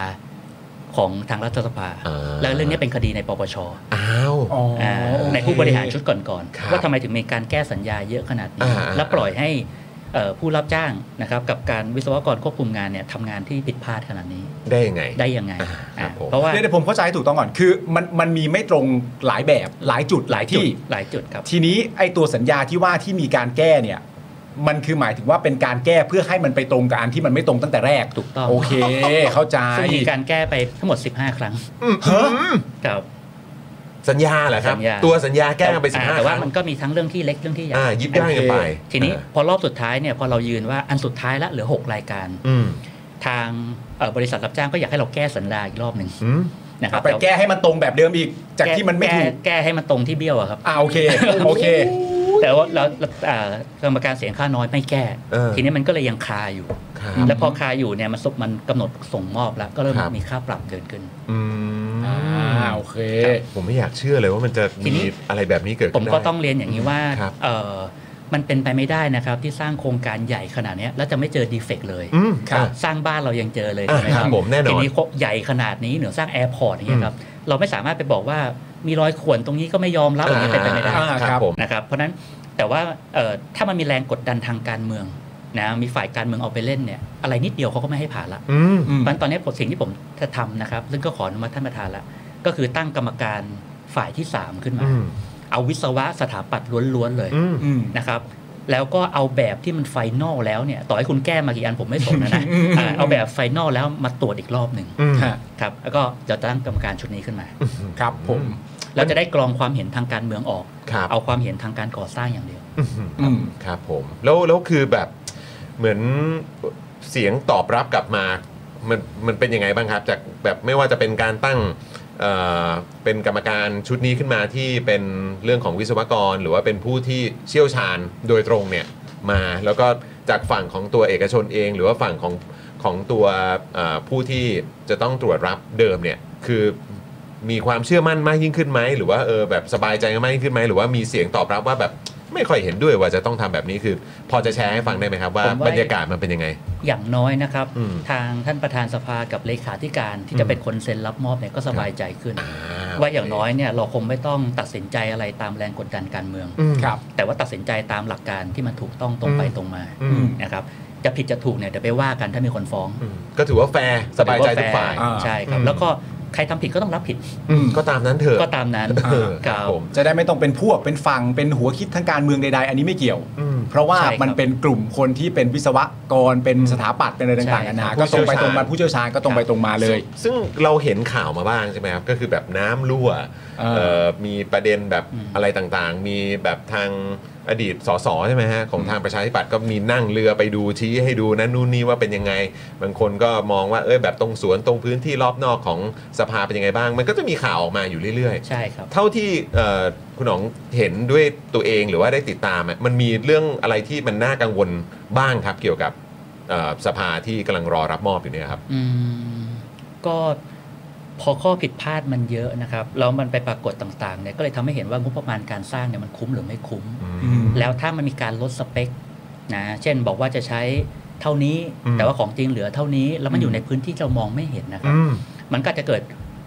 ของทางรัฐสภา อ่า และเรื่องเนี้ยเป็นคดีในปปช อ้าว อ๋ออ อ่าในผู้บริหารชุดก่อน ครับ ๆว่าทำไมถึงมีการแก้สัญญาเยอะขนาดนี้ อ่า และปล่อยให้เอ่อผู้รับจ้างนะครับกับการวิศวกรควบคุมงานเนี่ยทำงานที่ผิดพลาดขนาดนี้ ได้ยังไง ได้ยังไง อ่าคอ่ารับผม เพราะว่า เดี๋ยวเดี๋ยวผมเข้าใจให้ถูกต้องก่อน คือมันมันมีไม่ตรงหลายแบบหลายจุดหลาย จุด ที่ หลายจุดครับ ทีนี้ไอตัวสัญญาที่ว่าที่มีการแก้เนี่ย มันคือหมายถึงว่าเป็นการแก้เพื่อให้มันไปตรงกับอันที่มันไม่ตรงตั้งแต่แรก ถูกต้อง โอ [LAUGHS] เค เข้าใจ ซึ่งมีการแก้ไปทั้งหมด 15 ครั้ง ฮะ ครับ สัญญาเหรอครับ สัญญา ตัวสัญญาแก้ไปสิบ อ่ ห้า แต่ ค ว่า รั้ง มันก็มีทั้งเรื่องที่เล็กเรื่องที่ใหญ่ อ่ายิบย่อยกันไป ทีนี้ อ่า พอรอบสุดท้ายเนี่ยพอเรายืนว่าอันสุดท้ายละเหลือหกรายการ อืม ทางเอ่อบริษัทรับจ้างก็อยากให้เราแก้สัญญาอีกรอบหนึ่ง อืม นะครับ ไปแก้ให้มันตรงแบบเดิมอีก จากที่มันไม่ถูก แแก้ให้มันตรงที่เบี้ยวอะครับ อ่าโอเค โอเค [LAUGHS] แต่ว่าแล้วแล้วอ่ากรรมการเสียงข้างน้อยไม่แก้ เออ ทีนี้มันก็เลยยังคาอยู่ ครับ แล้วพอคาอยู่เนี่ยมันสมันกำหนดส่งมอบแล้ว ก็เริ่ม ครับ มีค่าปรับเกินขึ้น อืม อ่าโอเค ผมไม่อยากเชื่อเลยว่ามันจะ ที มี นี้ อะไรแบบนี้เกิด ผ ขึ้ ม นได้ ก็ต้องเรียนอย่างนี้ว่า ครับ เอ่อ มันเป็นไปไม่ได้นะครับ ที่สร้างโครงการใหญ่ขนาดเนี้ยแล้วจะไม่เจอดีเฟกต์เลย อืมครับ สร้างบ้านเรายังเจอเลย อ่า ใช่ไหมครั ครับ บผมแน่นอน ทีนี้ใหญ่ขนาดนี้เหนือสร้างแอร์พอร์ตอย่างเงี้ยครับเราไม่สามารถไปบอกว่ามีรอยข่วนตรงนี้ก็ไม่ยอมรับอย่างนี้ยเป็นไปไม่ได้ าครับผม นะครับเพราะฉะนั้นแต่ว่าเอ่อถ้ามันมีแรงกดดันทางการเมืองนะมีฝ่ายการเมืองเอาไปเล่นเนี่ยอะไรนิดเดียวเขาก็ไม่ให้ผ่านละ อืม เพราะฉะนั้นตอนนี้ผมสิ่งที่ผมจะทำนะครับ ซึ่งก็ขออนุมัติท่านประธานละก็คือตั้งกรรมการฝ่ายที่ 3 ขึ้นมา อืม เอาวิศวะสถาปัตย์ล้วนๆเลย อืม นะครับแล้วก็เอาแบบที่มันไฟนอลแล้วเนี่ยต่อให้คุณแก้มากี่อันผมไม่สน [LAUGHS] นะนะอ่าเอาแบบไฟนอลแล้วมาตรวจอีกรอบหนึ่ง อืม ครับแล้วก็จะตั้งกรรมการชุดนี้ขึ้น [LAUGHS] มา ครับผม แล้วจะได้กรองความเห็นทางการเมืองออก ครับ เอาความเห็นทางการก่อสร้างอย่างเดียว อืม ครับผม แล้วแล้วคือแบบเหมือนเสียงตอบรับกลับมามันมันเป็นยังไงบ้างครับ จากแบบไม่ว่าจะเป็นการตั้งเอ่อเป็นกรรมการชุดนี้ขึ้นมาที่เป็นเรื่องของวิศวกร หรือว่าเป็นผู้ที่เชี่ยวชาญโดยตรงเนี่ยมาแล้วก็จากฝั่งของตัวเอกชนเอง หรือว่าฝั่งของของตัวเอ่อผู้ที่จะต้องตรวจรับเดิมเนี่ยคือมีความเชื่อมั่นมากยิ่งขึ้นไหมหรือว่าเออแบบสบายใจมากยิ่งขึ้นไหมหรือว่ามีเสียงตอบรับว่าแบบไม่ค่อยเห็นด้วยว่าจะต้องทำแบบนี้คือ พอจะแชร์ให้ฟังได้ไหมครับว่า ผมว่า บรรยากาศมันเป็นยังไง อย่างน้อยนะครับ อืม ทางท่านประธานสภากับเลขาธิการที่จะเป็นคนเซ็นรับมอบเนี่ยก็สบายใจขึ้น า ว่าอย่างน้อยเนี่ยเราคงไม่ต้องตัดสินใจอะไรตามแรงกดดันการเมือง ครับ แต่ว่าตัดสินใจตามหลักการที่มันถูกต้องตรงไปตรงมา อืม นะครับจะผิดจะถูกเนี่ยเดี๋ยวไปว่ากันถ้ามีคนฟ้อง อืมก็ถือว่าแฟร์สบายใจทุกฝ่าย หรือว่แฟร์ใช่ครับ อืม แล้วก็ใครทำผิดก็ต้องรับผิด อืม ก็ตามนั้นเถอะ ก็ตามนั้น เออ ค ครั รั บบ ผม จะได้ไม่ต้องเป็นพวกเป็นฝั่งเป็นหัวคิดทางการเมืองใด ๆ อันนี้ไม่เกี่ยว อืม เพราะว่า ใช่ครับ มันเป็นกลุ่มคนที่เป็นวิศวกรเป็นสถาปัตย์เป็นอะไรต่างๆ ใช่ กันา คนารับ ก็ตรงไป ผู้เชี่ยวชาญ ตรงมาผู้เชี่ยวชาญก็ตรงไปตรงมาเลย ซึ่งเราเห็นข่าวมาบ้างใช่ไหมครับ ก็คือแบบน้ำรั่ว เออ เอ่อมีประเด็นแบบ อืม อะไรต่างๆ มีแบบทางอดีตสสใช่ไหมฮะ ของทางประชาธิปัตย์ก็มีนั่งเรือไปดูชี้ให้ดูนั่นนู่นนี่ว่าเป็นยังไง บางคนก็มองว่าเอ้ยแบบตรงสวนตรงพื้นที่รอบนอกของสภาเป็นยังไงบ้าง มันก็จะมีข่าวออกมาอยู่เรื่อยๆ ใช่ครับ เท่าที่เอ่อคุณหนองเห็นด้วยตัวเองหรือว่าได้ติดตามอะมันมีเรื่องอะไรที่มันน่ากังวลบ้างครับ เกี่ยวกับเอ่อสภาที่กำลังรอรับมอบอยู่เนี่ยครับ อืมก็พอข้อผิดพลาดมันเยอะนะครับแล้วมันไปปรากฏต่างๆเนี่ยก็เลยทำให้เห็นว่างบประมาณการสร้างเนี่ยมันคุ้มหรือไม่คุ้ม แล้วถ้ามันมีการลดสเปคนะเช่นบอกว่าจะใช้เท่านี้ อืม แต่ว่าของจริงเหลือเท่านี้ แล้วมันอยู่ในพื้นที่เรามองไม่เห็นนะครับ อืม มันก็อาจจะเกิด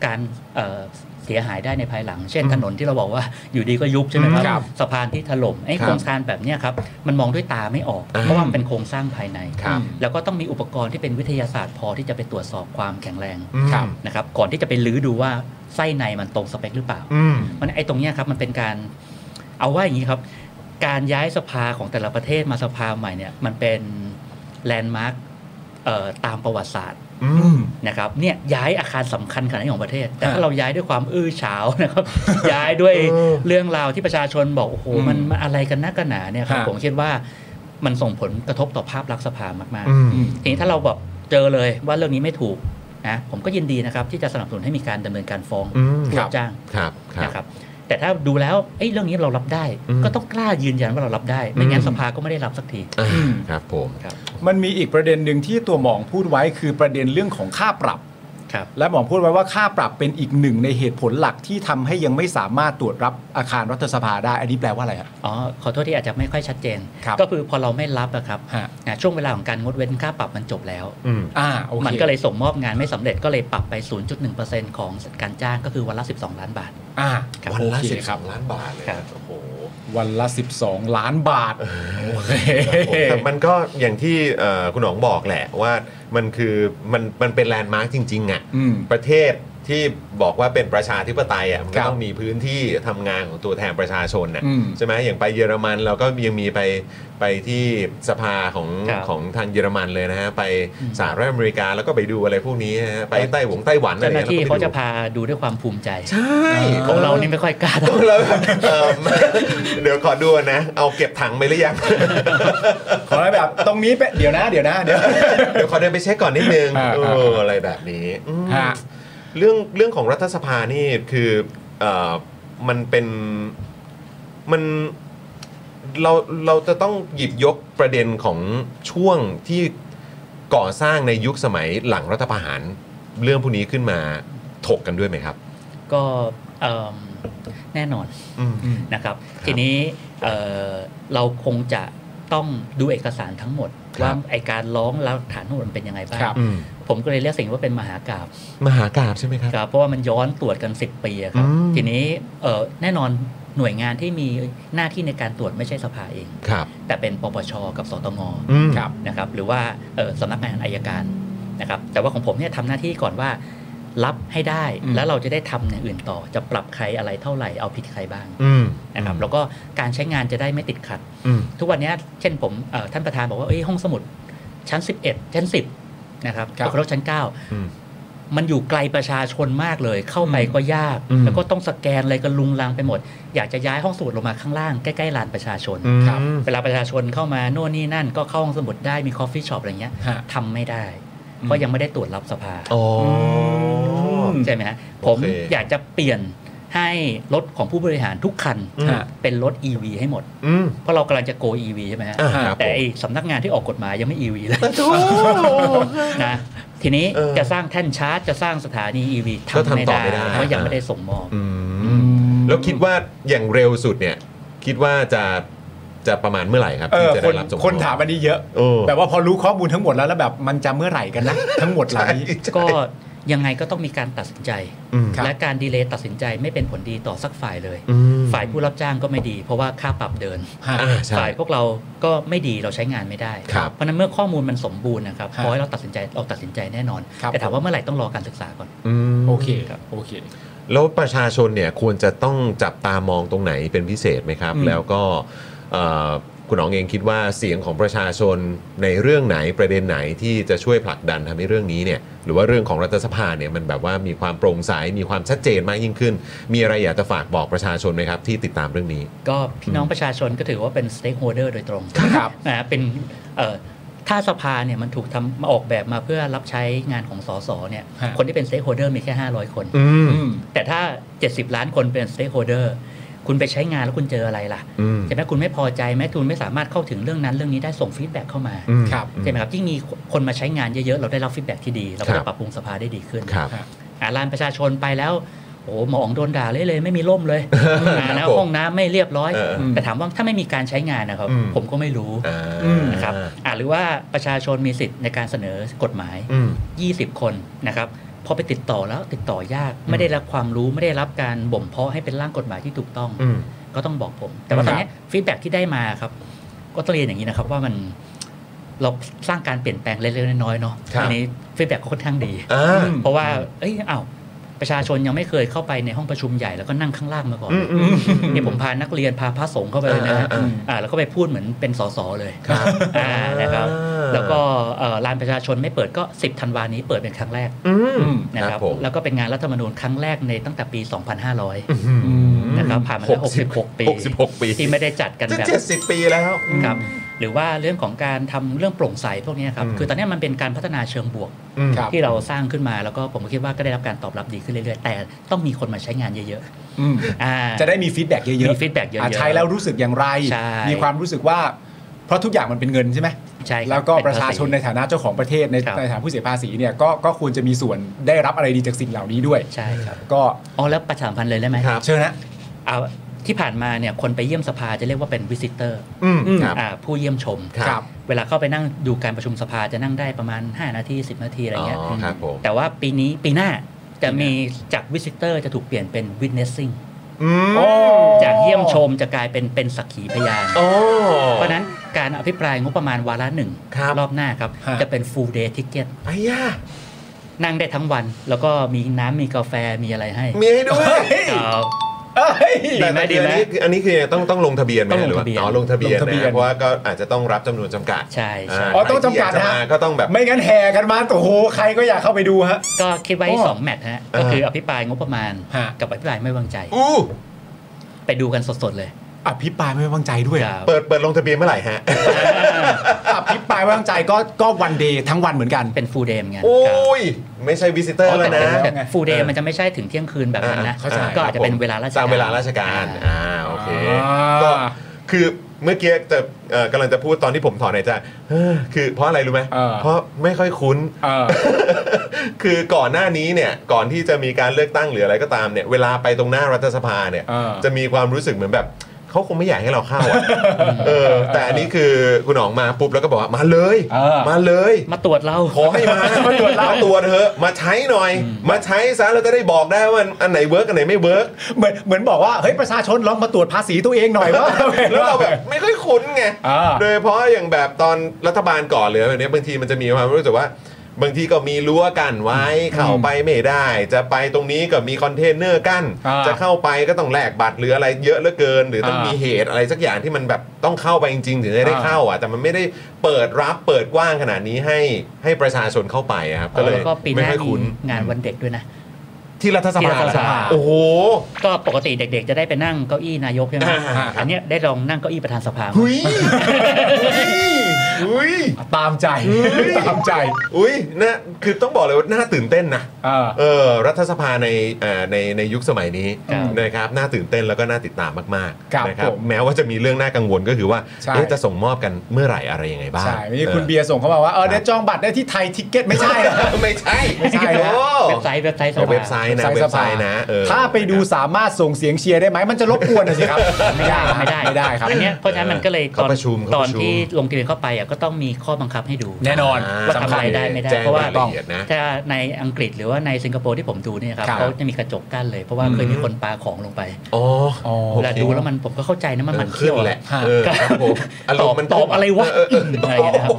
การเอ่อเสียหายได้ในภายหลัง เช่นถนนที่เราบอกว่าอยู่ดีก็ยุบใช่ไหมค ครั รั บบ สะพานที่ถล่มไอ้ ครับ โครงสร้างแบบเนี้ยครับมันมองด้วยตาไม่ออก อ่า เพราะว่ามันเป็นโครงสร้างภายใน ครับ แล้วก็ต้องมีอุปกรณ์ที่เป็นวิทยาศาสตร์พอที่จะไปตรวจสอบความแข็งแรง อืมครับ นะครับก่อนที่จะไปลื้อดูว่าไส้ในมันตรงสเปคหรือเปล่า อืม มันไอ้ตรงเนี้ยครับมันเป็นการเอาว่าอย่างนี้ครับ การย้ายสภาของแต่ละประเทศมาสภาใหม่เนี่ยมันเป็นแลนด์มาร์กตามประวัติศาสตร์นะครับเนี่ยย้ายอาคารสำคัญขนาดนี้ของประเทศ แต่ถ้าเราย้ายด้วยความอื้อฉาวนะครับ [LAUGHS] ย้ายด้วยเรื่องราวที่ประชาชนบอกโอ้โหมันมันอะไรกันนักกันหนาเนี่ยครับ ฮะ ผมคิดว่ามันส่งผลกระทบต่อภาพลักษณ์สภามากๆ อืม ทีนี้ถ้าเราแบบเจอเลยว่าเรื่องนี้ไม่ถูกนะผมก็ยินดีนะครับที่จะสนับสนุนให้มีการดำเนินการฟ้อง อืม ผู้รับจ้าง ครับค นะค รั รับ บแต่ถ้าดูแล้วเอ้ยเรื่องนี้เรารับได้ อืม ก็ต้องกล้ายืนยันว่าเรารับได้ ไม่งั้ อื น ม สภาก็ไม่ได้รับสักที อ่าครับผม มันมีอีกประเด็นหนึ่งที่ตัวหมองพูดไว้คือประเด็นเรื่องของค่าปรับ ครับ และหมอพูดไว้ว่าค่าปรับเป็นอีกหนึ่งในเหตุผลหลักที่ทำให้ยังไม่สามารถตรวจรับอาคารรัฐสภาได้ อันนี้แปลว่าอะไรครับ อ๋อขอโทษที่อาจจะไม่ค่อยชัดเจน ครับ ก็คือพอเราไม่รับนะครับ ฮะ นะช่วงเวลาของการงดเว้นค่าปรับมันจบแล้ว อืม อ่าโอเค มันก็เลยส่งมอบงานไม่สำเร็จก็เลยปรับไป 0.1%ของการจ้างก็คือวันละ 12 ล้านบาท อ่า ครับ โอ วันละ เค สิบ ค ส รั อบ งล้านบาทเลย ครับ โอ้โห วันละ 12 ล้านบาทโอเค แต่มันก็อย่างที่เอ่อคุณหนองบอกแหละว่ามันคือมันมันเป็นแลนด์มาร์กจริงๆอ่ะ อืม ประเทศที่บอกว่าเป็นประชาธิปไตยอ่ะมันก็ ครับ ต้องมีพื้นที่ทำงานของตัวแทนประชาชนน่ะ อืม ใช่ไหมอย่างไปเยอรมันเราก็ยังมีไปไปที่สภาของ ครับ ของทางเยอรมันเลยนะฮะไปสหรัฐอเมริกาแล้วก็ไปดูอะไรพวกนี้นะฮะไปไต้หวงไต้หวันอะไรเงี้เจ้าหน้าย ที่ แล้วก็ เขา ไปดู จะพาดูด้วยความภูมิใจ ใช่ ของเรานี่ไม่ค่อยกล้า เอ เท่า อ ไหร่ เราแบบเอิ่ม [LAUGHS] เดี๋ยวขอดูก่อนนะ เอาเก็บถังไปหรือยัง [LAUGHS] ขอให้แบบตรงนี้เป็นเดี๋ยวนะ เดี๋ยวนะเดี๋ยว เดี๋ยวขอเดินไปเช็คก่อนนิดนึง อ่า เอ อ่า ออะไรแบบนี้อืม ฮะ เรื่องเรื่องของรัฐสภานี่คือเออมันเป็นมันเราเราจะต้องหยิบยกประเด็นของช่วงที่ก่อสร้างในยุคสมัยหลังรัฐประหาร เรื่องพวกนี้ขึ้นมาถกกันด้วยไหมครับ ก็เอิ่ม แน่นอน อืม นะครับ ทีนี้เอ่อเราคงจะต้องดูเอกสารทั้งหมด ครับ ว่าไอการร้องแล้วฐานทั้งหมดมันเป็นยังไงบ้าง ครับ อืม ผมก็เลยเรียกสิ่งว่าเป็นมหากราบ มหากราบใช่ไหมครับ ครับเพราะว่ามันย้อนตรวจกัน 10 ปีอะครับ อืม ทีนี้เอ่อแน่นอนหน่วยงานที่มีหน้าที่ในการตรวจไม่ใช่สภาเอง ครับ แต่เป็นปปชกับสตง อืม ครับ นะครับหรือว่าเอ่อสำนักงานอายการนะครับแต่ว่าของผมเนี่ยทำหน้าที่ก่อนว่า รับให้ได้ อืม แล้วเราจะได้ทำอย่างอื่นต่อ จะปรับใครอะไรเท่าไหร่เอาผิดใครบ้าง อืม นะครับแล้วก็การใช้งานจะได้ไม่ติดขัด อืม ทุกวันเนี้ยเช่นผมเอ่อท่านประธานบอกว่าเอ้ยห้องสมุดชั้น 11 ชั้น 10นะครับ ครับ แล้วชั้น อืม 9 มันอยู่ไกลประชาชนมากเลย เข้าไป อืม ก็ยาก อืม แล้วก็ต้องสแกนอะไรก็ลุงลังไปหมด อยากจะย้ายห้องสมุดลงมาข้างล่างใกล้ๆลานประชาชน อืม ครับ เวลาประชาชนเข้ามาโน่นนี่นั่นก็เข้าห้องสมุดได้มีคอฟฟี่ช็อปอะไรเงี้ย ฮะ ทำไม่ได้ อืม เพราะยังไม่ได้ตรวจรับสภา อ๋อ ใช่ไหมฮะผม โอเค อยากจะเปลี่ยนให้รถของผู้บริหารทุกคัน อืม ฮะ เป็นรถ EV ให้หมด อืม เพราะเรากำลังจะ go EV ใช่ไหมฮะ อ่าครับ แต่ ผม ไอสำนักงานที่ออกกฎหมายยังไม่ EV เลย โอ้โห นะทีนี้ เออ จะสร้างแท่นชาร์จจะสร้างสถานี EV ก็ ทำไม่ ทำต่อ ได้ ไม่ได้ เพราะยังไม่ได้ส่งมอบ อืมแล้วคิดว่าอย่างเร็วสุดเนี่ย คิดว่าจะจะประมาณเมื่อไหร่ครับ เอ ที่ อ จะ ค ได้ น รับสม คนถามอันนี้เยอะ โอ้ แบบว่าพอรู้ข้อมูลทั้งหมดแล้วแล้วแบบมันจะเมื่อไหร่ [LAUGHS] กันนะ ทั้งหมดเหล่านี้ ก็ยังไงก็ต้องมีการตัดสินใจ อืม และการดีเลย์ตัดสินใจไม่เป็นผลดีต่อสักฝ่ายเลย อืม ฝ่ายผู้รับจ้างก็ไม่ดี เพราะว่าค่าปรับเดิน อ่าใช่ ฝ่ายพวกเราก็ไม่ดีเราใช้งานไม่ได้ ครับ เพราะฉะนั้นเมื่อข้อมูลมันสมบูรณ์นะครับ ครับ พอให้เราตัดสินใจเราตัดสินใจแน่นอน ครับ แต่ถามว่าเมื่อไหร่ต้องรอการศึกษาก่อน อืม โอเค ครับ โอเค แล้วประชาชนเนี่ยควรจะต้องจับตามองตรงไหนเป็นพิเศษไหมครับ อืม แล้วก็เอ่อคุณน้องเองคิดว่าเสียงของประชาชนในเรื่องไหนประเด็นไหนที่จะช่วยผลักดันทำให้เรื่องนี้เนี่ย หรือว่าเรื่องของรัฐสภาเนี่ยมันแบบว่ามีความโปร่งใสมีความชัดเจนมากยิ่งขึ้น มีอะไรอยากจะฝากบอกประชาชนไหมครับ ที่ติดตามเรื่องนี้ ก็พี่น้องประชาชนก็ถือว่าเป็นสเต็กโฮเดอร์โดยตรง ครับ นะฮะเป็นเอ่อถ้าสภาเนี่ยมันถูกทำมาออกแบบมาเพื่อรับใช้งานของสสเนี่ย ฮะ คนที่เป็นสเต็กโฮเดอร์มีแค่ 500 คน อืม อืม แต่ถ้า 70 ล้านคนเป็นสเต็กโฮเดอร์คุณไปใช้งานแล้วคุณเจออะไรล่ะ อืม ใช่ไหมคุณไม่พอใจไหมคุณไม่สามารถเข้าถึงเรื่องนั้นเรื่องนี้ได้ส่งฟีดแบ็กเข้ามา อืม ครับ ใช่ไหมครับยิ่งมีคนมาใช้งานเยอะๆ เราได้รับฟีดแบ็กที่ดีเรา ครั ก็ บ จะปรับปรุงสภาได้ดีขึ้น ครับ อ่าลานประชาชนไปแล้วโอ้โหหมออ๋องโดนด่าเลยเลยไม่มีร่มเลยอ่า ครับ นะ ผม ห้องน้ำไม่เรียบร้อย เออ แต่ถามว่าถ้าไม่มีการใช้งานนะครับ อืม ผมก็ไม่รู้ อ่า อืม นะครับอ่าหรือว่าประชาชนมีสิทธิ์ในการเสนอกฎหมาย อืม 20 คนนะครับพอไปติดต่อแล้วติดต่อยาก ไม่ได้รับความรู้ไม่ได้รับการบ่มเพาะให้เป็นร่างกฎหมายที่ถูกต้อง อืม ก็ต้องบอกผม แต่ว่า ค ต รั อบ นเนี้ฟีดแบ็ที่ได้มาครับ ก็ต้องเรียนอย่างนี้นะครับว่ามันเราสร้างการเปลี่ยนแปลงเล็กๆน้อยๆเนาะ ครับ อันี้ฟีดแบ็ก็ค่อนข้างดี อ่า เพราะว่า เอ้ยอ้าวประชาชนยังไม่เคยเข้าไปในห้องประชุมใหญ่แล้วก็นั่งข้างล่างมาก่อน อืมอืมอืม เนี่ยผมพานักเรียนพาพระสงฆ์เข้าไปเลยนะฮะ อ่าอ่า อ่าแล้วก็ไปพูดเหมือนเป็นสสเลย ครับ อ่านะครับ อ่า แล้วก็เอ่อลานประชาชนไม่เปิดก็ 10ธันวานี้เปิดเป็นครั้งแรก อืม นะ ครั ครับ บผม แล้วก็เป็นงานรัฐธรรมนูญครั้งแรกในตั้งแต่ปี 2500 อืม นะครับผ่านมาแล้ว 60 66 ปี 66ปี ที่ไม่ได้จัดกัน จะ แบบ เจ็ดสิบปีแล้ว ครับหรือว่าเรื่องของการทำเรื่องโปร่งใสพวกนี้ครับ อืม คือตอนนี้มันเป็นการพัฒนาเชิงบวก อืม ครับ ที่เราสร้างขึ้นมาแล้วก็ผมก็คิดว่าก็ได้รับการตอบรับดีขึ้นเรื่อยๆ แต่ต้องมีคนมาใช้งานเยอะ อืม ๆอ่า จะได้มีฟีดแบ็กเยอะๆ มี feedback เยอะๆ ะใช้แล้วรู้สึกอย่างไร ใช่ มีความรู้สึกว่า เพราะทุกอย่างมันเป็นเงินใช่ไหม ใช่คบ แล้วก็ เป็ ประชาชนใน ภษี ฐานะเจ้าของประเทศใน ครับ ในฐานะผู้เสียภาษีเนี่ยก็ก็ควรจะมีส่วนได้รับอะไรดีจากสิ่งเหล่านี้ด้วย ใช่ครับ ก็ อ๋อแล้วประชาสัมพันธ์เลยได้ไหม ครับ เชิญนะ เอาที่ผ่านมาเนี่ยคนไปเยี่ยมสภาจะเรียกว่าเป็นวิสิเตอร์ อืม อืม ครับ ผู้เยี่ยมชม ครับ เวลาเข้าไปนั่งดูการประชุมสภาจะนั่งได้ประมาณ 5 นาที 10 นาทีอะไร อ๋อ เงี้ย ครับผม แต่ว่าปีนี้ปีหน้าจะมีจากวิสิเตอร์จะถูกเปลี่ยนเป็น witnessing อืม โอ้ จากเยี่ยมชมจะกลายเป็นเป็นสักขีพยาน โอ้ เพราะฉะนั้นการอภิปรายงบประมาณวาระหนึ่ง ครับ อบหน้าครับ ฮะ จะเป็น full day ticket ไอ้ย่า นั่งได้ทั้งวัน แล้วก็มีน้ำมีกาแฟมีอะไรให้ มีให้ด้วย เอา เอ้ย แต่ ดีไหมดี แต่ ไหม อันนี้อันนี้คือต้องต้องลงทะเบียนไหม ต้องลง หรือว่า ทะเบียน อ๋อลงทะเบียน ลงทะเบียน นะเพราะว่าก็อาจจะต้องรับจำนวนจำกัด ใช่ใช่ า อ๋อต้องจำกัด ใครที่อยา นะ มาก็ต้องแบบ ไม่งั้นแห่กันมาโอ้โหใครก็อยากเข้าไปดูฮะ ก็คิดไว้ โอ้ สองแมตช์ฮะ อ่า ก็คืออภิปรายงบประมาณ ฮะ กับอภิปรายไม่วางใจ อู้ ไปดูกันสดๆเลย อภิปรายไม่ไว้วางใจด้วยอะ ครับ เปิดเปิดลงทะเบียนเมื่อไหร่ฮะ อภิปรายไม่ไว้วางใจก็ก็วันเดย์ทั้งวันเหมือนกัน เป็น full day เหมือนกัน โอ้ ครับ ย ไม่ใช่วิสิเตอร์แล้วนะ แต่ฟูเด เอ ย์ อ มันจะไม่ใช่ถึงเที่ยงคืนแบบนั้นนะ เข้าใจ ก็อาจจะเป็นเวลาราชการ ตามเวลาราชการ อ่ อ่าโอเค อ่า ก็คือเมื่อกี้จะเอ่อกำลังจะพูดตอนที่ผมถอนหายใจเฮ้อคือเพราะอะไรรู้ไหม เออ เพราะไม่ค่อยคุ้น เออ [LAUGHS] คือก่อนหน้านี้เนี่ยก่อนที่จะมีการเลือกตั้งหรืออะไรก็ตามเนี่ยเวลาไปตรงหน้ารัฐสภาเนี่ย เออ จะมีความรู้สึกเหมือนแบบเขาคงไม่อยากให้เราเข้าอะ [LAUGHS] เออ แต่อันนี้คือคุณหนองมาปุ๊บแล้วก็บอกว่ามาเลย เออ มาเลย มาตรวจเรา ขอให้มา มาตรวจมาตรวจเถอะมาใช้หน่อย มาใช้ซะเราจะได้บอกได้ว่าอันไหนเวิร์กอันไหนไม่เวิร์ก เหมือนเหมือนบอกว่าเฮ้ยประชาชนลองมาตรวจภาษีตัวเองหน่อยว่า [LAUGHS] แล้วเราแบบ [LAUGHS] ไม่ค่อยคุ้นไง อ่า โดยเฉพาะอย่างแบบตอนรัฐบาลก่อนหรืออะไรแบบเนี้ยบางทีมันจะมีความรู้สึกว่า บางทีก็มีรั้วกันไว้เข้าไปไม่ได้ จะไปตรงนี้ก็มีคอนเทนเนอร์กั้น อ่า จะเข้าไปก็ต้องแลกบัตรหรืออะไรเยอะเหลือเกิน หรือต้อง อ่ามี มีเหตุอะไรสักอย่างที่มันแบบต้องเข้าไปจริงๆถึงจะได้ อ่า เข้าอ่ะแต่มันไม่ได้เปิดรับเปิดกว้างขนาดนี้ให้ให้ประชาชนเข้าไปอะครับก็เลย แล้วก็ปีห ไม่ น้า ค่อย มี คุ้น งานวันเด็กด้วยนะ ที่รัฐส ที่ ภา รัฐสภา โอ้โห ก็ปกติเด็กๆ จะได้ไปนั่งเก้าอี้นายกใช่ไหม อ่าครับ อันเนี้ยได้ลองนั่งเก้าอี้ประธานสภา หุยหุย ตามใจตามใจ หุยนะคือต้องบอกเลยว่าน่าตื่นเต้นนะ เออ เออรัฐสภาในเอ่อในในยุคสมัยนี้ ครับ นะครับน่าตื่นเต้นแล้วก็น่าติดตามมาก ครับ ๆนะครั ผม แม้ว่าจะมีเรื่องน่ากังวลก็คือว่า ใช่ เอ๊ะจะส่งมอบกันเมื่อไหร่อะไรยังไงบ้าง ใช่มี ออ คุณเบียร์ส่งเข้ามาว่าเออเดี๋ยวจองบัตรได้ที่ไทยทิกเก็ตไม่ใช่ [LAUGHS] ไม่ใช่ ไม่ใช่นะ โอ้ เว็บไซต์เว็บไซต์ส เอา ภา เว็บไซต์นะเว็บไซต์นะเออ ถ้าไปดูสามารถส่งเสียงเชียร์ได้ไหมมันจะรบกวนนะสิครับ ไม่ได้ไม่ได้ ไม่ได้ครับ อันเนี้ยเพราะฉะนั้นมันก็เลยต เขา อน ประชุม ต เขาปอน ระชุม ที่ลงทะเบียนเข้าไปอ่ะก็ต้องมีข้อบังคับให้ดู แน่นอน ว่าทำอะไรได้ไม่ได้ แจ้ง เพราะว่า ายละเอียดนะ ถ้าในอังกฤษหรือว่าในสิงคโปร์ที่ผมดูเนี่ยครับ ครับ เขาจะมีกระจกกั้นเลย เพราะว่าเคยมีคนปาของลงไป อ๋อ อ๋อ เวลาดูแล้วมันผมก็เข้าใจนะมันหมัน เออขึ้ เที่ น ยว แหละ ฮะ เออครับผมอาร ตอ ม บ ณ์มัน ตอบอะไรวะ เเ มอะไรอย่างเงี้ยนะครับ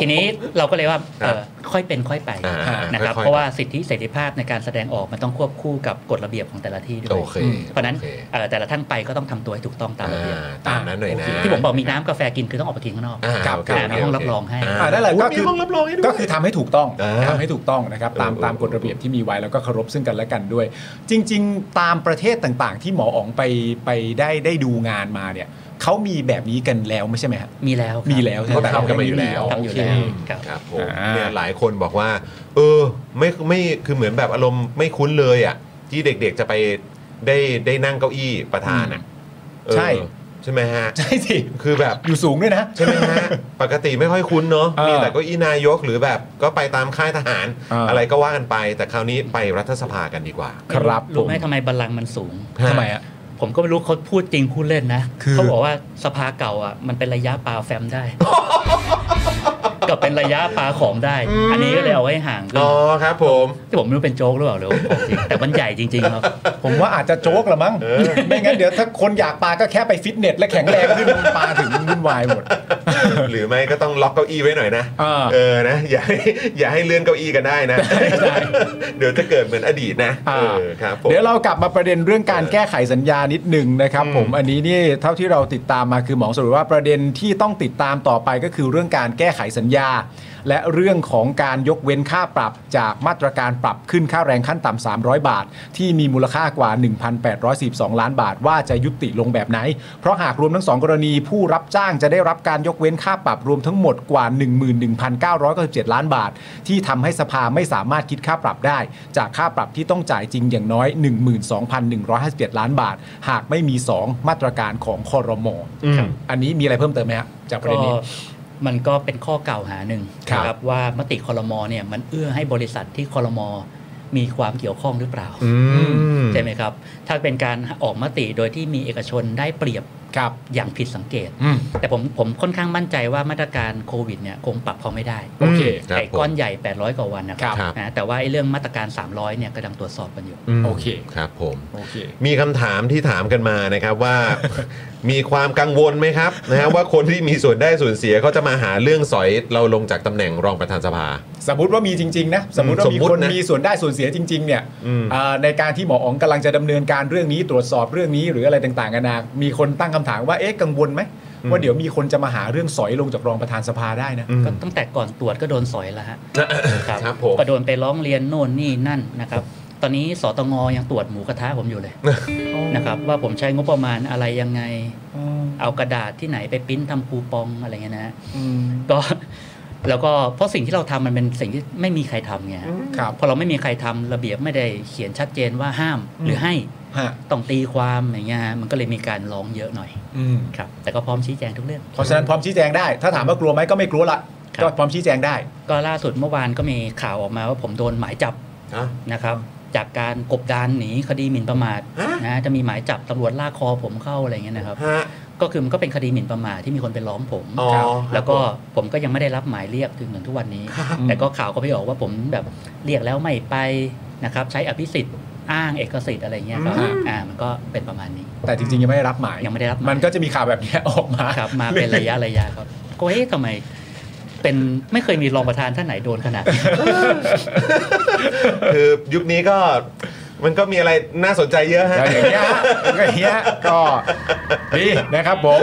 ทีนี้เราก็เลยว่าเอ่คอรับ ค่อยเป็นค่อยไป อ่าๆ นะครับ ค่อยๆ เพราะว่าสิทธิเสรีภาพในการแสดงออกมันต้องควบคู่กับกฎระเบียบของแต่ละที่ด้ว โอย เค เพราะฉะนั้น โอค เอ่อแต่ละท่านไปก็ต้องทำตัวให้ถูกต้องตามระเบียบ อ่ตามนั้นหน่อยนะ ที่ผมบอกมีน้ำกาแฟกินคือต้องออกไปกินข้างนอก อ่า ครับ โอเค อ่ามีห้องรับรองให้ อ่านั่นแหละ โย ก็คือ มีห้องรับรองให้ด้วย ก็คือทำให้ถูกต้อง อ่า ทำให้ถูกต้องนะครับตาม เออ ตามกฎระเบียบที่มีไว้แล้วก็เคารพซึ่งกันและกันด้วย จริง ๆ ตามประเทศต่างๆ ที่หมออ๋องไปไปได้ได้ดูงานมาเนี่ยเขามีแบบนี้กันแล้วไม่ใช่ไหมฮะ มีแล้วครับ มีแล้วใช่ไหม เขาทำกันมาอยู่แล้ว ทำอยู่แล้วครับ ครับผม อ่า เนี่ยหลายคนบอกว่า เออไม่ไม่คือเหมือนแบบอารมณ์ไม่คุ้นเลยอ่ะที่เด็กๆจะไปได้ได้นั่งเก้าอี้ประธานอ่ะเออ ใช่ ใช่ไหมฮะ ใช่สิ คือแบบ อยู่สูงด้วยนะ ใช่ไหมฮะ ปกติไม่ค่อยคุ้นเนาะ เออ มีแต่เก็อีนายกหรือแบบก็ไปตามค่ายทหาร เอออ อะไรก็ว่ากันไป แต่คราวนี้ไปรัฐสภากันดีกว่า ครับผ รู้ ม ไหมทำไมบัลลังก์มันสูง ทำไมอ่ะ ผมก็ไม่รู้เขาพูดจริงพูดเล่นนะ คือ เขาบอกว่าสภาเก่าอ่ะมันเป็นระยะปลาแฟม [LAUGHS] ได้ กับเป็นระยะปลาของได้ อันนี้ก็เลยเอาไว้ห่างก็ อ๋อครับผม ที่ผมไม่รู้เป็นโจ๊กหรือเปล่าหรือ [LAUGHS] ว่าของจริงแต่มันใหญ่จริง ๆ ครับ ผมว่าอาจจะโจ๊กละมั้งไม่งั้นเดี๋ยวถ้าคนอยากปาก็แค่ไปฟิตเนส และแข็งแรงขึ้นปาถึงวุ่นวายหมด หรือไม่ก็ต้องล็อกเก้าอี้ไว้หน่อยนะ อ่า เออนะ อย่าให้อย่าให้เลื่อนเก้าอี้กันได้นะ เดี๋ยวจะเกิดเหมือนอดีตนะ อ่า เออครับผม เดี๋ยวเรากลับมาประเด็นเรื่องการแก้ไขสัญญานิดหนึ่งนะครับ อืม ผมอันนี้นี่เท่าที่เราติดตามมาคือหมอสรุปว่าประเด็นที่ต้องติดตามต่อไปก็คือเรื่องการแก้ไขสัญญา และเรื่องของการยกเว้นค่าปรับจากมาตรการปรับขึ้นค่าแรงขั้นต่ำ300 บาท ที่มีมูลค่ากว่า 1,842 ล้านบาท ว่าจะยุติลงแบบไหน เพราะหากรวมทั้งสองกรณีผู้รับจ้างจะได้รับการยกเว้นค่าปรับรวมทั้งหมดกว่า 11,997 ล้านบาท ที่ทำให้สภาไม่สามารถคิดค่าปรับได้ จากค่าปรับที่ต้องจ่ายจริงอย่างน้อย 12,151 ล้านบาท หากไม่มี 2 มาตรการของคอรมอ อืม อันนี้มีอะไรเพิ่มเติมไหมฮะจากประ ก็ เด็นนี้ มันก็เป็นข้อกล่าวหาหนึ่ง ครับ นะครับว่ามติคอรมอเนี่ยมันเอื้อให้บริษัทที่คอรมอมีความเกี่ยวข้องหรือเปล่า ม ใช่ไหมครับ ถ้าเป็นการออกมติโดยที่มีเอกชนได้เปรียบ ครับ อย่างผิดสังเกต อืม แต่ผมผมค่อนข้างมั่นใจว่ามาตรการโควิดเนี่ยคงปรับพอไม่ได้ โอเค ครับ ไอ้ก้อนใหญ่ 800 กว่าวันนะครั ครับ นะแต่ว่าไอ้เรื่องมาตรการ 300เนี่ยกำลังตรวจสอบกันอยู่ ม โอเค ครับผม โอเค มีคำถามที่ถามกันมานะครับว่า [LAUGHS] มีความกังวลไหมครับนะฮะว่าคนที่มีส่วนได้ส่วนเสียเขาจะมาหาเรื่องสอยเราลงจากตำแหน่งรองประธานสภา สมมติว่ามีจริง ๆ นะ สมมติว่ามี สมมุติ คน นะ มีส่วนได้ส่วนเสียจริง ๆ เนี่ย อืม อ่าในการที่หมออ๋องกำลังจะดำเนินการเรื่องนี้ตรวจสอบเรื่องนี้หรืออะไรต่างๆกันานามีคนตั้งคำถามว่าเอ๊ะกังวลไหมว่าเดี๋ยวมีคนจะมาหาเรื่องสอยลงจากรองประธานสภาได้นะ อืม ก็ตั้งแต่ก่อนตรวจก็โดนสอยแล้วฮะครับ ครับผม ก็โดนไปร้องเรียนโน่นนี่นั่นนะครับ ตอนนี้สตงยังตรวจหมูกระทะผมอยู่เลยนะครับว่าผมใช้งบประมาณอะไรยังไง เอากระดาษที่ไหนไปปริ้นทำคูปองอะไรเงี้ยนะฮะก็ [LAUGHS] แล้วก็เพราะสิ่งที่เราทำมันเป็นสิ่งที่ไม่มีใครทำไงฮะ ครับ พอเราไม่มีใครทำระเบียบไม่ได้เขียนชัดเจนว่าห้ามหรือให้ ฮะ ต้องตีความอย่างเงี้ยฮะมันก็เลยมีการร้องเยอะหน่อย อืม ครับแต่ก็พร้อมชี้แจงทุกเรื่อง เพราะฉะนั้นพร้อมชี้แจงได้ ถ้าถามว่ากลัวไหมก็ไม่กลัวละ ครับ ก็พร้อมชี้แจงได้ ก็ล่าสุดเมื่อวานก็มีข่าวออกมาว่าผมโดนหมายจับ ฮะ นะครับ จากการกบดานหนีคดีหมิ่นประมาทนะจะมีหมายจับตำรวจลากคอผมเข้าอะไรอย่างเงี้ยนะครับ ฮะ ก็คือมันก็เป็นคดีหมิ่นประมาทที่มีคนไปล้อมผม อ๋อ ครับแล้วก็ ครับ ผมก็ยังไม่ได้รับหมายเรียกถึงถึงทุกวัน [LAUGHS] นี้ ครับ แต่ก็ข่าวก็ไปออกว่าผมแบบเรียกแล้วไม่ไปนะครับ ใช้อภิสิทธิ์อ้างเอกสิทธิ์อะไรเงี้ยครับ อืม อ่ามันก็เป็นประมาณนี้ แต่จริงๆยังไม่ได้รับหมาย ยังไม่ได้รับหมาย มันก็จะมีข่าวแบบเนี้ยออกมา ครับมาเป็นระยะระยะครับก็เอ๊ะทำไม เป็นไม่เคยมีรองประธานท่านไหนโดนขนาดนี้ คือยุคนี้ก็มันก็มีอะไรน่าสนใจเยอะฮะ แล้วอย่างเงี้ยก็อย่างเงี้ยก็ดีนะครับผม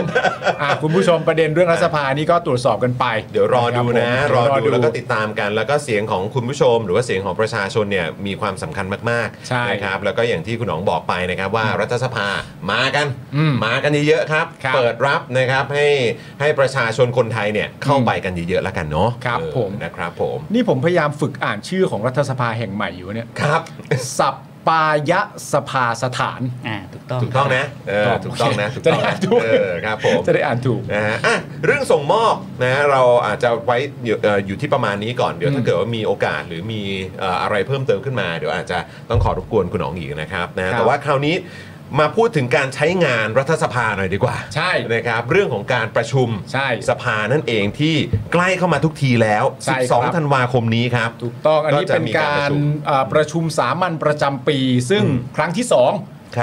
อ่ะคุณผู้ชมประเด็นเรื่องรัฐสภานี่ก็ตรวจสอบกันไป เดี๋ยวรอดูนะ คบผม รอดูแล้วก็ รอ ติดตามกัน แล้วก็เสียงของคุณผู้ชม หรือว่าเสียงของประชาชนเนี่ยมีความสำคัญมาก ใช่ ๆนะครับแล้วก็อย่างที่คุณหนองบอกไปนะครับว่ารัฐสภามากัน อืม มากันเยอะๆครับ ครับ เปิดรับนะครับให้ให้ประชาชนคนไทยเนี่ยเข้าไปกันเยอะๆแล้วกันเนาะ ครับ เออ ผม นะครับผม นี่ผมพยายามฝึกอ่านชื่อของรัฐสภาแห่งใหม่อยู่เนี่ย ครับ สัปปายสภาสถาน อ่าถูกต้อง ถูกต้อง ครับ นะเออถูกต้องนะถูกต้องนะ จะได้ถูก เออครับผม จะได้อ่านถูก นะฮะอ่ะเรื่องส่งมอบนะฮะเราอาจจะไว้อยู่เอ่ออยู่ที่ประมาณนี้ก่อน เดี๋ยวถ้าเกิดว่ามีโอกาสหรือมีเอ่ออะไรเพิ่มเติมขึ้นมา เดี๋ยวอาจจะต้องขอรบกวนคุณอ๋องอีกนะครับนะฮะ ครับ แต่ว่าคราวนี้มาพูดถึงการใช้งานรัฐสภาหน่อยดีกว่า ใช่ นะครับ เรื่องของการประชุม ใช่ สภานั่นเองที่ใกล้เข้ามาทุกทีแล้ว ใช่ครับ 12 ธันวาคมนี้ครับ ถูกต้องอันนี้ ก็จะ เป็น มี กา การ ร ประชุม เอ่อประชุมสามัญประจำปี ซึ่งครั้งที่ ครับ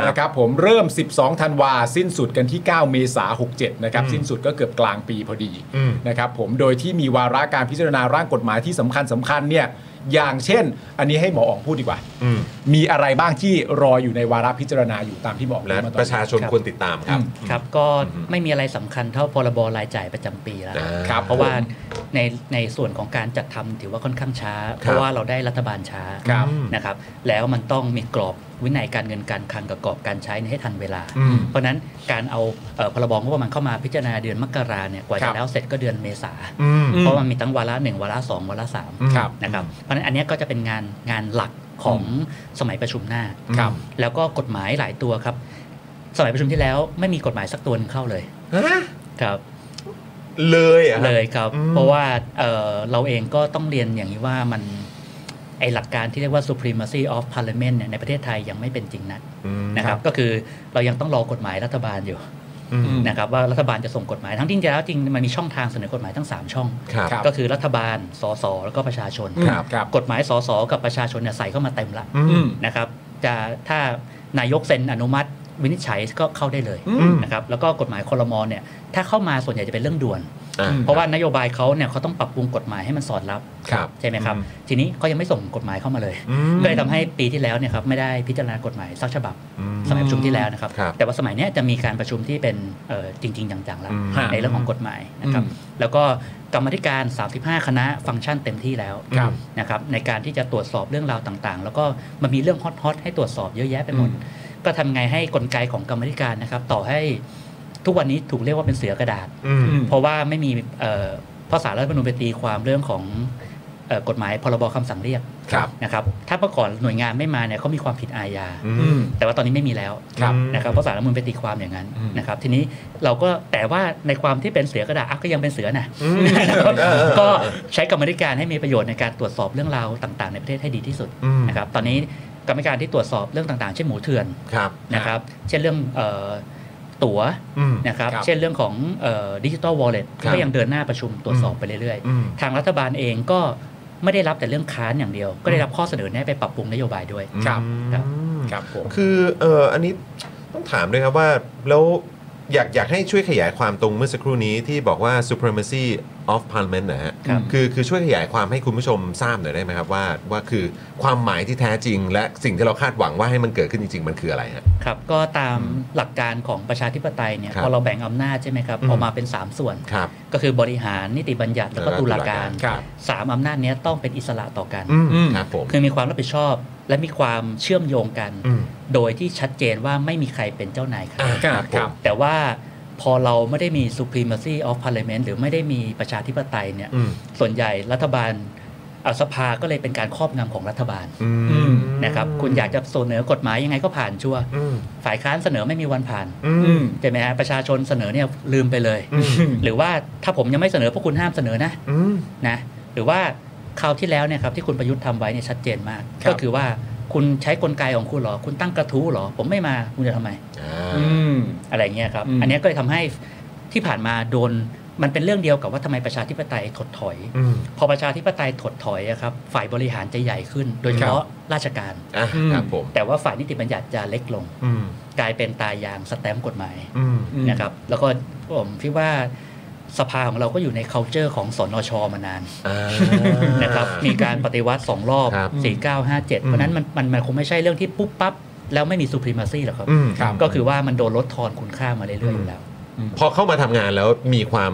2นะครับผมเริ่ม 12 ธันวาสิ้นสุดกันที่ 9 เมษา67 นะครับ สิ้นสุดก็เกือบกลางปีพอดี อืม นะครับผมโดยที่มีวาระการพิจารณาร่างกฎหมายที่สำคัญสำคัญเนี่ยอย่างเช่น อันนี้ให้หมออ๋องพูดดีกว่า อืม มีอะไรบ้างที่รออยู่ในวาระพิจารณาอยู่ตามที่หมออ๋อง และ พูดมาตอน ประชาชน ครับ ควรติดตามครับ ครับก็ไม่มีอะไรสำคัญเท่าพรบรายจ่ายประจำปีแล้วครับ อ่า ครับ เพราะว่า ผม ในในส่วนของการจัดทำถือว่าค่อนข้างช้า เพ ครั ราะ บ ว่าเราได้รัฐบาลช้า ครับ นะครับแล้วมันต้องมีกรอบวินัยการเงินการคลังกับกรอบการใช้ให้ทันเวลา อืม เพราะฉะนั้นการเอาเอ่อพรบงบประมาณเข้ามาพิจารณาเดือนมกราเนี่ยกว่า ครั จะ บ แล้วเสร็จก็เดือนเมษา อืม เพราะมันมีทั้งวาระหนึ่งวาระสองวาระสาม ครับ นะครับเพราะฉะนั้นอันเนี้ยก็จะเป็นงานงานหลักของสมัยประชุมหน้า ครับ แล้วก็กฎหมายหลายตัวครับ สมัยประชุมที่แล้วไม่มีกฎหมายสักตัวหนึงเข้าเลยครับ เลยอ่ะครับ เลยครับ อืม เพราะว่าเอ่อเราเองก็ต้องเรียนอย่างนี้ว่ามันไอหลักการที่เรียกว่า supremacy of parliament เนี่ยในประเทศไทยยังไม่เป็นจริงนัก อืม นะครับ ก็คือเรายังต้องรอกฎหมายรัฐบาลอยู่ อืม นะครับว่ารัฐบาลจะส่งกฎหมายทั้งที่จริงแล้วจริงมันมีช่องทางเสนอกฎหมายทั้ง 3 ช่อง ครับ ครับ ก็คือรัฐบาล สส แล้วก็ประชาชน ครับ กฎหมาย สส กับประชาชนเนี่ยใส่เข้ามาเต็มละ อืม นะครับ จะถ้านายกเซ็นอนุมัติวินิจฉัยก็เข้าได้เลย อืม นะครับ แล้วก็กฎหมายคอรมอเนี่ย ถ้าเข้ามาส่วนใหญ่จะเป็นเรื่องด่วน อ่ะ เพราะว่านโยบายเขาเนี่ยเขาต้องปรับปรุงกฎหมายให้มันสอดรับ ครับ ใช่ไหมครับ อืม ทีนี้เขายังไม่ส่งกฎหมายเข้ามาเลย อืม ก็เลยทำให้ปีที่แล้วเนี่ยครับไม่ได้พิจารณากฎหมายสักฉบับ อืม สมัยประชุมที่แล้วนะครับ ครับ แต่ว่าสมัยเนี้ยจะมีการประชุมที่เป็นเอ่อจริง ๆ จังๆแล้ว อืม ในเรื่องของกฎหมายนะครับ อืม แล้วก็กรรมาธิการ 35 คณะฟังก์ชันเต็มที่แล้ว ครับ นะครับในการที่จะตรวจสอบเรื่องราวต่างๆ แล้วก็มันมีเรื่องฮอตๆให้ตรวจสอบเยอะแยะไปหมด อืม ก็ทำไงให้กลไกของกรรมาธิการนะครับต่อให้ทุกวันนี้ถูกเรียกว่าเป็นเสือกระดาษ อืม เพราะว่าไม่มีเอ่อเพราะสารรัฐธรรมนูญไปตีความเรื่องของเอ่อกฎหมายพรบคำสั่งเรียก ครับ นะครับถ้าเมื่อก่อนหน่วยงานไม่มาเนี่ยเขามีความผิดอาญา อืม แต่ว่าตอนนี้ไม่มีแล้ว ครับ นะครับเพราะสารรัฐธรรมนูญไปตีความอย่างนั้น อืม นะครับทีนี้เราก็แต่ว่าในความที่เป็นเสือกระดาษอ่ะก็ยังเป็นเสือนะ อืม นะครับ เออเออเออ [LAUGHS] ก็ใช้กรรมาธิการให้มีประโยชน์ในการตรวจสอบเรื่องราวต่าง ๆ ในประเทศให้ดีที่สุด อืม นะครับตอนนี้กรรมาธิการที่ตรวจสอบเรื่องต่างๆ เช่นหมูเถื่อน ครับ นะครับเช่นเรื่องเอ่อตั๋ว อืม นะครับ ครับ เช่นเรื่องของดิจิ t a ลวอลเล็ต ครับ ก็ยังเดินหน้าประชุมตรวจสอบไปเรื่อย อืม ๆ ทางรัฐบาลเองก็ไม่ได้รับแต่เรื่องค้านอย่างเดียว ก็ได้รับข้อเสนอแนะไปปรับปรุงนโยบายด้วย ครับ ครับ ครับผม คือเอออันนี้ต้องถามด้วยครับว่า แล้วอยากอยากให้ช่วยขยายความตรงเมื่อสักครู่นี้ที่บอกว่า supremacy of parliament นะฮะ ครับ คือคือช่วยขยายความให้คุณผู้ชมทราบหน่อยได้ไหมครับว่าว่าคือความหมายที่แท้จริง และสิ่งที่เราคาดหวังว่าให้มันเกิดขึ้นจริง ๆ มันคืออะไรฮะ ครับ ก็ตามหลักการของประชาธิปไตยเนี่ย ครับ พอเราแบ่งอำนาจใช่ไหมครับ อืม ออกมาเป็น 3 ส่วน ครับ ก็คือบริหารนิติบัญญัติแล้วก็ แล้วก็ ตุลา ตุลา การ การ ครับ 3 อำนาจเนี้ยต้องเป็นอิสระต่อกัน อืม อืม ครับผม คือมีความรับผิดชอบและมีความเชื่อมโยงกัน อืม โดยที่ชัดเจนว่าไม่มีใครเป็นเจ้านายใคร อ่ะ ครับ ผ ครั ม บ แต่ว่าพอเราไม่ได้มี supremacy of parliament หรือไม่ได้มีประชาธิปไตยเนี่ย อืม ส่วนใหญ่รัฐบาล เอ่อสภาก็เลยเป็นการครอบงำของรัฐบาล อืม นะครับคุณอยากจะเสนอกฎหมายยังไงก็ผ่านชัวร์ฝ่ายค้านเสนอไม่มีวันผ่าน อืม ใช่ไหมฮะประชาชนเสนอเนี่ยลืมไปเลย หรือว่าถ้าผมยังไม่เสนอพวกคุณห้ามเสนอนะนะหรือว่าคราวที่แล้วเนี่ยครับที่คุณประยุทธ์ทำไว้เนี่ยชัดเจนมาก ครับ ก็คือว่าคุณใช้กลไกของคุณเหรอ คุณตั้งกระทู้เหรอ ผมไม่มาคุณจะทำไม อืม อะไรเงี้ยครับ อืม อันเนี้ยก็เลยทำให้ที่ผ่านมาโดนมันเป็นเรื่องเดียวกับว่าทำไมประชาธิปไตยถดถอย พอประชาธิปไตยถดถอยอะครับฝ่ายบริหารจะใหญ่ขึ้น โดยเฉพาะราชการ อ่ะครับผม แต่ว่าฝ่ายนิติบัญญัติจะเล็กลง กลายเป็นตายางสแตมป์กฎหมายนะครับแล้วก็ผมคิดว่าสภาของเราก็อยู่ใน c u เจอร์ของสอนชมานานนะครับมีการปฏิวัติ 2 รอบ ครับ 4957 เพราะฉะนั้นมันมันมันคงไม่ใช่เรื่องที่ปุ๊บปั๊บ แล้วไม่มีซูพรีมาซีหรอกครับ อืม ครับ ก็คือว่ามันโดนลดทอนคุณค่ามาเรื่อยๆอยู่แล้ว พอเข้ามาทำงานแล้วมีความ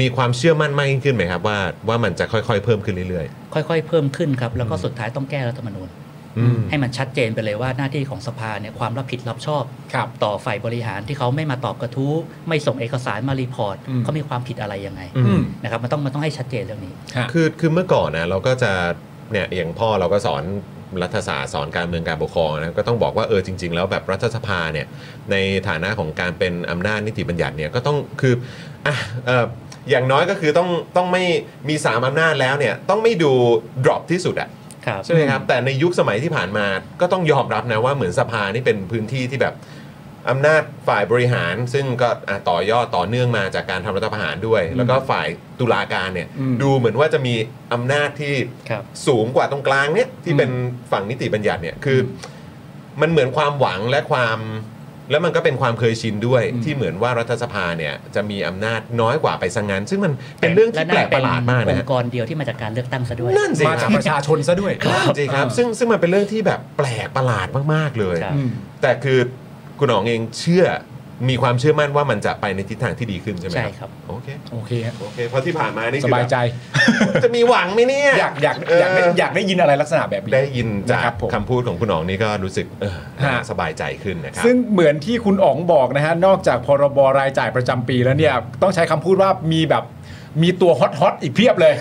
มีความเชื่อมั่นมากยิ่งขึ้นไหมครับ ว่าว่ามันจะค่อยๆเพิ่มขึ้นเรื่อย ค่อยๆ เพิ่มขึ้นครับ แล้วก็สุดท้ายต้องแก้รัฐธรรมนูญ ๆอืม ให้มันชัดเจนไปเลยว่าหน้าที่ของสภาเนี่ยความรับผิดรับชอบ ครับ ต่อฝ่ายบริหารที่เขาไม่มาตอบกระทู้ ไม่ส่งเอกสารมารีพอร์ต อืม เขามีความผิดอะไรยังไง อืม นะครับมันต้องมันต้องให้ชัดเจนเรื่องนี้ ฮะ คือคือเมื่อก่อนนะเราก็จะเนี่ยอย่างพ่อเราก็สอนรัฐศาสตร์สอนการเมืองการปกครองนะก็ต้องบอกว่าเออจริง ๆ แล้วแบบรัฐสภาเนี่ยในฐานะของการเป็นอำนาจนิติบัญญัติเนี่ยก็ต้องคืออ่ะเอ่ออย่างน้อยก็คือต้องต้องไม่มีสามอำนาจแล้วเนี่ยต้องไม่ดู drop ที่สุดอะ ครับ ใช่ไหมครับแต่ในยุคสมัยที่ผ่านมาก็ต้องยอมรับนะว่าเหมือนสภานี่เป็นพื้นที่ที่แบบอำนาจฝ่ายบริหาร ซึ่งก็อ่ะต่อยอดต่อเนื่องมาจากการทำรัฐประหารด้วย แล้วก็ฝ่ายตุลาการเนี่ย อืม ดูเหมือนว่าจะมีอำนาจที่ ครับ สูงกว่าตรงกลางเนี่ยที่ อืม เป็นฝั่งนิติบัญญัติเนี่ยคืออมันเหมือนความหวังและความ แล้วมันก็เป็นความเคยชินด้วย อืม ที่เหมือนว่ารัฐสภาเนี่ยจะมีอำนาจน้อยกว่าไปซะงงั้น ซึ่งมันเป็นเรื่องที่แปลกประหลาดมาก อ นะ ง ฮะ ค์กรเดียวที่มาจากการเลือกตั้งซะด้วย นั่นสิคมาจา รั ก บ ประชาชนซะด้วย นั่นสิครับซึ่งซึ่งมันเป็นเรื่องที่แบบแปลกประหลาดมากๆเลย ครับ อืม แต่คือคุณหนองเองเชื่อมีความเชื่อมั่นว่ามันจะไปในทิศทางที่ดีขึ้นใช่ไหม ใช่ครับ โอเค โอเคฮะ โอเคเพราะที่ผ่านมานี่คือแบบสายใจ บจะมีหวังไหมเนี่ย [LAUGHS] อยากอยากอยากได้ เ อยากได้ยินอะไรลักษณะแบบนี้ ได้ยินจา นะครั ก บผม คำพูดของคุณหนองนี่ก็รู้สึกเออ ฮะ สบายใจขึ้นนะครับ ซึ่งเหมือนที่คุณอ๋องบอกนะฮะ นอกจากพรบรายจ่ายประจำปีแล้วเนี่ย ต้องใช้คำพูดว่ามีแบบมีตัวฮอตฮอตๆอีกเพียบ [LAUGHS] เลย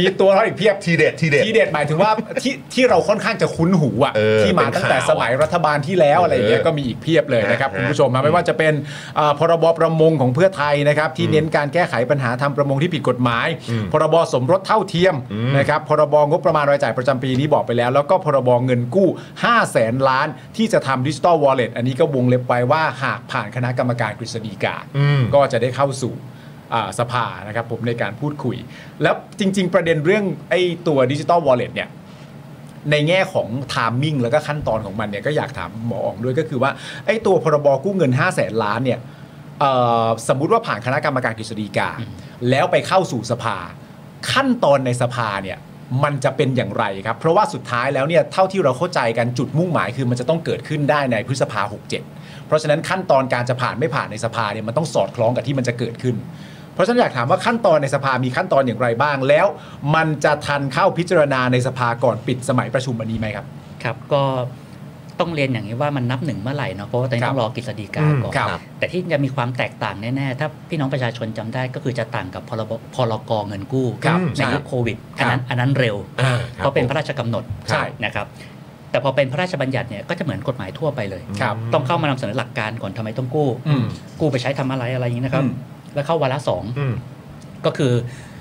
มีตัวฮอตอีกเพียบ ทีเด็ดทีเด็ด ทีเด็ดหมายถึงว่า ที่ที่เราค่อนข้างจะคุ้นหูอะ เออ ที่มาตั้งแต่ เป็นข่าว สมัยรัฐบาลที่แล้วอะไรอย่างเงี้ย เออ ก็มีอีกเพียบเลยนะครับ ฮะ คุณผู้ชมมาไม่ว่าจะเป็นเอ่อพรบประมงของเพื่อไทยนะครับที่เน้นการแก้ไขปัญหาทำประมงที่ผิดกฎหมาย พรบสมรสเท่าเทียมนะครับพรบงบประมาณรายจ่ายประจำปีนี้บอกไปแล้ว แล้วก็พรบเงินกู้ 5 0 0แสนล้านที่จะทำดิจิตอลวอลเล็ตอันนี้ก็วงเล็บไว้ว่าหากผ่านคณะกรรมการกฤษฎีกา อืม ก็จะได้เข้าสู่ อ่าสภานะครับผมในการพูดคุย แล้วจริง ๆ ประเด็นเรื่องไอ้ตัวดิจิตอลวอลเล็ตเนี่ย ในแง่ของไทมิ่งแล้วก็ขั้นตอนของมันเนี่ยก็อยากถามหมออ๋องด้วยก็คือว่าไอ้ตัวพรบกู้เงิน 5 0 0แสนล้านเนี่ยเอ่อสมมุติว่าผ่านคณะกรรมการกฤษฎีกา แล้วไปเข้าสู่สภา ขั้นตอนในสภาเนี่ยมันจะเป็นอย่างไรครับ เพราะว่าสุดท้ายแล้วเนี่ยเท่าที่เราเข้าใจกันจุดมุ่งหมายคือมันจะต้องเกิดขึ้นได้ในพฤษภา 67 เพราะฉะนั้นขั้นตอนการจะผ่านไม่ผ่านในสภาเนี่ยมันต้องสอดคล้องกับที่มันจะเกิดขึ้น เพราะฉะนันอยากถามว่าขั้นตอนในสภามีขั้นตอนอย่างไรบ้าง แล้วมันจะทันเข้าพิจารณาในสภาก่อนปิดสมัยประชุมวันนี้ไหมครับ ครับก็ต้องเรียนอย่างนี้ว่ามันนับหนึ่งเมื่อไหร่เนาะเพราะว่าตอนนี้ ครับ ต้องรอกฤษฎีกาก่อน ครับ แต่ที่จะมีความแตกต่างแน่ๆถ้าพี่น้องประชาชนจำได้ก็คือจะต่างกับพรบพรกเงินกู้ ครับ ในยุค ใช่ โควิด ครับอันนั้นอันนั้นเร็ว อ่าค เพ รับ ราะเป็น ผม พระราชกำหนด ใช่ นะครับแต่พอเป็นพระราชบัญญัติเนี่ยก็จะเหมือนกฎหมายทั่วไปเลย ครับ ต้องเข้ามานำเสนอหลักการก่อนทำไมต้องกู้ อืม กู้ไปใช้ทำอะไรอะไรอย่างนี้นะครับ อืม แล้วเข้าวาระสอง อืม ก็คือ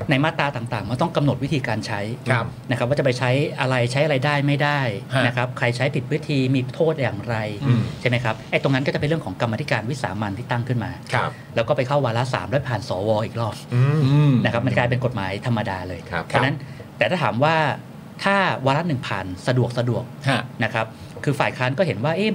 ในมาตราต่างๆ มันต้องกำหนดวิธีการใช้ ครับ นะครับ ว่าจะไปใช้อะไรใช้อะไรได้ไม่ได้ ฮะ นะครับ ใครใช้ผิดวิธีมีโทษอย่างไร อืม ใช่ไหมครับไอ้ตรงนั้นก็จะเป็นเรื่องของกรรมาธิการวิสามันที่ตั้งขึ้นมา ครับ แล้วก็ไปเข้าวาระสามแล้วผ่านสวอีกรอบ อืม อืม นะครับ มันกลายเป็นกฎหมายธรรมดาเลย ครับ เพราะฉะนั้นแต่ถ้าถามว่าถ้าวาระหนึ่งผ่านสะดวกสะดวก ฮะ นะครับ คือฝ่ายค้านก็เห็นว่า เอ๊ะ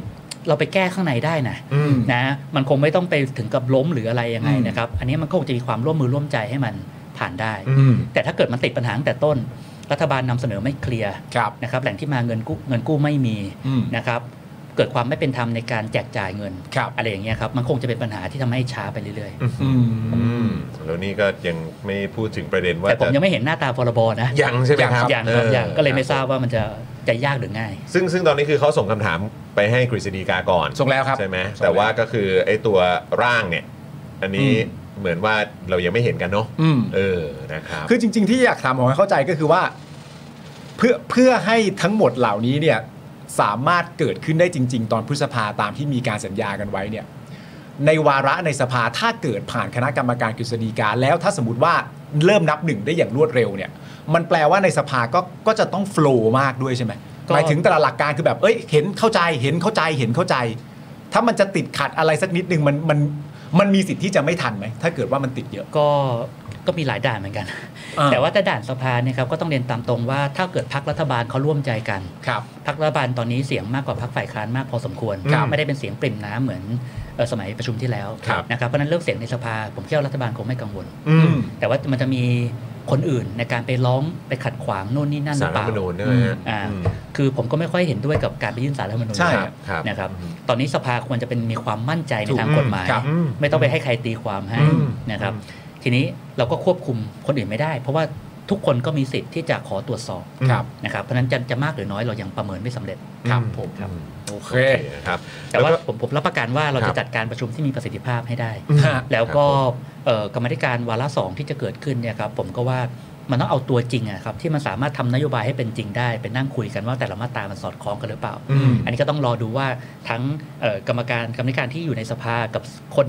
เราไปแก้ข้างในได้นะ อืม นะ มันคงไม่ต้องไปถึงกับล้มหรืออะไรยังไง อืม นะครับ อันนี้มันก็คงจะมีความร่วมมือร่วมใจให้มันผ่านได้ อืม แต่ถ้าเกิดมันติดปัญหาตั้งแต่ต้น รัฐบาลนำเสนอไม่เคลียร์ ครับ นะครับ แหล่งที่มาเงินกู้เงินกู้ไม่มี อืม นะครับ เกิดความไม่เป็นธรรมในการแจกจ่ายเงิน ครับ อะไรอย่างเงี้ยครับ มันคงจะเป็นปัญหาที่ทำให้ช้าไปเรื่อย อืม อืมแล้วนี่ก็ยังไม่พูดถึงประเด็น ๆ ว่า แต่ผม จะ ยังไม่เห็นหน้าตาพรบนะ ยังใช่ไหมครับ อย่างครับ เออ อย่างก็เลยไม่ทราบ คบ ว่ามันจะจะยากหรือง่าย ซึ่งซึ่งตอนนี้คือเขาส่งคำถามไปให้กฤษฎีกาก่อน ส่งแล้วครับ ใช่ไหม ส่งแล้ว แต่ว่าก็คือไอ้ตัวร่างเนี่ย อันนี้ อืม เหมือนว่าเรายังไม่เห็นกันเนาะ อืม เออนะครับ คือจริง ๆ ที่อยากถามหมอให้เข้าใจก็คือว่า เพื่อเพื่อให้ทั้งหมดเหล่านี้เนี่ยสามารถเกิดขึ้นได้จริง ๆ ตอนพฤษภาตามที่มีการสัญญากันไว้เนี่ยในวาระในสภาถ้าเกิดผ่านคณะกรรมการกฤษฎีกาแล้วถ้าสมมติว่าเริ่มนับหนึ่งได้อย่างรวดเร็วเนี่ยมันแปลว่าในสภาก็ก็จะต้องโฟลว์มากด้วยใช่ไหม ก็ หมายถึงแต่ละหลักการคือแบบเอ้ยเห็นเข้าใจเห็นเข้าใจเห็นเข้าใจ ถ้ามันจะติดขัดอะไรสักนิดนึงมันมันมันมีสิทธิ์ที่จะไม่ทันไหมถ้าเกิดว่ามันติดเยอะ ก็ก็มีหลายด่านเหมือนกัน อ่า แต่ว่าแต่ด่านสภาเนี่ยครับก็ต้องเรียนตามตรงว่าถ้าเกิดพักรัฐบาลเขาร่วมใจกัน ครับ พักรัฐบาลตอนนี้เสียงมากกว่าพักฝ่ายค้านมากพอสมควร ครับ ไม่ได้เป็นเสียงปริ่มน้ำเหมือนเอ่อสมัยประชุมที่แล้ว ครับ นะครับเพราะฉะนั้นเรื่องเสียงในสภาผมเชื่อว่ารัฐบาลคงไม่กังวล อืม แต่ว่ามันจะมีคนอื่นในการไปร้องไปขัดขวางโน่นนี่นั่นห สารรัรือเป ฐธรมนูล่ารญใช่ไหมฮะ อ่า อืม คือผมก็ไม่ค่อยเห็นด้วยกับการไปยื่นสารรัฐธรรมนูญ ใช่ นะครับ ครับ นะครับตอนนี้สภาควรจะเป็นมีความมั่นใจในทาง ถูก กฎหมาย ครับ ไม่ต้องไปให้ใครตีความให้นะครับ ทีนี้เราก็ควบคุมคนอื่นไม่ได้ เพราะว่าทุกคนก็มีสิทธิ์ที่จะขอตรวจสอบ ครับ นะครับเพราะฉะนั้นจะจะมากหรือน้อยเรายังประเมินไม่สำเร็จ ครับผม ครับ โอเค โอเคนะครับ แต่ ล้ ว่า ก็ ผมผมรับประกันว่าเรา ครั จะ บ จัดการประชุมที่มีประสิทธิภาพให้ได้ ฮะ แล้วก็เอ่อกรรมาธิการวาระสองที่จะเกิดขึ้นเนี่ยครับผมก็ว่ามันต้องเอาตัวจริงอะครับที่มันสามารถทำนโยบายให้เป็นจริงได้ไปนั่งคุยกันว่าแต่ละมาตรามันสอดคล้องกันหรือเปล่า อืม อันนี้ก็ต้องรอดูว่าทั้งเอ่อกรรมการกรรมาธิการที่อยู่ในสภากับคน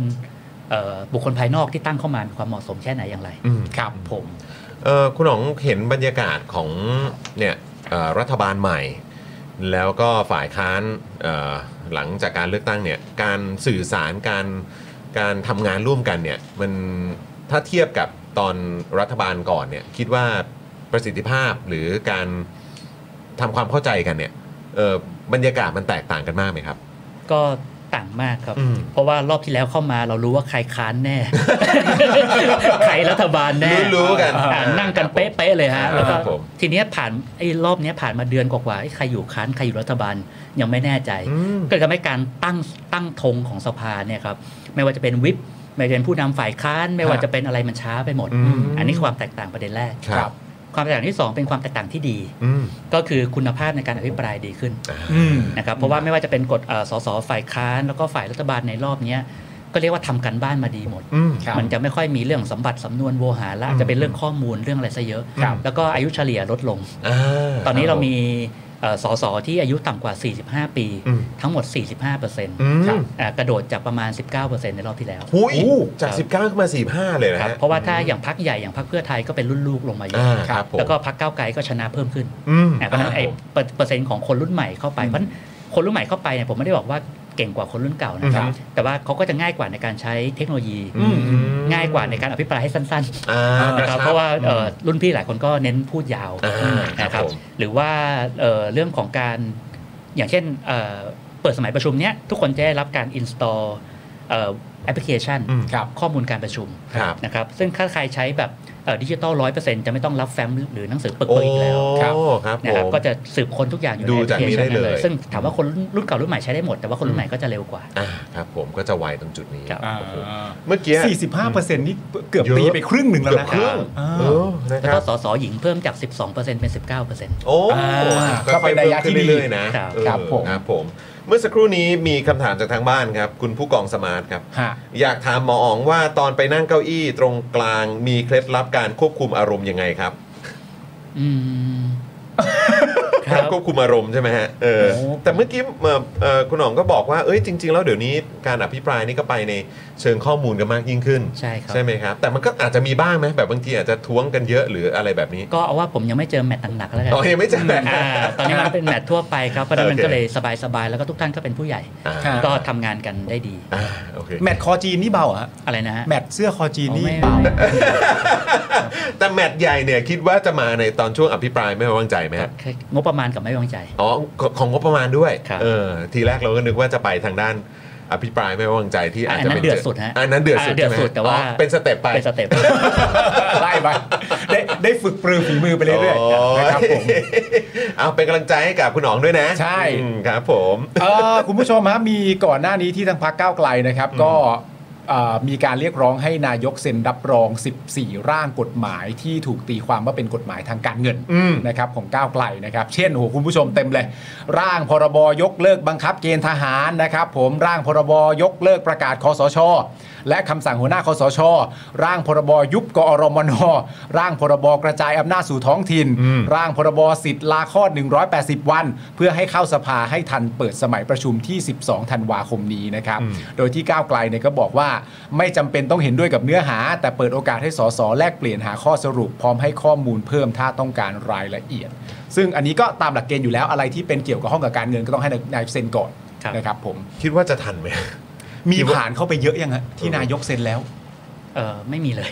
เอ่อบุคคลภายนอกที่ตั้งเข้ามามีความเหมาะสมแค่ไหนอย่างไร อืม ครับผม เอ่อคุณหนองเห็นบรรยากาศของเนี่ยเอ่อรัฐบาลใหม่ แล้วก็ฝ่ายค้านเอ่อหลังจากการเลือกตั้งเนี่ยการสื่อสารการการทำงานร่วมกันเนี่ยมันถ้าเทียบกับตอนรัฐบาลก่อนเนี่ยคิดว่าประสิทธิภาพหรือการทำความเข้าใจกันเนี่ยเอ่อบรรยากาศมันแตกต่างกันมากไหมครับ ก็ต่างมากครับ อืม เพราะว่ารอบที่แล้วเข้ามาเรารู้ว่าใครค้านแน่ [LAUGHS] ใครรัฐบาลแน่ รู้ๆกัน อ่านั่งกัน ครับผม เป๊ะๆเลยฮะ อ่า แล้วคก็รับผม ทีเนี้ยผ่านไอ้รอบเนี้ยผ่านมาเดือนกว่าๆไอ้ใครอยู่ค้านใครอยู่รัฐบาลยังไม่แน่ใจ อืม ก็เลยทำให้การตั้งตั้งธงของสภาเนี่ยครับไม่ว่าจะเป็นวิปไม่ว่าจะเป็นผู้นำฝ่ายค้าน ไม่ว่าจะเป็นอะไรมันช้าไปหมด อืม อันนี้ความแตกต่างประเด็นแรก ครับ ความแตกต่างที่สองเป็นความแตกต่างที่ดี อืม ก็คือคุณภาพในการอภิปรายดีขึ้น อืม นะครับเพราะว่าไม่ว่าจะเป็นกฎเอ่อสสฝ่ายค้านแล้วก็ฝ่ายรัฐบาลในรอบเนี้ยก็เรียกว่าทำกันบ้านมาดีหมด อืม ครับ มันจะไม่ค่อยมีเรื่องสมบัติสำนวนโวหารละจะเป็นเรื่องข้อมูลเรื่องอะไรซะเยอะ ครับ แล้วก็อายุเฉลี่ยลดลง อา ตอนนี้ ค เรา บผ มีเอ่อสสที่อายุต่ำกว่า 45 ปี อืม ทั้งหมด 45% อืม ครับอ่ากระโดดจากประมาณ 19%ในรอบที่แล้ว หุยจาก 19ขึ้นมา45 เลยนะครับ ฮะ เพราะว่าถ้าอย่างพักใหญ่อย่างพักเพื่อไทยก็เป็นรุ่นลูกลงมาเย อ่า อะ ครับผม แล้วก็พักก้าวไกลก็ชนะเพิ่มขึ้น อืม อ่ะเพราะฉะนั้นไอ้เปอร์เปอร์เซ็นต์ของคนรุ่นใหม่เข้าไปเพราะฉะนั้นคนรุ่นใหม่เข้าไปเนี่ยผมไม่ได้บอกว่าเก่งกว่าคนรุ่นเก่านะครับ แต่ว่าเขาก็จะง่ายกว่าในการใช้เทคโนโลยี ง่ายกว่าในการอภิปรายให้สั้น อ่า ๆ ก นะค ชั รับบ เพราะว่าเอ่อรุ่นพี่หลายคนก็เน้นพูดยาว อ่าครับ นะครับ ผม หรือว่าเอ่อเรื่องของการอย่างเช่นเอ่อเปิดสมัยประชุมเนี้ยทุกคนจะได้รับการ install แอปพลิเคชัน อืม ครับ ข้อมูลการประชุม ครับ นะครับซึ่งถ้าใครใช้แบบดิจิตอลร้อยเปอร์เซ็นต์จะไม่ต้องรับแฟ้มหรือหนังสือเปิด โอ้ เปิดอีกแล้ว ครับครับผ นะครับ ม ก็จะสืบค้นทุกอย่างอยู่ ดู ใน จาก แอปพลิเคชัน นี้ได้ นั้น เล เลย ย ซึ่งถามว่าคนรุ่นเก่ารุ่นใหม่ใช้ได้หมด แต่ว่าคนรุ่นใหม่ก็จะเร็วกว่า อ่าครับผมก็จะไวตรงจุดนี้ ครับ โอ้โหเมื่อกี้ สี่สิบห้าเปอร์เซ็นต์นี่เกือบ เยอะ ตีไปครึ่งหนึ่งแล้ว เกือบ นะ ครึ่ง อ่า เออนะ แล้ คว รั ก็ บ สสหญิงเพิ่มจาก 12%เป็น 19% โอ้ อ่า ก็เป็นระยะที่เรื่อยๆนะครับ เออ ครับผม ครับผม เมื่อสักครู่นี้มีคำถามจากทางบ้านครับ คุณผู้กองสมาร์ทครับ ฮะ อยากถามหมออ๋องว่าตอนไปนั่งเก้าอี้ตรงกลางมีเคล็ดลับการควบคุมอารมณ์ยังไงครับ อืมค การรับ ควบคุมอารมณ์ใช่ไหมฮะเออแต่เมื่อกี้เอ่อเอ่อคุณอ๋องก็บอกว่าเอ้ยจริง ๆ แล้วเดี๋ยวนี้การอภิปรายนี่ก็ไปในเชิงข้อมูลกันมากยิ่งขึ้น ใช่ครับ ใช่ไหมครับ แต่มันก็อาจจะมีบ้างไหมแบบบางทีอาจจะท้วงกันเยอะหรืออะไรแบบนี้ ก็เอาว่าผมยังไม่เจอแมตต์หนักๆแล้วกัน อ๋อยังไม่เจอแบบ อ่าตอนนี้มันเป็นแมตต์ทั่วไปครับ เพราะฉะนั้นมัน โอเค ก็เลยสบายๆ แล้วก็ทุกท่านก็เป็นผู้ใหญ่ อ่า ครับ ก็ทำงานกันได้ดี อ่าโอเค แมตช์คอจีนนี่เบาเหรอฮะ อะไรนะฮะ แมตช์เสื้อคอจีน อ๋อ นี่ ไม่ เบา ไม่ แต่แมตช์ใหญ่เนี่ยคิดว่าจะมาในตอนช่วงอภิปรายไม่ไว้วางใจไหมฮะ งบประมาณกับไม่ไว้วางใจ อ๋อของของงบประมาณด้วย ครับ เออทีแรกเราก็นึกว่าจะไปทางด้านอภิปรายไม่ไว้วางใจที่อาจ อัน จะ นั้น ป็ เดือดสุดฮะ อันนั้นเดือดสุด อ่าเดื ใช่ อด ไหม สุดแต่ว่า อ๋อเป็นสเต็ปไป เป็นสเต็ป ไล่ไปได้ได้ฝึกปรือฝีมือไปเรื่อย โ ๆนะครับผม เอาเป็นกำลังใจให้กับคุณหนองด้วยนะ ใช่ อืมครับผม เออคุณผู้ชมฮะมีก่อนหน้านี้ที่ทางพรรคก้าวไกลนะครับ ก็ เอ่อมีการเรียกร้องให้นายกเซ็นรับรอง 14 ร่างกฎหมายที่ถูกตีความว่าเป็นกฎหมายทางการเงินนะครับของก้าวไกลนะครับ เช่นโอ้โหคุณผู้ชมเต็มเลย ร่างพรบยกเลิกบังคับเกณฑ์ทหารนะครับ ผมร่างพรบยกเลิกประกาศคอสช และคำสั่งหัวหน้าคอสช ร่างพรบยุบกอรมนร่างพรบกระจายอำนาจสู่ท้องถิ่น ร่างพรบสิทธิ์ลาคลอด 180 วัน เพื่อให้เข้าสภาให้ทันเปิดสมัยประชุมที่ 12 ธันวาคมนี้นะครับ โดยที่ก้าวไกลเนี่ยก็บอกว่าไม่จำเป็นต้องเห็นด้วยกับเนื้อหา แต่เปิดโอกาสให้สสแลกเปลี่ยนหาข้อสรุปพร้อมให้ข้อมูลเพิ่มถ้าต้องการรายละเอียด ซึ่งอันนี้ก็ตามหลักเกณฑ์อยู่แล้วอะไรที่เป็นเกี่ยวกับห้องกับการเงินก็ต้องให้นายเซ็นก่อน ครับ นะครับผม คิดว่าจะทันไหม มีผ่านเข้าไปเยอะยังฮะที่นายกเซ็นแล้ว เออไม่มีเลย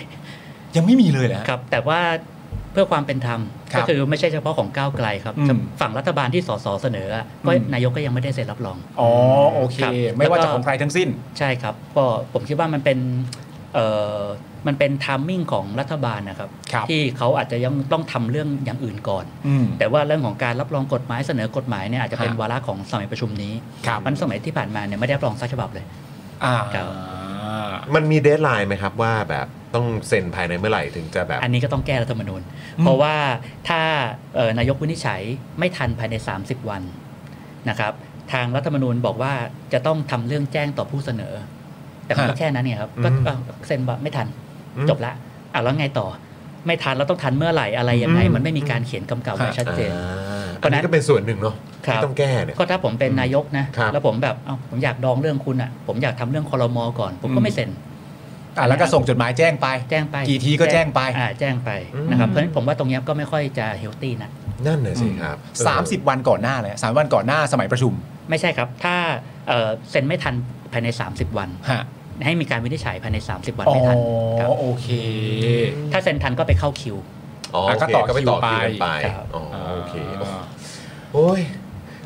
ยังไม่มีเลยนะ ครับแต่ว่าเพื่อความเป็นธรรม ครั ก็ บ คือไม่ใช่เฉพาะของก้าวไกลครับ อืม ฝั่งรัฐบาลที่สสเสนออะก็ อืม นายกก็ยังไม่ได้เซ็นรับรอง อ๋อโอเค ครับ ไม่ว่า แล้วก็ จะของใครทั้งสิ้น ใช่ครับก็ผมคิดว่ามันเป็นเอ่อมันเป็นทามมิ่งของรัฐบาลนะครับ ครับ ที่เขาอาจจะยังต้องทำเรื่องอย่างอื่นก่อน อืม แต่ว่าเรื่องของการรับรองกฎหมายเสนอกฎหมายเนี่ยอาจจะเป็น ฮะ วาระของสมัยประชุมนี้ ครับ มันสมัยที่ผ่านมาเนี่ยไม่ได้รับรองสักฉบับเลย อ่า ครับ มันมีเดทไลน์ไหมครับว่าแบบต้องเซ็นภายในเมื่อไหร่ถึงจะแบบ อันนี้ก็ต้องแก้รัฐธรรมนูญ เพราะว่าถ้าเอ่อนายกวินิจฉัยไม่ทันภายใน 30 วันนะครับ ทางรัฐธรรมนูญบอกว่าจะต้องทำเรื่องแจ้งต่อผู้เสนอ แต่มันก็แค่นั้นเนี่ยครับก็ อืม เอ้าเซ็นว่าไม่ทัน อืม จบละอ่ะแล้วไงต่อ ไม่ทันเราต้องทันเมื่อไหร่อะไรยังไง อืม มันไม่มีการเขียนกำกับไว้ชัดเจน อ่า เพ อั ราะ น ฉะนั้ นี้ น ก็เป็นส่วนหนึ่งเนาะ ครับ ที่ต้องแก้เนี่ย ก็ถ้าผมเป็นนายกนะครับ แล้วผมแบบเอ้าผมอยากดองเรื่องคุณอ่ะ ผมอยากทำเรื่องคอรมอก่อน ผมก็ไม่เซ็น อ่าแล้วก็ส่งจดหมายแจ้งไป แจ้งไป กี่ทีก็แจ้งไป อ่าแจ้งไปนะครับเพราะฉะนั้นผมว่าตรงเนี้ยก็ไม่ค่อยจะเฮลตี้นะ นั่นน่ะสิครับ 30 วันก่อนหน้าเลยสามวันก่อนหน้าสมัยประชุม ไม่ใช่ครับ ถ้าเอ่อเซ็นไม่ทันภายใน 30 วัน ฮะ ให้มีการวินิจฉัยภายใน 30 วัน อ๋อ ไม่ทันครับ โอเค ถ้าเซ็นทันก็ไปเข้าคิว อ๋อ อ่ะ โอ ก็ เค ต่อ ก็ไปต่อคิคิว วไป กันไป ครับ อ๋อโอเค อ่า โอ้ย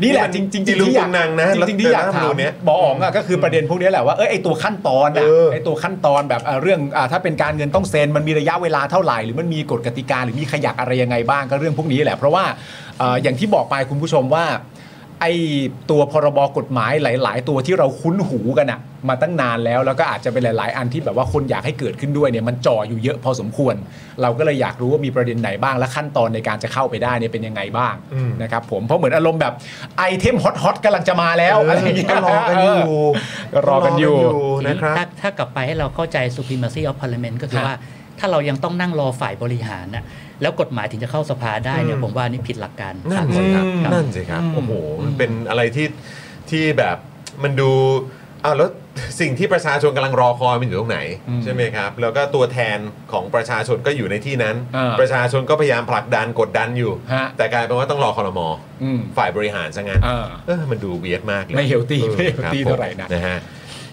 นี่แหละ นี่ จ มัน ริงๆ อีลุง ที่อยา ตุ ก งนางนะ จริงๆที่อยาก รัฐธรรม ถา นู ม ญเนี้ย บออ๋องอ่ะก็คือประเด็นพวกเนี้ยแหละว่าเออไอตัวขั้นตอนอะ เออ ไอตัวขั้นตอนแบบเอ่อเรื่องอ่าถ้าเป็นการเงินต้องเซ็นมันมีระยะเวลาเท่าไหร่หรือมันมีกฎกติกาหรือมีขยักอะไรยังไงบ้างก็เรื่องพวกนี้แหละเพราะว่าเอ่ออย่างที่บอกไปคุณผู้ชมว่า ไอตัวพรบกฎหมายหลาย ๆ ตัวที่เราคุ้นหูกันอะมาตั้งนานแล้วแล้วก็อาจจะเป็นหลาย ๆ อันที่แบบว่าคนอยากให้เกิดขึ้นด้วยเนี่ยมันจ่ออยู่เยอะพอสมควร เราก็เลยอยากรู้ว่ามีประเด็นไหนบ้างและขั้นตอนในการจะเข้าไปได้เนี่ยเป็นยังไงบ้างนะครับผมเพราะเหมือนอารมณ์แบบไอเทมฮอตฮอตๆกำลังจะมาแล้วอะไรอย่างเงี้ย ก็รอกันอยู่ เก็รอกันอยู่ นะครับ ถ้าถ้ากลับไปให้เราเข้าใจ supremacy of parliament ก็คือ ฮะ ว่า ถ้าเรายังต้องนั่งรอฝ่ายบริหารนะแล้วกฎหมายถึงจะเข้าสภาได้เนี่ อื ย ม ผมว่านี่ผิดหลักการ นั่น สา สิ กล ครับ ครั นั่ บ นสิครับโอ้โหมันเป็นอะไรที่ที่แบบมันดูอ้าวแล้ว [LAUGHS] สิ่งที่ประชาชนกำลังรอคอยมันอยู่ตรงไหน ใช่ไหมครับ แล้วก็ตัวแทนของประชาชนก็อยู่ในที่นั้น อ่า ประชาชนก็พยายามผลักดันกดดันอยู่ ฮะ แต่กลายเป็นว่าต้องรอคอรมอ อืม ฝ่ายบริหารซะงั้น อ่า เออมันดูเวียดมากเลย ไม่ healthy ออ ไม่ healthy คบ เท่าไหร่นะ ผมนะฮะ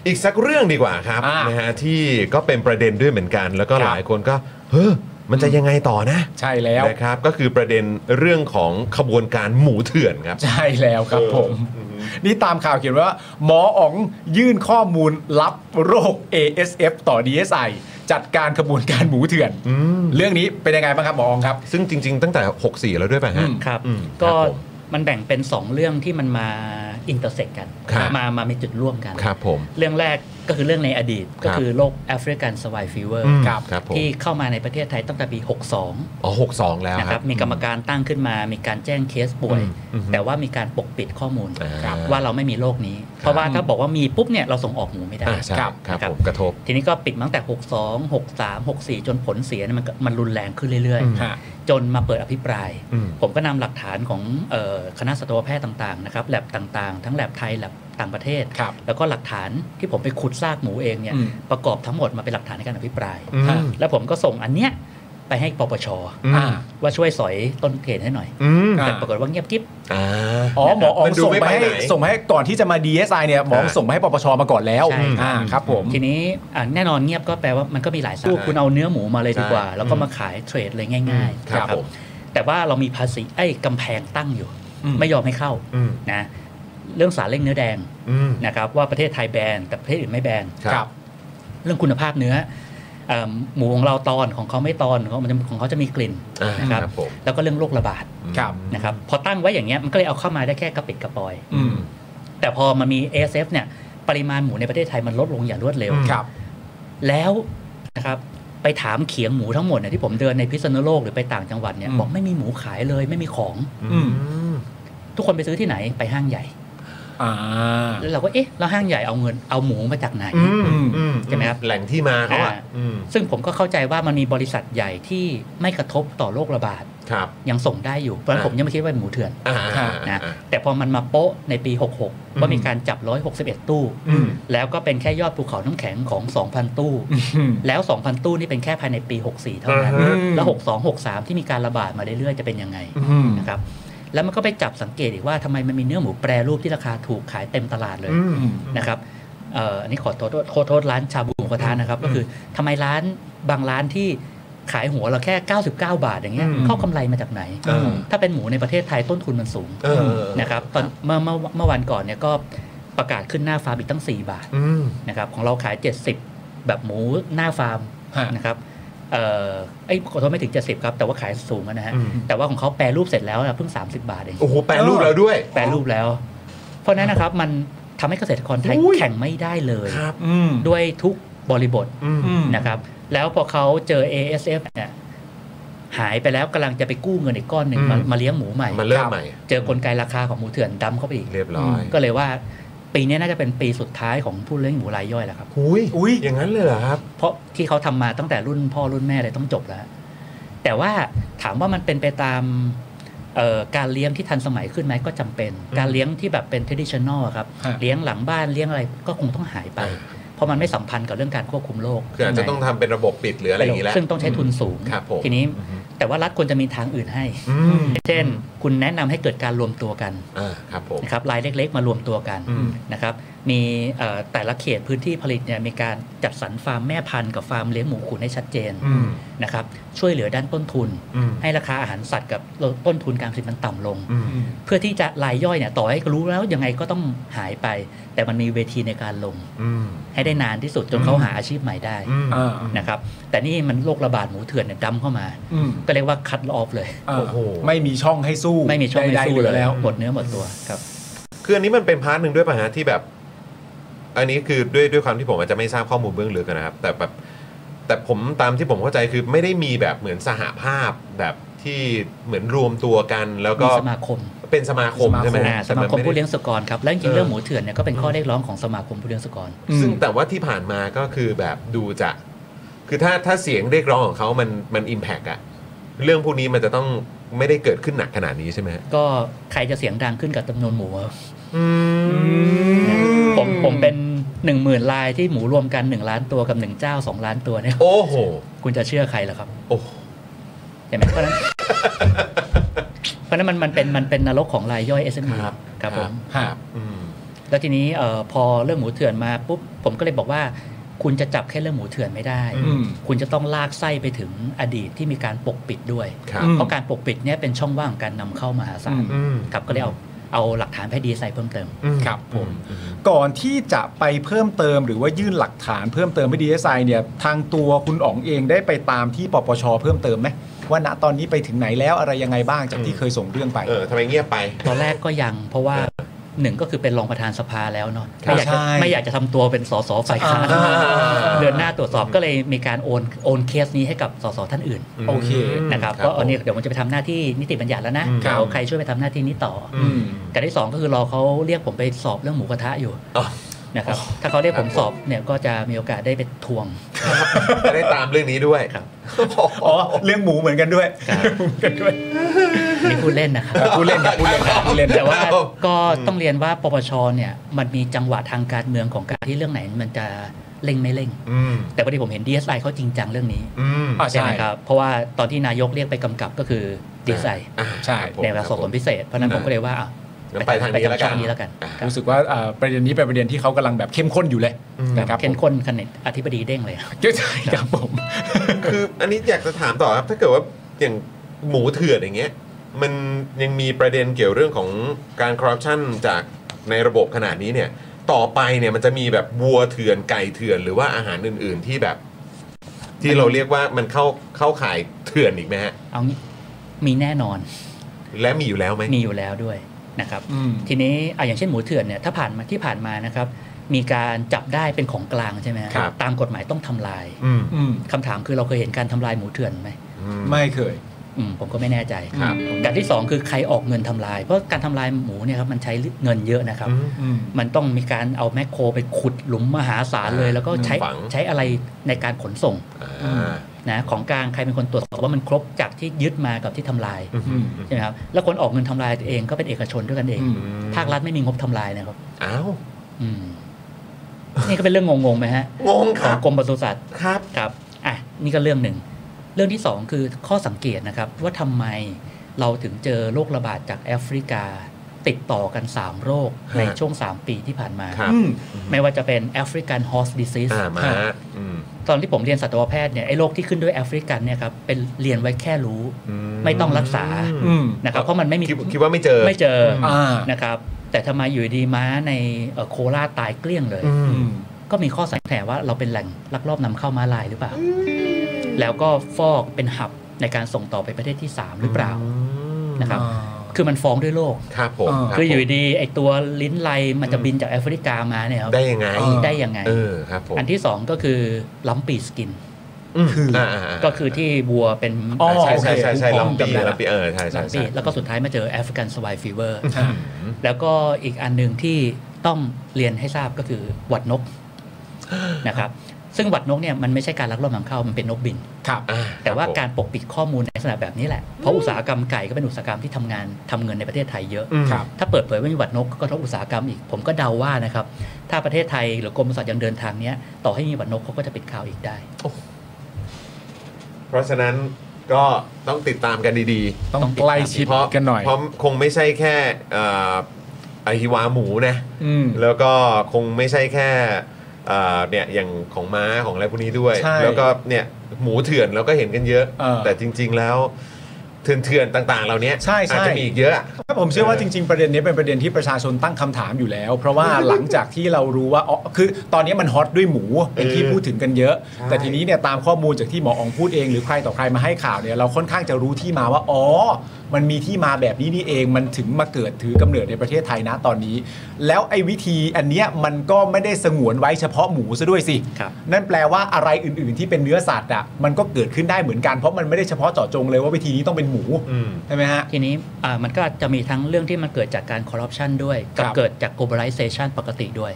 อีกสักเรื่องดีกว่าครับ อ่าน นะฮะที่ก็เป็นประเด็นด้วยเหมือนกัน แล้วก็หลายคนก็เฮ้อมันจะยังไงต่อนะ ใช่แล้ว นะครับก็คือประเด็นเรื่องของขบวนการหมูเถื่อนครับ ใช่แล้วครับผม เอออือฮึ นี่ตามข่าวเขียนว่า หมออ๋องยื่นข้อมูลลับโรค ASF ต่อ DSI จัดการขบวนการหมูเถื่อน เรื่องนี้เป็นยังไงบ้างครับหมออ๋องครับ ซึ่งจริง ๆ ตั้งแต่ 64 แล้วด้วยป่ะฮะ อืม ครับ อืมคก็รับผม มันแบ่งเป็น 2 เรื่องที่มันมาอินเตอร์เซ็กกัน ครับ มามามีจุดร่วมกัน ครับผม เรื่องแรกก็คือเรื่องในอดีต ครับ ก็คือโรคแอฟริกันสวายฟีเวอร์ อืม ครับ ครับผม ที่เข้ามาในประเทศไทยตั้งแต่ปี 62 อ๋อ 62 แล้ว นะ ค ค รั รับ บ มีกรรมการตั้งขึ้นมา มีการแจ้งเคสป่วย อืมอืม แต่ว่ามีการปกปิดข้อมูล อ่า ว่าเราไม่มีโรคนี้ เพราะว่าถ้าบอกว่ามีปุ๊บเนี่ยเราส่งออกหมูไม่ได้ อ่าใช่ ครับ ครับ ครับ ผมกระทบ ทีนี้ก็ปิดมาตั้งแต่ 62 63 64 จนผลเสียเนี่ยมันก็มันรุนแรงขึ้นเรื่อย อืม ฮะ ๆ จนมาเปิดอภิปราย อืม ผมก็นำหลักฐานของเออคณะสัตวแพทย์ต่างๆนะครับแลบต่างๆ ทั้งแลบไทยแลบต่างประเทศ ครับ แล้วก็หลักฐานที่ผมไปขุดซากหมูเองเนี่ย อืม ประกอบทั้งหมดมาเป็นหลักฐานในการอภิปราย อืม แล้วผมก็ส่งอันเนี้ยไปให้ปปช อืม อ่า ว่าช่วยสอยต้นเหตุให้หน่อย อืม อ่า แต่ปรากฏว่าเงียบกิ๊บ อ่า อ๋อหมออ๋อ มั ง นดู ส่ง ไม่ ไป ไป ให้ ไหน ส่งไปให้ก่อนที่จะมา DSI เนี่ยหมออ๋อง อ่า ส่งไปให้ปปชมาก่อนแล้ว ใช่ อ่าครับผม ทีนี้อ่ะแน่นอนเงียบก็แปลว่ามันก็มีหลายสู้คุณเอาเนื้อหมูมาเลยดีกว่า ใช่ แล้วก็มาขายเทรดเลยง่ายๆ ครับ นะ ผม แต่ว่าเรามีภาษีไอ้ยกำแพงตั้งอยู่ อืม ไม่ยอมให้เข้า อืม นะเรื่องสารเล่งเนื้อแดง อืม นะครับว่าประเทศไทยแบนแต่ประเทศอื่นไม่แบน ครับ เรื่องคุณภาพเนื้อเอ่อหมูของเราตอนของเขาไม่ตอนของเขามันจะของเขาจะมีกลิ่น อ่า นะครับ ครับผม แล้วก็เรื่องโรคระบาด ครับ นะครับพอตั้งไว้อย่างเงี้ยมันก็เลยเอาเข้ามาได้แค่กระปิดกระปอย อืม แต่พอมันมี ASF เนี่ยปริมาณหมูในประเทศไทยมันลดลงอย่างรวดเร็ว ครับ แล้วนะครับไปถามเขียงหมูทั้งหมดเนี่ยที่ผมเดินในพิษณุโลกหรือไปต่างจังหวัดเนี่ย อืม บอกไม่มีหมูขายเลยไม่มีของ อืม ทุกคนไปซื้อที่ไหนไปห้างใหญ่ อ่า แล้วเราก็เอ๊ะแล้วห้างใหญ่เอาเงินเอาหมูมาจากไหน อืม อืม อืม ใช่ไหมครับ แหล่งที่มาเขาอ่ะ อ่า อืม ซึ่งผมก็เข้าใจว่ามันมีบริษัทใหญ่ที่ไม่กระทบต่อโรคระบาด ครับ ยังส่งได้อยู่เพราะฉะนั้น อ่า ผมยังไม่คิดว่าเป็นหมูเถื่อน อ่าอ่าอ่า นะแต่พอมันมาโป๊ะในปี 66 ว่ามีการจับ 161 ตู้ อืม แล้วก็เป็นแค่ยอดภูเขาน้ำแข็งของ 2,000 ตู้ แล้ว 2,000 ตู้นี่เป็นแค่ภายในปี 64 เท่านั้น อ่าฮะ แล้ว 62 63 ที่มีการระบาดมาเรื่อยๆ จะเป็นยังไง อืม นะครับแล้วมันก็ไปจับสังเกตอีกว่าทำไมมันมีเนื้อหมูแปรรูปที่ราคาถูกขายเต็มตลาดเลย อืม นะครับเอ่ออันนี้ขอโทษขอโทษร้านชาบูหมูกระทะนะครับ ก็คือทำไมร้านบางร้านที่ขายหัวเราแค่ 99 บาทอย่างเงี้ย อืม เข้ากำไรมาจากไหน เออ ถ้าเป็นหมูในประเทศไทยต้นทุนมันสูง เออ นะครับตอนเมื่อเมื่อเมื่อวันก่อนเนี่ยก็ประกาศขึ้นหน้าฟาร์มอีกตั้ง 4 บาท อืม นะครับของเราขาย 70 แบบหมูหน้าฟาร์ม ฮะ นะครับเอ่อไอ้ยขอโทษไม่ถึง 70 ครับ แต่ว่าขายสูงอะนะฮะ อืม แต่ว่าของเขาแปรรูปเสร็จแล้วนะเพิ่ง 30 บาทเอง โอ้โห แปลรูปแล้วด้วย แปรรูปแล้ว เพราะฉะนั้นนะครับมันทำให้เกษตรกรไทยแข่งไม่ได้เลย ครับ อืม ด้วยทุกบริบท อืม อืม นะครับ แล้วพอเขาเจอ ASF เนี่ยหายไปแล้วกำลังจะไปกู้เงินอีกก้อนหนึ่งมา อืม มาเลี้ยงหมูใหม่ มันเริ่มใหม่ เจอกลไกราคาของหมูเถื่อนดำเข้าไปอีก เรียบร้อย ก็เลยว่าปีนี้น่าจะเป็นปีสุดท้ายของผู้เลี้ยงหมูรายย่อยแล้วครับ อุ้ยอุ้ยอย่างนั้นเลยเหรอครับ เพราะที่เขาทำมาตั้งแต่รุ่นพ่อรุ่นแม่เลยต้องจบแล้ว แต่ว่าถามว่ามันเป็นไปตามเอ่อการเลี้ยงที่ทันสมัยขึ้นไหมก็จำเป็น การเลี้ยงที่แบบเป็น traditional อะครับ เลี้ยงหลังบ้านเลี้ยงอะไรก็คงต้องหายไป อ่า เพราะมันไม่สัมพันธ์กับเรื่องการควบคุมโรค คืออาจจะต้องทำเป็นระบบปิดหรืออะไรอย่างนี้แล้ว ซึ่งต้องใช้ทุนสูง ครับผม ทีนี้แต่ว่ารัฐควรจะมีทางอื่นให้ อืม เช่น คุณแนะนำให้เกิดการรวมตัวกัน อ่าครับผม นะครับรายเล็ก ๆ มารวมตัวกัน อืม นะครับ มีเอ่อแต่ละเขตพื้นที่ผลิตเนี่ยมีการจัดสรรฟาร์มแม่พันธุ์กับฟาร์มเลี้ยงหมูขุนให้ชัดเจน อืม นะครับ ช่วยเหลือด้านต้นทุน อืม ให้ราคาอาหารสัตว์กับต้นทุนการผลิตมันต่ำลง อืม เพื่อที่จะรายย่อยเนี่ยต่อให้รู้แล้วยังไงก็ต้องหายไป แต่มันมีเวทีในการลง อืม ให้ได้นานที่สุดจนเขาหาอาชีพใหม่ได้ อืม อ่า นะครับแต่นี่มันโรคระบาดหมูเถื่อนเนี่ยดำเข้ามา อืม ก็เรียกว่าคัดออฟเลย อ่า โอ้โห ไม่มีช่องให้สู้ ไม่มีช่องให้ ใดๆ สู้ ห เล อย แล้ว หมดเนื้อหมดตัวครับ คืออันนี้มันเป็นพาร์ทหนึ่งด้วยป่ะฮะที่แบบ อันนี้คือด้วยด้วยความที่ผมอาจจะไม่ทราบข้อมูลเบื้องลึกอะนะครับ แต่แบบแต่ผมตามที่ผมเข้าใจคือไม่ได้มีแบบเหมือนสหภาพแบบที่เหมือนรวมตัวกัน แล้วก็ มีสมาคม เป็นสมาคม สมาคม ใช่ไหม อ่า ฮะ สมาคม แต่นไได้ ผู้เลี้ยงสุกรครับและจ เอ ริ อ งๆเรื่องหมูเถื่อนเนี่ยก็เป็นข้อเรียกร้องของสมาคมผู้เลี้ยงสุกร อืม ซึ่งแต่ว่าที่ผ่านมาก็คือแบบดูจะคือถ้าถ้าเสียงเรียกร้องของเขามันมันอิมแพกอะเรื่องพวกนี้มันจะต้องไม่ได้เกิดขึ้นหนักขนาดนี้ใช่ไหมฮะ ก็ใครจะเสียงดังขึ้นกับจำนวนหมูครับ อืม ผมผมเป็นหนึ่งหมื่นลายที่หมูรวมกันหนึ่งล้านตัวกับหนึ่งเจ้าสองล้านตัวเนี่ย โอ้โห คุณจะเชื่อใครล่ะครับ โอ้โห ใช่ไหมเพราะฉะนั้น เพราะฉะนั้นมันมันเป็นมันเป็นนรกของรายย่อย SME ครับ ครับผม ครับ อืม แล้วทีนี้เอ่อพอเรื่องหมูเถื่อนมาปุ๊บผมก็เลยบอกว่า คุณจะจับแค่เรื่องหมูเถื่อนไม่ได้ อืม คุณจะต้องลากไส้ไปถึงอดีตที่มีการปกปิดด้วย ครับ อืม เพราะการปกปิดเนี่ยเป็นช่องว่างของการนำเข้ามหาศาล อืม ครับก็เลยเอาเอาหลักฐานให้ดีไซน์เพิ่มเติม อืม ครับผม ก่อนที่จะไปเพิ่มเติมหรือว่ายื่นหลักฐานเพิ่มเติมไม่ดีไซน์เนี่ยทางตัวคุณอ๋องเองได้ไปตามที่ปปชเพิ่มเติมไหมว่าณตอนนี้ไปถึงไหนแล้วอะไรยังไงบ้างจากที่เคยส่งเรื่องไป เออทำไมเงียบไป ตอนแรกก็ยังเพราะว่าหนึ่งก็คือเป็นรองประธานสภาแล้วเนาะ ครับ ไม่อยากจะ ใช่ ไม่อยากจะทำตัวเป็นสสฝ่ายค้าน เดือนหน้าตรวจสอบก็เลยมีการโอนโอนเคสนี้ให้กับสสท่านอื่น โอเค นะครับ ครับ ก็เอาเนี่ยเดี๋ยวมันจะไปทำหน้าที่นิติบัญญัติแล้วนะครับ เอาใครช่วยไปทำหน้าที่นี้ต่ออ อืม กับที่สองก็คือรอเขาเรียกผมไปสอบเรื่องหมูกระทะอยู่ อ๋อ นะครับถ้าเขาเรียกผมสอบเนี่ยก็จะมีโอกาสได้ไปท [LAUGHS] วง จะได้ตามเรื่องนี้ด้วย ครับ อ๋อ เรื่องหมูเหมือนกันด้วยหมูเหมือนกันด้วย นี่พูดเล่นนะครับ ผู้เล่นครับผู้เล่นครับผู้เล่น แต่ว่าก็ต้องเรียนว่าปปชเนี่ยมันมีจังหวะทางการเมืองของการที่เรื่องไหนมันจะเร่งไม่เร่ง อืม แต่พอดีผมเห็น DSI เขาจริงจังเรื่องนี้ อืม อ่า ใช่ ใช่ ไหมครับเพราะว่าตอนที่นายกเรียกไปกำกับก็คือ DSI อ่า ใช่ ครับผม ในเวลาสอบสวนพิเศษ เพราะฉะนั้นผมก็เลยว่าอ่ะ งั้นไปทางนี้แล้ว ช่ กั อน งนี้แล้วกันครับ รู้สึกว่าอ่าประเด็นนี้เป็นประเด็นที่เขากำลังแบบเข้มข้นอยู่เลยนะครับ เข้มข้นคะแนนอธิบดีเด้งเลย ผมใช่ครับผม คืออันนี้อยากจะถามต่อครับ ถ้าเกิดว่าอย่างหมูเถื่อนอย่างเงี้ย มันยังมีประเด็นเกี่ยวเรื่องของการคอร์รัปชันจากในระบบขนาดนี้เนี่ย ต่อไปเนี่ยมันจะมีแบบวัวเถื่อนไก่เถื่อน หรือว่าอาหารอื่น ๆที่แบบ ที่เราเรียกว่ามันเข้าเข้าขายเถื่อนอีกไหมฮะ เอางี้มีแน่นอน และมีอยู่แล้วไหม มีอยู่แล้วด้วยนะครับ อืม ทีนี้อ่ะอย่างเช่นหมูเถื่อนเนี่ยถ้าผ่านมาที่ผ่านมานะครับ มีการจับได้เป็นของกลางใช่ไหมฮะ ครับ ตามกฎหมายต้องทำลาย อืม อืม คำถามคือเราเคยเห็นการทำลายหมูเถื่อนไหม อืม ไม่เคย อืมผมก็ไม่แน่ใจ ครับ การที่สองคือใครออกเงินทำลาย เพราะการทำลายหมูเนี่ยครับมันใช้เงินเยอะนะครับ อืม มันต้องมีการเอาแมคโครไปขุดหลุมมหาศาลเลย แล้วก็ใช้ ฝัง ใช้อะไรในการขนส่ง อ่า นะของกลางใครเป็นคนตรวจสอบว่ามันครบจากที่ยึดมากับที่ทำลาย อืม ใช่ไหมครับแล้วคนออกเงินทำลายเองก็เป็นเอกชนด้วยกันเอง อืม ภาครัฐไม่มีงบทำลายนะครับ อ้าว อืมนี่ก็เป็นเรื่องงงๆไหมฮะ งงค ขอ รั ง บ กรมปศุสัตว์ ครับ ครับอ่ะนี่ก็เรื่องหนึ่ง เรื่องที่สองคือข้อสังเกตนะครับ ว่าทำไมเราถึงเจอโรคระบาดจากแอฟริกา ติดต่อกัน 3 โรคใน ฮะ ช่วง 3 ปีที่ผ่านมา ครับ อืม ไม่ว่าจะเป็น African Horse Disease อ่ามา ครับ อืม ตอนที่ผมเรียนสัตวแพทย์เนี่ยไอ้โรคที่ขึ้นด้วยแอฟริกันเนี่ยครับเป็นเรียนไว้แค่รู้ อื ไม่ต้องรักษา อืม นะครับ เพราะมันไม่มี คิดคิดว่าไม่เจอ ไม่เจออ อ่า นะครับ แต่ทำไมอยู่ดีม้าในเอ่อโคราชตายเกลี้ยงเลย อืม อืม ก็มีข้อสังเกตว่าเราเป็นแหล่งลักลอบนำเข้าม้าลายหรือเปล่า แล้วก็ฟอกเป็นหับในการส่งต่อไปประเทศที่ 3 หรือเปล่านะครับ คือมันฟ้องด้วยโรค ครับผม อ่า รับ คืออยู่ ผม ดีไอตัวลิ้นไลมันจะบินจากแอฟริกามาเนี่ยครับ ได้ยังไง ได้ยังไง เออครับผม อันที่ 2 ก็คือลัมปีสกิน คืออ่าๆๆ ก็คือที่บัวเป็น อ๋อ ใช่ใช่ใช่ใช่ ผู้ ลำปี กำเนิด ลำปีเออใช่ใช่ ลัม ใช่ ปีแล้วก็สุดท้ายมาเจอแอฟริกันสวายฟีเวอร์ อ่า แล้วก็อีกอันหนึ่งที่ต้องเรียนให้ทราบก็คือหวัดนกนะครับซึ่งหวัดนกเนี่ยมันไม่ใช่การลักลอบนำเข้ามันเป็นนกบิน ครับ อ่ แต่ว่า คบผม การปกปิดข้อมูลในลักษณะแบบนี้แหละ เพราะอุตสาหกรรมไก่ก็เป็นอุตสาหกรรมที่ทำงานทำเงินในประเทศไทยเยอะ อืม ครับ ถ้าเปิดเผยว่ามีหวัดนกก็กระทบอุตสาหกรรมอีก ผมก็เดาว่านะครับ ถ้าประเทศไทยหรือกรมปศุสัตว์ยังเดินทางเนี้ยต่อให้มีหวัดนกเขาก็จะปิดข่าวอีกได้ เพราะฉะนั้นก็ต้องติดตามกันดีๆ ต้องใกล้ชิด เพราะ กันหน่อย เพราะคงไม่ใช่แค่เอ่อไอฮิวาหมูนะ อืม แล้วก็คงไม่ใช่แค่เอ่อเนี่ยอย่างของม้าของอะไรพวกนี้ด้วย ใช่ แล้วก็เนี่ยหมูเถื่อนเราก็เห็นกันเยอะ เออ แต่จริง ๆแล้วเถื่อนๆต่าง ๆ เหล่านี้ ใช่ใช่ อาจจะมีอีกเยอะ ครับผมเชื่อว่าจริง ๆ ประเด็นนี้เป็นประเด็นที่ประชาชนตั้งคำถามอยู่แล้ว เพราะว่า หลังจากที่เรารู้ว่าอ๋อคือตอนนี้มันฮอตด้วยหมูเป็นที่พูดถึงกันเยอะ แต่ทีนี้เนี่ยตามข้อมูลจากที่หมออองพูดเองหรือใครต่อใครมาให้ข่าวเนี่ยเราค่อนข้างจะรู้ที่มาว่าอ๋อมันมีที่มาแบบนี้นี่เองมันถึงมาเกิดถือกำเนิดในประเทศไทยนะตอนนี้ แล้วไอ้วิธีอันเนี้ยมันก็ไม่ได้สงวนไว้เฉพาะหมูซะด้วยสิ ครับ นั่นแปลว่าอะไรอื่น ๆ ที่เป็นเนื้อสัตว์อ่ะมันก็เกิดขึ้นได้เหมือนกันเพราะมันไม่ได้เฉพาะเจาะจงเลยว่าวิธีนี้ต้องเป็นหมู อืม ใช่ไหมฮะ ทีนี้อ่ามันก็จะมีทั้งเรื่องที่มันเกิดจากการคอร์รัปชันด้วย กับ ครับ เกิดจาก globalization ปกติด้วย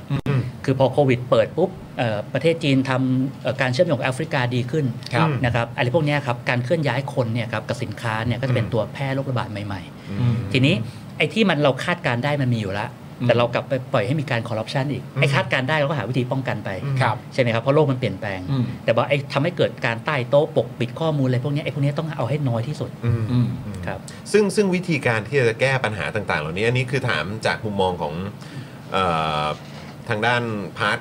คือพอโควิดเปิดปุ๊บเอ่อประเทศจีนทำเอ่อการเชื่อมโยงกับแอฟริกาดีขึ้น ครับ นะครับอะไรพวกเนี้ยครับการเคลื่อนย้ายคนเนี่ยครับกับสินค้าเนี่ยก็จะเป็นตัวแพร่โรคระบาดใหม่ ๆ ทีนี้ไอ้ที่มันเราคาดการณ์ได้มันมีอยู่แล้ว แต่เรากลับไปปล่อยให้มีการคอร์รัปชันอีกไอ้คาดการณ์ได้เราก็หาวิธีป้องกันไป ครับ ใช่ไหมครับเพราะโลกมันเปลี่ยนแปลง อืม แต่ว่าไอ้ทำให้เกิดการใต้โต๊ะปกปิดข้อมูลอะไรพวกเนี้ยไอ้พวกเนี้ยต้องเอาให้น้อยที่สุด อืม อืม ครับ ซึ่งซึ่งวิธีการที่จะแก้ปัญหาต่าง ๆ เหล่านี้อันนี้คือถามจากมุมมองของเอ่อทางด้านพาร์ท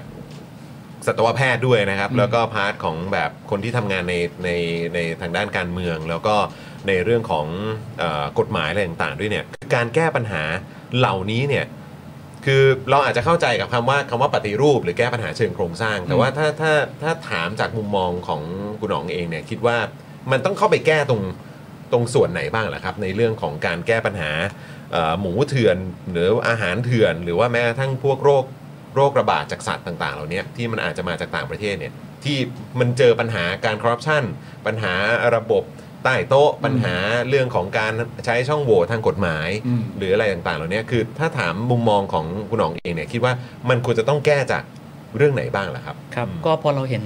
สัตวแพทย์ด้วยนะครับ แล้วก็พาร์ทของแบบคนที่ทำงานในในในทางด้านการเมือง แล้วก็ในเรื่องของเออกฎหมายอะไรต่างๆ ด้วยเนี่ยคือการแก้ปัญหาเหล่านี้เนี่ย คือเราอาจจะเข้าใจกับคำว่าคำว่าปฏิรูป หรือแก้ปัญหาเชิงโครงสร้าง แต่ว่าถ้าถ้าถ้าถามจากมุมมองของคุณหนองเองเนี่ยคิดว่ามันต้องเข้าไปแก้ตรงตรงส่วนไหนบ้างล่ะครับ ในเรื่องของการแก้ปัญหาเอ่อหมูเถื่อนหรืออาหารเถื่อน หรือว่าแม้กระทั่งพวกโรคโรคระบาดจากสัตว์ต่าง ๆ เหล่านี้ที่มันอาจจะมาจากต่างประเทศเนี่ยที่มันเจอปัญหาการคอร์รัปชันปัญหาระบบใต้โต๊ะปัญหาเรื่องของการใช้ช่องโหว่ทางกฎหมาย อืม หรืออะไรต่างๆ เหล่านี้คือถ้าถามมุมมองของคุณหนองเองเนี่ยคิดว่ามันควรจะต้องแก้จากเรื่องไหนบ้างล่ะครับ ครับ อืม ก็พอเราเห็น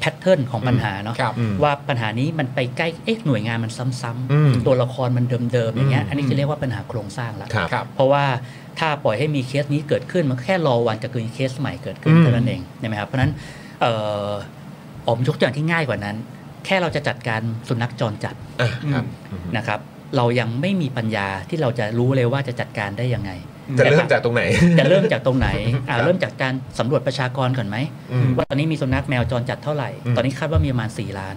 แพทเทิร์นของปัญหาเนาะ ครับ อืม ว่าปัญหานี้มันไปใกล้เอ๊ะหน่วยงานมันซ้ำ อืม ๆตัวละครมันเดิมๆอย่างเงี้ย อืม อันนี้จะเรียกว่าปัญหาโครงสร้างละ ครับ ครับ เพราะว่าถ้าปล่อยให้มีเคสนี้เกิดขึ้นมันแค่รอวันจะเกิดเคสใหม่เกิดขึ้น อืม เท่านั้นเองใช่ไหมครับเพราะฉะนั้นเอ่อผมยกตัวอย่างที่ง่ายกว่านั้น แค่เราจะจัดการสุนัขจรจัด อ่ะครับ นะครับ เรายังไม่มีปัญญาที่เราจะรู้เลยว่าจะจัดการได้ยังไง จะเริ่มจากตรงไหน จะเริ่มจากตรงไหนอ่า ครับ เริ่มจากการสำรวจประชากรก่อนไหม อืม ว่าตอนนี้มีสุนัขแมวจรจัดเท่าไหร่ อืม ตอนนี้คาดว่ามีประมาณ 4 ล้าน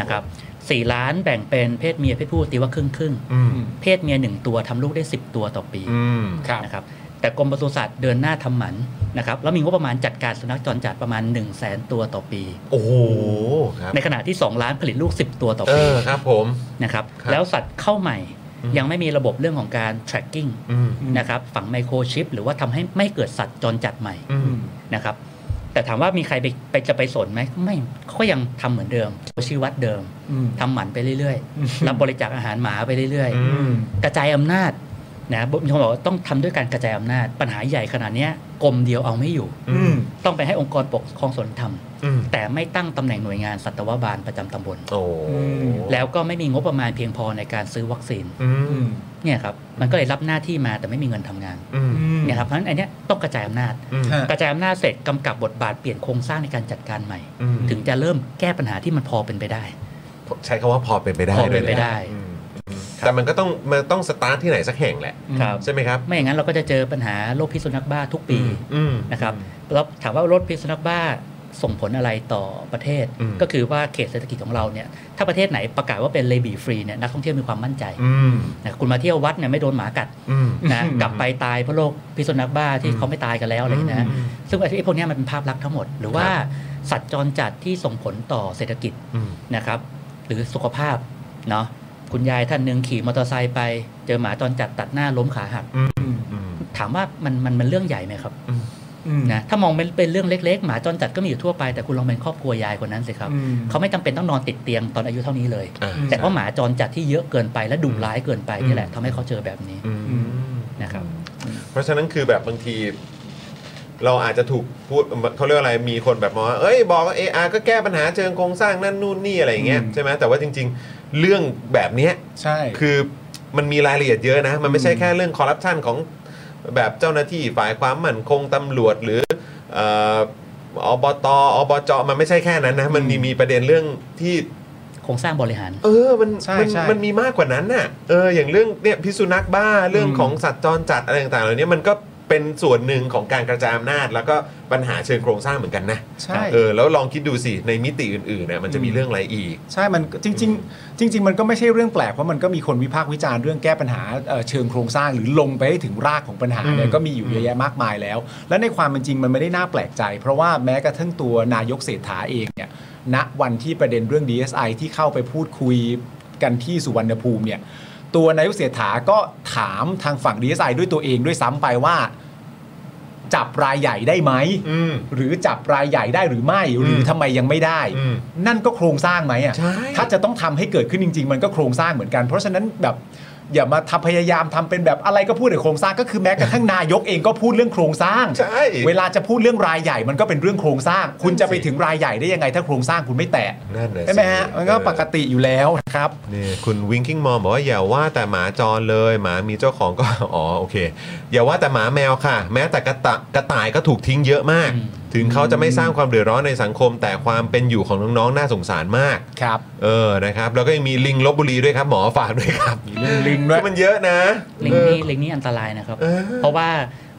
นะครับสี่ล้านแบ่งเป็นเพศเมียเพศผู้ตีว่าครึ่งครึ่งๆ อืม เพศเมีย 1 ตัวทำลูกได้ 10 ตัวต่อปี อืม ครับ นะครับ แต่กรมปศุสัตว์เดินหน้าทำหมันนะครับ แล้วมีงบประมาณจัดการสุนัขจรจัดประมาณ 1 0 0 0 0แตัวต่อปี โอ้โหครับ ในขณะที่ 2 ล้านผลิตลูก 10 ตัวต่อ เอ ปี อครับผม นะครับ ครับ แล้วสัตว์เข้าใหม่ ยังไม่มีระบบเรื่องของการ tracking นะครับฝังไมโครชิปหรือว่าทำให้ไม่เกิดสัตว์จรจัดใหม่นะครับ แต่ถามว่ามีใครไปไปจะไปสนไหมไม่เขาก็ยังทำเหมือนเดิมชี้วัดเดิมทำหมันไปเรื่อยๆรับบริจาคอาหารหมาไปเรื่อยๆ กระจายอำนาจนะมีคนบอกว่าต้องทำด้วยการกระจายอำนาจ ปัญหาใหญ่ขนาดเนี้ยกรมเดียวเอาไม่อยู่ ต้องไปให้องค์กรปกครองส่วนทำแต่ไม่ตั้งตำแหน่งหน่วยงานสัตวบาลประจำตำบล โอ้ แล้วก็ไม่มีงบประมาณเพียงพอในการซื้อวัคซีน อืม เนี่ยครับมันก็เลยรับหน้าที่มาแต่ไม่มีเงินทำงาน อืม เนี่ยครับเพราะฉะนั้นอันเนี้ยต้องกระจายอำนาจ อืม กระจายอำนาจเสร็จกำกับบทบาทเปลี่ยนโครงสร้างในการจัดการใหม่ อืม ถึงจะเริ่มแก้ปัญหาที่มันพอเป็นไปได้ ใช้คำว่าพอเป็นไปได้ พอเป็นไป ด้วยะ ได้ อืมแต่มันก็ต้องมันต้องสตาร์ทที่ไหนสักแห่งแหละ ครับ ใช่ไหมครับ ไม่อย่างนั้นเราก็จะเจอปัญหาโรคพิษสุนัขบ้าทุกปี อืม นะครับแล้วถามว่าโรคพิษสุนัขบ้าส่งผลอะไรต่อประเทศ อืม ก็คือว่าเขตเศรษฐกิจของเราเนี่ยถ้าประเทศไหนประกาศว่าเป็นเลบีฟรีเนี่ยนักท่องเที่ยวมีความมั่นใจ อืม นะคุณมาเที่ยววัดเนี่ยไม่โดนหมากัด อืม นะกลับไปตายเพราะโรคพิษสุนัขบ้าที่เขาไม่ตายกันแล้วอะไรอย่างเงี้ยนะ อืม ซึ่งไอ้พวกเนี้ยมันเป็นภาพลักษณ์ทั้งหมด หรือว่าสัตว์จรจัดที่ส่งผลต่อเศรษฐกิจ อืม นะครับ หรือสุขภาพเนาะคุณยายท่านหนึ่งขี่มอเตอร์ไซค์ไป เจอหมาจรจัดตัดหน้าล้มขาหัก อืม ถามว่ามันมันมันเรื่องใหญ่ไหมครับ อืม นะถ้ามองเป็นเป็นเรื่องเล็กๆ หมาจรจัดก็มีอยู่ทั่วไปแต่คุณลองเป็นครอบครัวยายคนนั้นสิครับเขาไม่จำเป็นต้องนอนติดเตียงตอนอายุเท่านี้เลย อ่า แต่เพราะหมาจรจัดที่เยอะเกินไปและดุร้ายเกินไปนี่แหละทำให้เขาเจอแบบนี้ อืม นะครับ เพราะฉะนั้นคือแบบบางที เราอาจจะถูกพูดเขาเรียกว่าอะไรมีคนแบบมองว่าเอ้ยบอกว่าเออาก็แก้ปัญหาเชิงโครงสร้างนั่นนู่นนี่อะไรอย่างเงี้ยใช่ไหมแต่ว่าจริง ๆ เรื่องแบบเนี้ย ใช่ คือมันมีรายละเอียดเยอะนะ มันไม่ใช่แค่เรื่องคอร์รัปชันของแบบเจ้าหน้าที่ฝ่ายความมั่นคงตำรวจหรือเอ่ออบตอบจมันไม่ใช่แค่นั้นนะมันมีมีประเด็นเรื่องที่ โครงสร้างบริหาร เออ มัน ใช่ มัน ใช่ มันมีมากกว่านั้นน่ะ เออ อย่างเรื่องเนี่ยพิษสุนัขบ้า เรื่องของสัตว์จรจัดอะไรต่างๆ เหล่านี้มันก็เป็นส่วนหนึ่งของการกระจายอำนาจ แล้วก็ปัญหาเชิงโครงสร้างเหมือนกันนะ ใช่ เออ แล้วลองคิดดูสิ ในมิติอื่นๆเนี่ยมันจะมีเรื่องอะไรอีก ใช่ มันจริง ๆ จริง ๆ มันก็ไม่ใช่เรื่องแปลก เพราะมันก็มีคนวิพากษ์วิจารณ์เรื่องแก้ปัญหาเอ่อเชิงโครงสร้างหรือลงไปให้ถึงรากของปัญหาเนี่ยก็มีอยู่เยอะแยะมากมายแล้ว และในความเป็นจริงมันไม่ได้น่าแปลกใจ เพราะว่าแม้กระทั่งตัวนายกเศรษฐาเองเนี่ยณวันที่ประเด็นเรื่อง DSI ที่เข้าไปพูดคุยกันที่สุวรรณภูมิเนี่ยตัวนายกเศรษฐาก็ถามทางฝั่ง DSI ด้วยตัวเองด้วยซ้ำไปว่า จับรายใหญ่ได้ไหม อืม หรือจับรายใหญ่ได้หรือไม่ หรือทำไมยังไม่ได้ อืม นั่นก็โครงสร้างไหมอ่ะ ใช่ ถ้าจะต้องทำให้เกิดขึ้นจริง ๆ มันก็โครงสร้างเหมือนกัน เพราะฉะนั้นแบบอย่ามาทำพยายามทำเป็นแบบอะไรก็พูดถึงโครงสร้างก็คือแม้กระทั่งนายกเองก็พูดเรื่องโครงสร้าง ใช่ เวลาจะพูดเรื่องรายใหญ่มันก็เป็นเรื่องโครงสร้าง คุณจะไปถึงรายใหญ่ได้ยังไง ถ้าโครงสร้างคุณไม่แตะ นั่นน่ะสิ ใช่ไหมฮะมันก็ปกติอยู่แล้วนะครับ นี่คุณวิงกิ้งมอมบอกว่าอย่าว่าแต่หมาจรเลย หมามีเจ้าของก็ [LAUGHS] อ๋อโอเค อย่าว่าแต่หมาแมวค่ะ แม้แต่กระตะกระต่ายก็ถูกทิ้งเยอะมาก อืม ถึงเขาจะไม่สร้างความเดือดร้อนในสังคม แต่ความเป็นอยู่ของน้องๆน่าสงสารมาก ครับ เออ นะครับ แล้วก็ยังมีลิงลบบุรีด้วยครับ หมอฝากด้วยครับ มีเรื่องลิงด้วย คือมันเยอะนะ ลิง เออ นี้ลิงนี้อันตรายนะครับ เออ เพราะว่า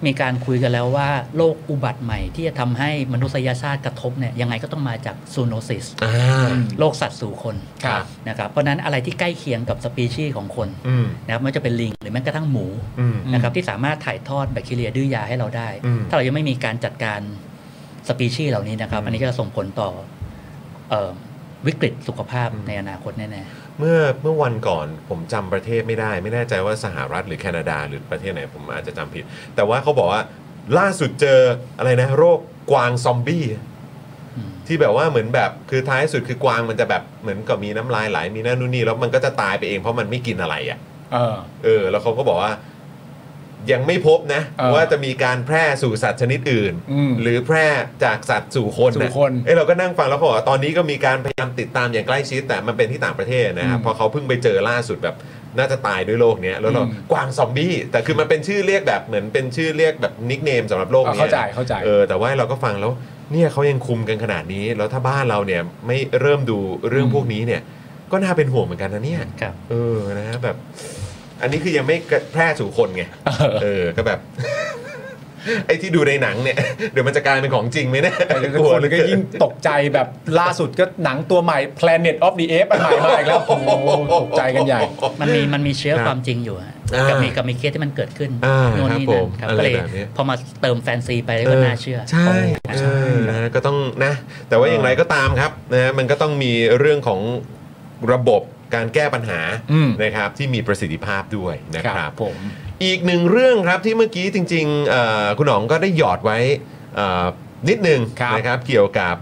มีการคุยกันแล้วว่าโรคอุบัติใหม่ที่จะทำให้มนุษยชาติกระทบเนี่ยยังไงก็ต้องมาจากซูโนซิส อ่า โรคสัตว์สู่คน ครับ นะครับเพราะฉะนั้นอะไรที่ใกล้เคียงกับสปีชีส์ของคน อืม นะครับไม่ว่าจะเป็นลิงหรือแม้กระทั่งหมู อืม นะครับที่สามารถถ่ายทอดแบคทีเรียดื้อยาให้เราได้ อืม ถ้าเรายังไม่มีการจัดการสปีชีส์เหล่านี้นะครับ อันนี้ก็จะส่งผลต่อเอ่อวิกฤตสุขภาพ อืม ในอนาคตแน่ เมื่อเมื่อวันก่อนผมจำประเทศไม่ได้ ไม่แน่ใจว่าสหรัฐหรือแคนาดาหรือประเทศไหนผมอาจจะจำผิด แต่ว่าเขาบอกว่าล่าสุดเจออะไรนะ โรคกวางซอมบี้ ๆอืม ที่แบบว่าเหมือนแบบคือท้ายสุดคือกวางมันจะแบบเหมือนกับมีน้ำลายไหลมีนั่นนู่นนี่แล้วมันก็จะตายไปเองเพราะมันไม่กินอะไรอ่ะ เออ เออ แล้วเขาก็บอกว่า ยังไม่พบนะ เออ ว่าจะมีการแพร่สู่สัตว์ชนิดอื่น อืม หรือแพร่จากสัตว์สู่คน สู่ นะ คน เอ้ยเราก็นั่งฟังแล้วเขาบอกว่าตอนนี้ก็มีการพยายามติดตามอย่างใกล้ชิดแต่มันเป็นที่ต่างประเทศนะครับ อืม เพอเขาเพิ่งไปเจอล่าสุดแบบ น่าจะตายด้วยโรคเนี้ยแล้วเรา อืม กวางซอมบี้แต่คือมันเป็นชื่อเรียกแบบเหมือนเป็นชื่อเรียกแบบนิกเนมสำหรับโรคนี้ย เข้าใจเข้าใจ เออแต่ว่าเราก็ฟังแล้ว เนี่ยเขายังคุมกันขนาดนี้ แล้วถ้าบ้านเราเนี่ยไม่เริ่มดูเรื่องพวกนี้เนี่ย ก็น่าเป็นห่วงเหมือนกันนะเนี่ย ครับ เออ นะฮะแบบ อันนี้คือยังไม่แพร่สู่คนไง เออ ก็แบบ [LAUGHS] ไอ้ที่ดูในหนังเนี่ย [LAUGHS] เดี๋ยวมันจะกลายเป็นของจริงไหมเนี่ย แต่ทุกคนก็ [LAUGHS] ยิ่งตกใจแบบล่าสุดก็หนังตัวใหม่ Planet of the Apes อันใหม่มาอีกแล้วโอ้โหตกใจกันใหญ่ มัน [COUGHS] มีมันมีเชื้อ ครับ ความจริงอยู่ฮะ อ่ากั กับมีกับมีเคสที่มันเกิดขึ้น อ่า โน่น ครับ นี่ ผ นั่ ม นครับ อะไร ก็เลย แบบนี้ พอมาเติมแฟนซีไปก็น่าเชื่อ ใช่เออนะฮะก็ต้องนะ แต่ว่าอย่างไรก็ตามครับนะฮะมันก็ต้องมีเรื่องของระบบ การแก้ปัญหา อืม นะครับที่มีประสิทธิภาพด้วยนะค ค รั รับ บผม อีกหนึ่งเรื่องครับที่เมื่อกี้จริงๆเอ่อคุณหนองก็ได้หยอดไว้เอ่อนิดนึงนะครับเกี่ยวกับ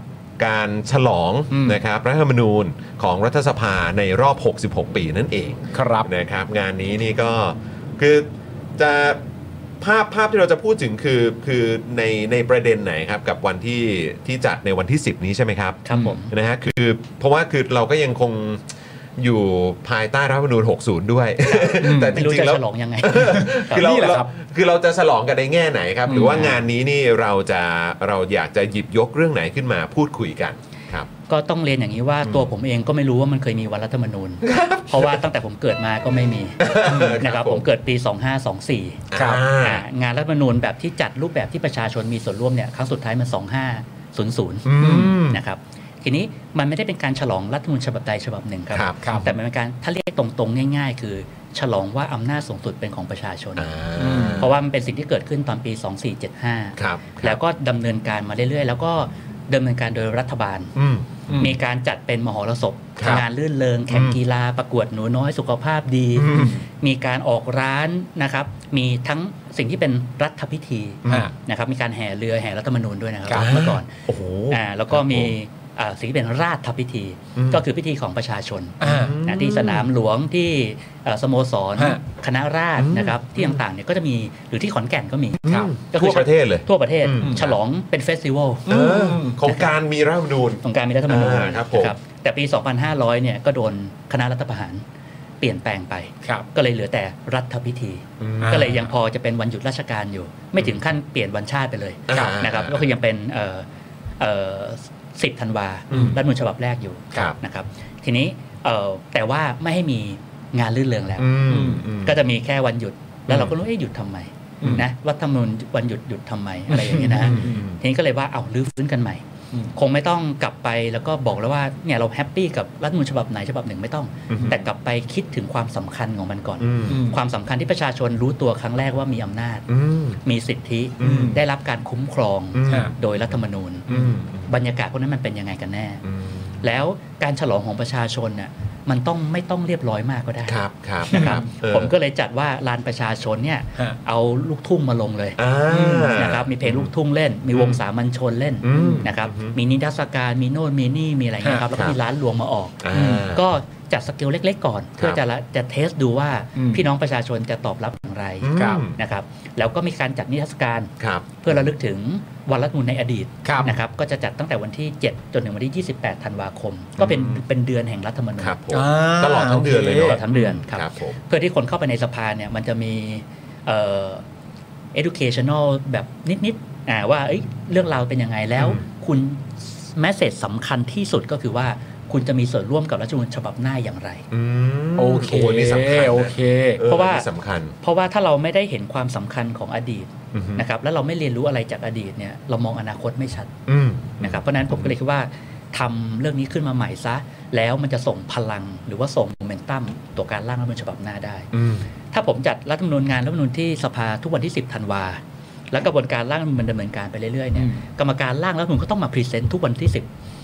การฉลองนะครับรัฐธรรมนูญของรัฐสภาในรอบ 66 ปีนั่นเอง ครับ นะครับงานนี้นี่ก็คือจะภาพภาพที่เราจะพูดถึงคือคือในในประเด็นไหนครับกับวันที่ที่จัดในวันที่ 10 นี้ใช่ไหมครับ ครับผม นะฮะคือเพราะว่าคือเราก็ยังคงอยู่ภายใต้รัฐธรรมนูญ60 ด้วย [LAUGHS] แต่จ ไม่รู้ ริง จะ ๆแล้ว ฉลองยังไง คือเรา นี่แหละ เรา ครับ คือเราจะฉลองกันในแง่ไหนครับ อืม หรือว่างานนี้นี่เราจะเราอยากจะหยิบยกเรื่องไหนขึ้นมาพูดคุยกันครับ ก็ต้องเรียนอย่างนี้ว่าตัวผมเองก็ไม่รู้ว่ามันเคยมีวันรัฐธรรมนูญ [LAUGHS] เพราะว่าตั้งแต่ผมเกิดมาก็ไม่มี [LAUGHS] นะครับผมเกิดปี 2524 ครับ อ่างานรัฐธรรมนูญแบบที่จัดรูปแบบที่ประชาชนมีส่วนร่วมเนี่ยครั้งสุดท้ายมัน ม 2500นะครับทีนี้มันไม่ได้เป็นการฉลองรัฐธรรมนูญฉบับใดฉบับหนึ่งครับ ครับ แต่มันเป็นการถ้าเรียกตรงๆ ง่าย ๆ คือฉลองว่าอำนาจสูงสุดเป็นของประชาชน อ่า เพราะว่ามันเป็นสิ่งที่เกิดขึ้นตอนปี 2475 ครับ แล้วก็ดำเนินการมาเรื่อยๆ แล้วก็ดำเนินการโดยรัฐบาล อืม มีการจัดเป็นมหรสพ ครับ งานลื่นเลงแข่งกีฬาประกวดหนูน้อยสุขภาพดี มีการออกร้านนะครับ มีทั้งสิ่งที่เป็นรัฐพิธี อ่า นะครับ มีการแห่เรือแห่รัฐธรรมนูญด้วยนะครับเมื่อก่อน โอ้โห อ่าแล้วก็มีอ่าสิ่งที่เป็นราชพิธี อืม ก็คือพิธีของประชาชน อ่า นะที่สนามหลวงที่เอ่อสโมสร ฮะ คณะราษฎรนะครับที่ต่างๆเนี่ยก็จะมีหรือที่ขอนแก่นก็มี ครับ ก็ ทั่วประเทศเลย ทั่วประเทศ อืม ฉลองเป็นเฟสติวัล เออของการมีรัฐธรรมนูญ สงการมีรัฐธรรมนูญ อ่าครับผม นะแต่ปี 2500 เนี่ยก็โดนคณะรัฐประหารเปลี่ยนแปลงไป ครับ ก็เลยเหลือแต่รัฐพิธี า ก็เลยยังพอจะเป็นวันหยุดราชการอยู่ ไม่ถึงขั้นเปลี่ยนวันชาติไปเลย อ่า นะครับก็คือยังเป็นเอ่อเอ่อ10ธันวา อืม รัฐธรรมนูญฉบับแรกอยู่ ครับ นะครับทีนี้เอ่อแต่ว่าไม่ให้มีงานลื่นเลงแล้ว อืมอืม ก็จะมีแค่วันหยุดแล้วเราก็รู้เอ๊ะหยุดทำไม อืม นะรัฐธรรมนูญวันหยุดหยุดทำไมอะไรอย่างเงี้ยนะทีนี้ก็เลยว่าเอารื้อฟื้นกันใหม่ อืม คงไม่ต้องกลับไปแล้วก็บอกแล้วว่าเนี่ยเราแฮปปี้กับรัฐธรรมนูญฉบับไหนฉบับหนึ่งไม่ต้อง อืม แต่กลับไปคิดถึงความสำคัญของมันก่อน อืม อืม ความสำคัญที่ประชาชนรู้ตัวครั้งแรกว่ามีอำนาจ อืม มีสิทธิ อืม ได้รับการคุ้มครอง อืม โดยรัฐธรรมนูญ อืม บรรยากาศพวกนั้นมันเป็นยังไงกันแน่ อืม แล้วการฉลองของประชาชนน่ะมันต้องไม่ต้องเรียบร้อยมากก็ได้ ครับครับ นะครับ เออ ผมก็เลยจัดว่าลานประชาชนเนี่ย ฮะ เอาลูกทุ่งมาลงเลย อ่า นะครับมีเพลงลูกทุ่งเล่น มีวงสามัญชนเล่น อืม นะครับ อืม มีนิทรรศการมีโน่นมีนี่มีอะไรเงี้ยครับแล้ว ครั ก็ บ มีร้านรวงมาออก อ่า ก็จัดสเกลเล็ก ๆ ก่อน เพื่อจะละจะเทสดูว่า อืม พี่น้องประชาชนจะตอบรับอย่างไร ครับ นะครับแล้วก็มีการจัดนิทรรศการ ครับ เพื่อระลึกถึงวันรัฐธรรมนูญในอดีต ครับ นะครับก็จะจัดตั้งแต่วันที่ 7 จนถึงวันที่ 28 ธันวาคม ก็เป็นเป็นเดือนแห่งรัฐธรรมนูญ ครับผม อ่า ตลอดทั้งเดือนเลย โอ เนาะ ค ทั้งเดือนครับ ครับผม เพื่อที่คนเข้าไปในสภาเนี่ยมันจะมีเอ่อ educational แบบนิดๆอ่าว่าเอ้ยเรื่องราวเป็นยังไงแล้ว อืม คุณแมสเซจสำคัญที่สุดก็คือว่าคุณจะมีส่วนร่วมกับรัฐธรรมนูญฉบับหน้าอย่างไร อืม โอเค โนี่สำคัญนะ โอเค ออ เพราะว่า อันนี้สำคัญ เพราะว่าถ้าเราไม่ได้เห็นความสำคัญของอดีต อือฮึ นะครับแล้วเราไม่เรียนรู้อะไรจากอดีตเนี่ยเรามองอนาคตไม่ชัด อืม นะครับเพราะฉะนั้นผมก็เลยคิดว่าทำเรื่องนี้ขึ้นมาใหม่ซะ แล้วมันจะส่งพลังหรือว่าส่งโมเมนตัมต่อการร่างรัฐธรรมนูญฉบับหน้าได้ อืม ถ้าผมจัดรัฐธรรมนูญงานรัฐธรรมนูญที่สภาทุกวันที่ 10ธันวาแล้วกระบวนการร่างรัฐธรรมนูญมันดำเนินการไปเรื่อยๆเนี่ย อืม กรรมการร่างรัฐธรรมนูญก็ต้องมาพรีเซนต์ทุกวันที่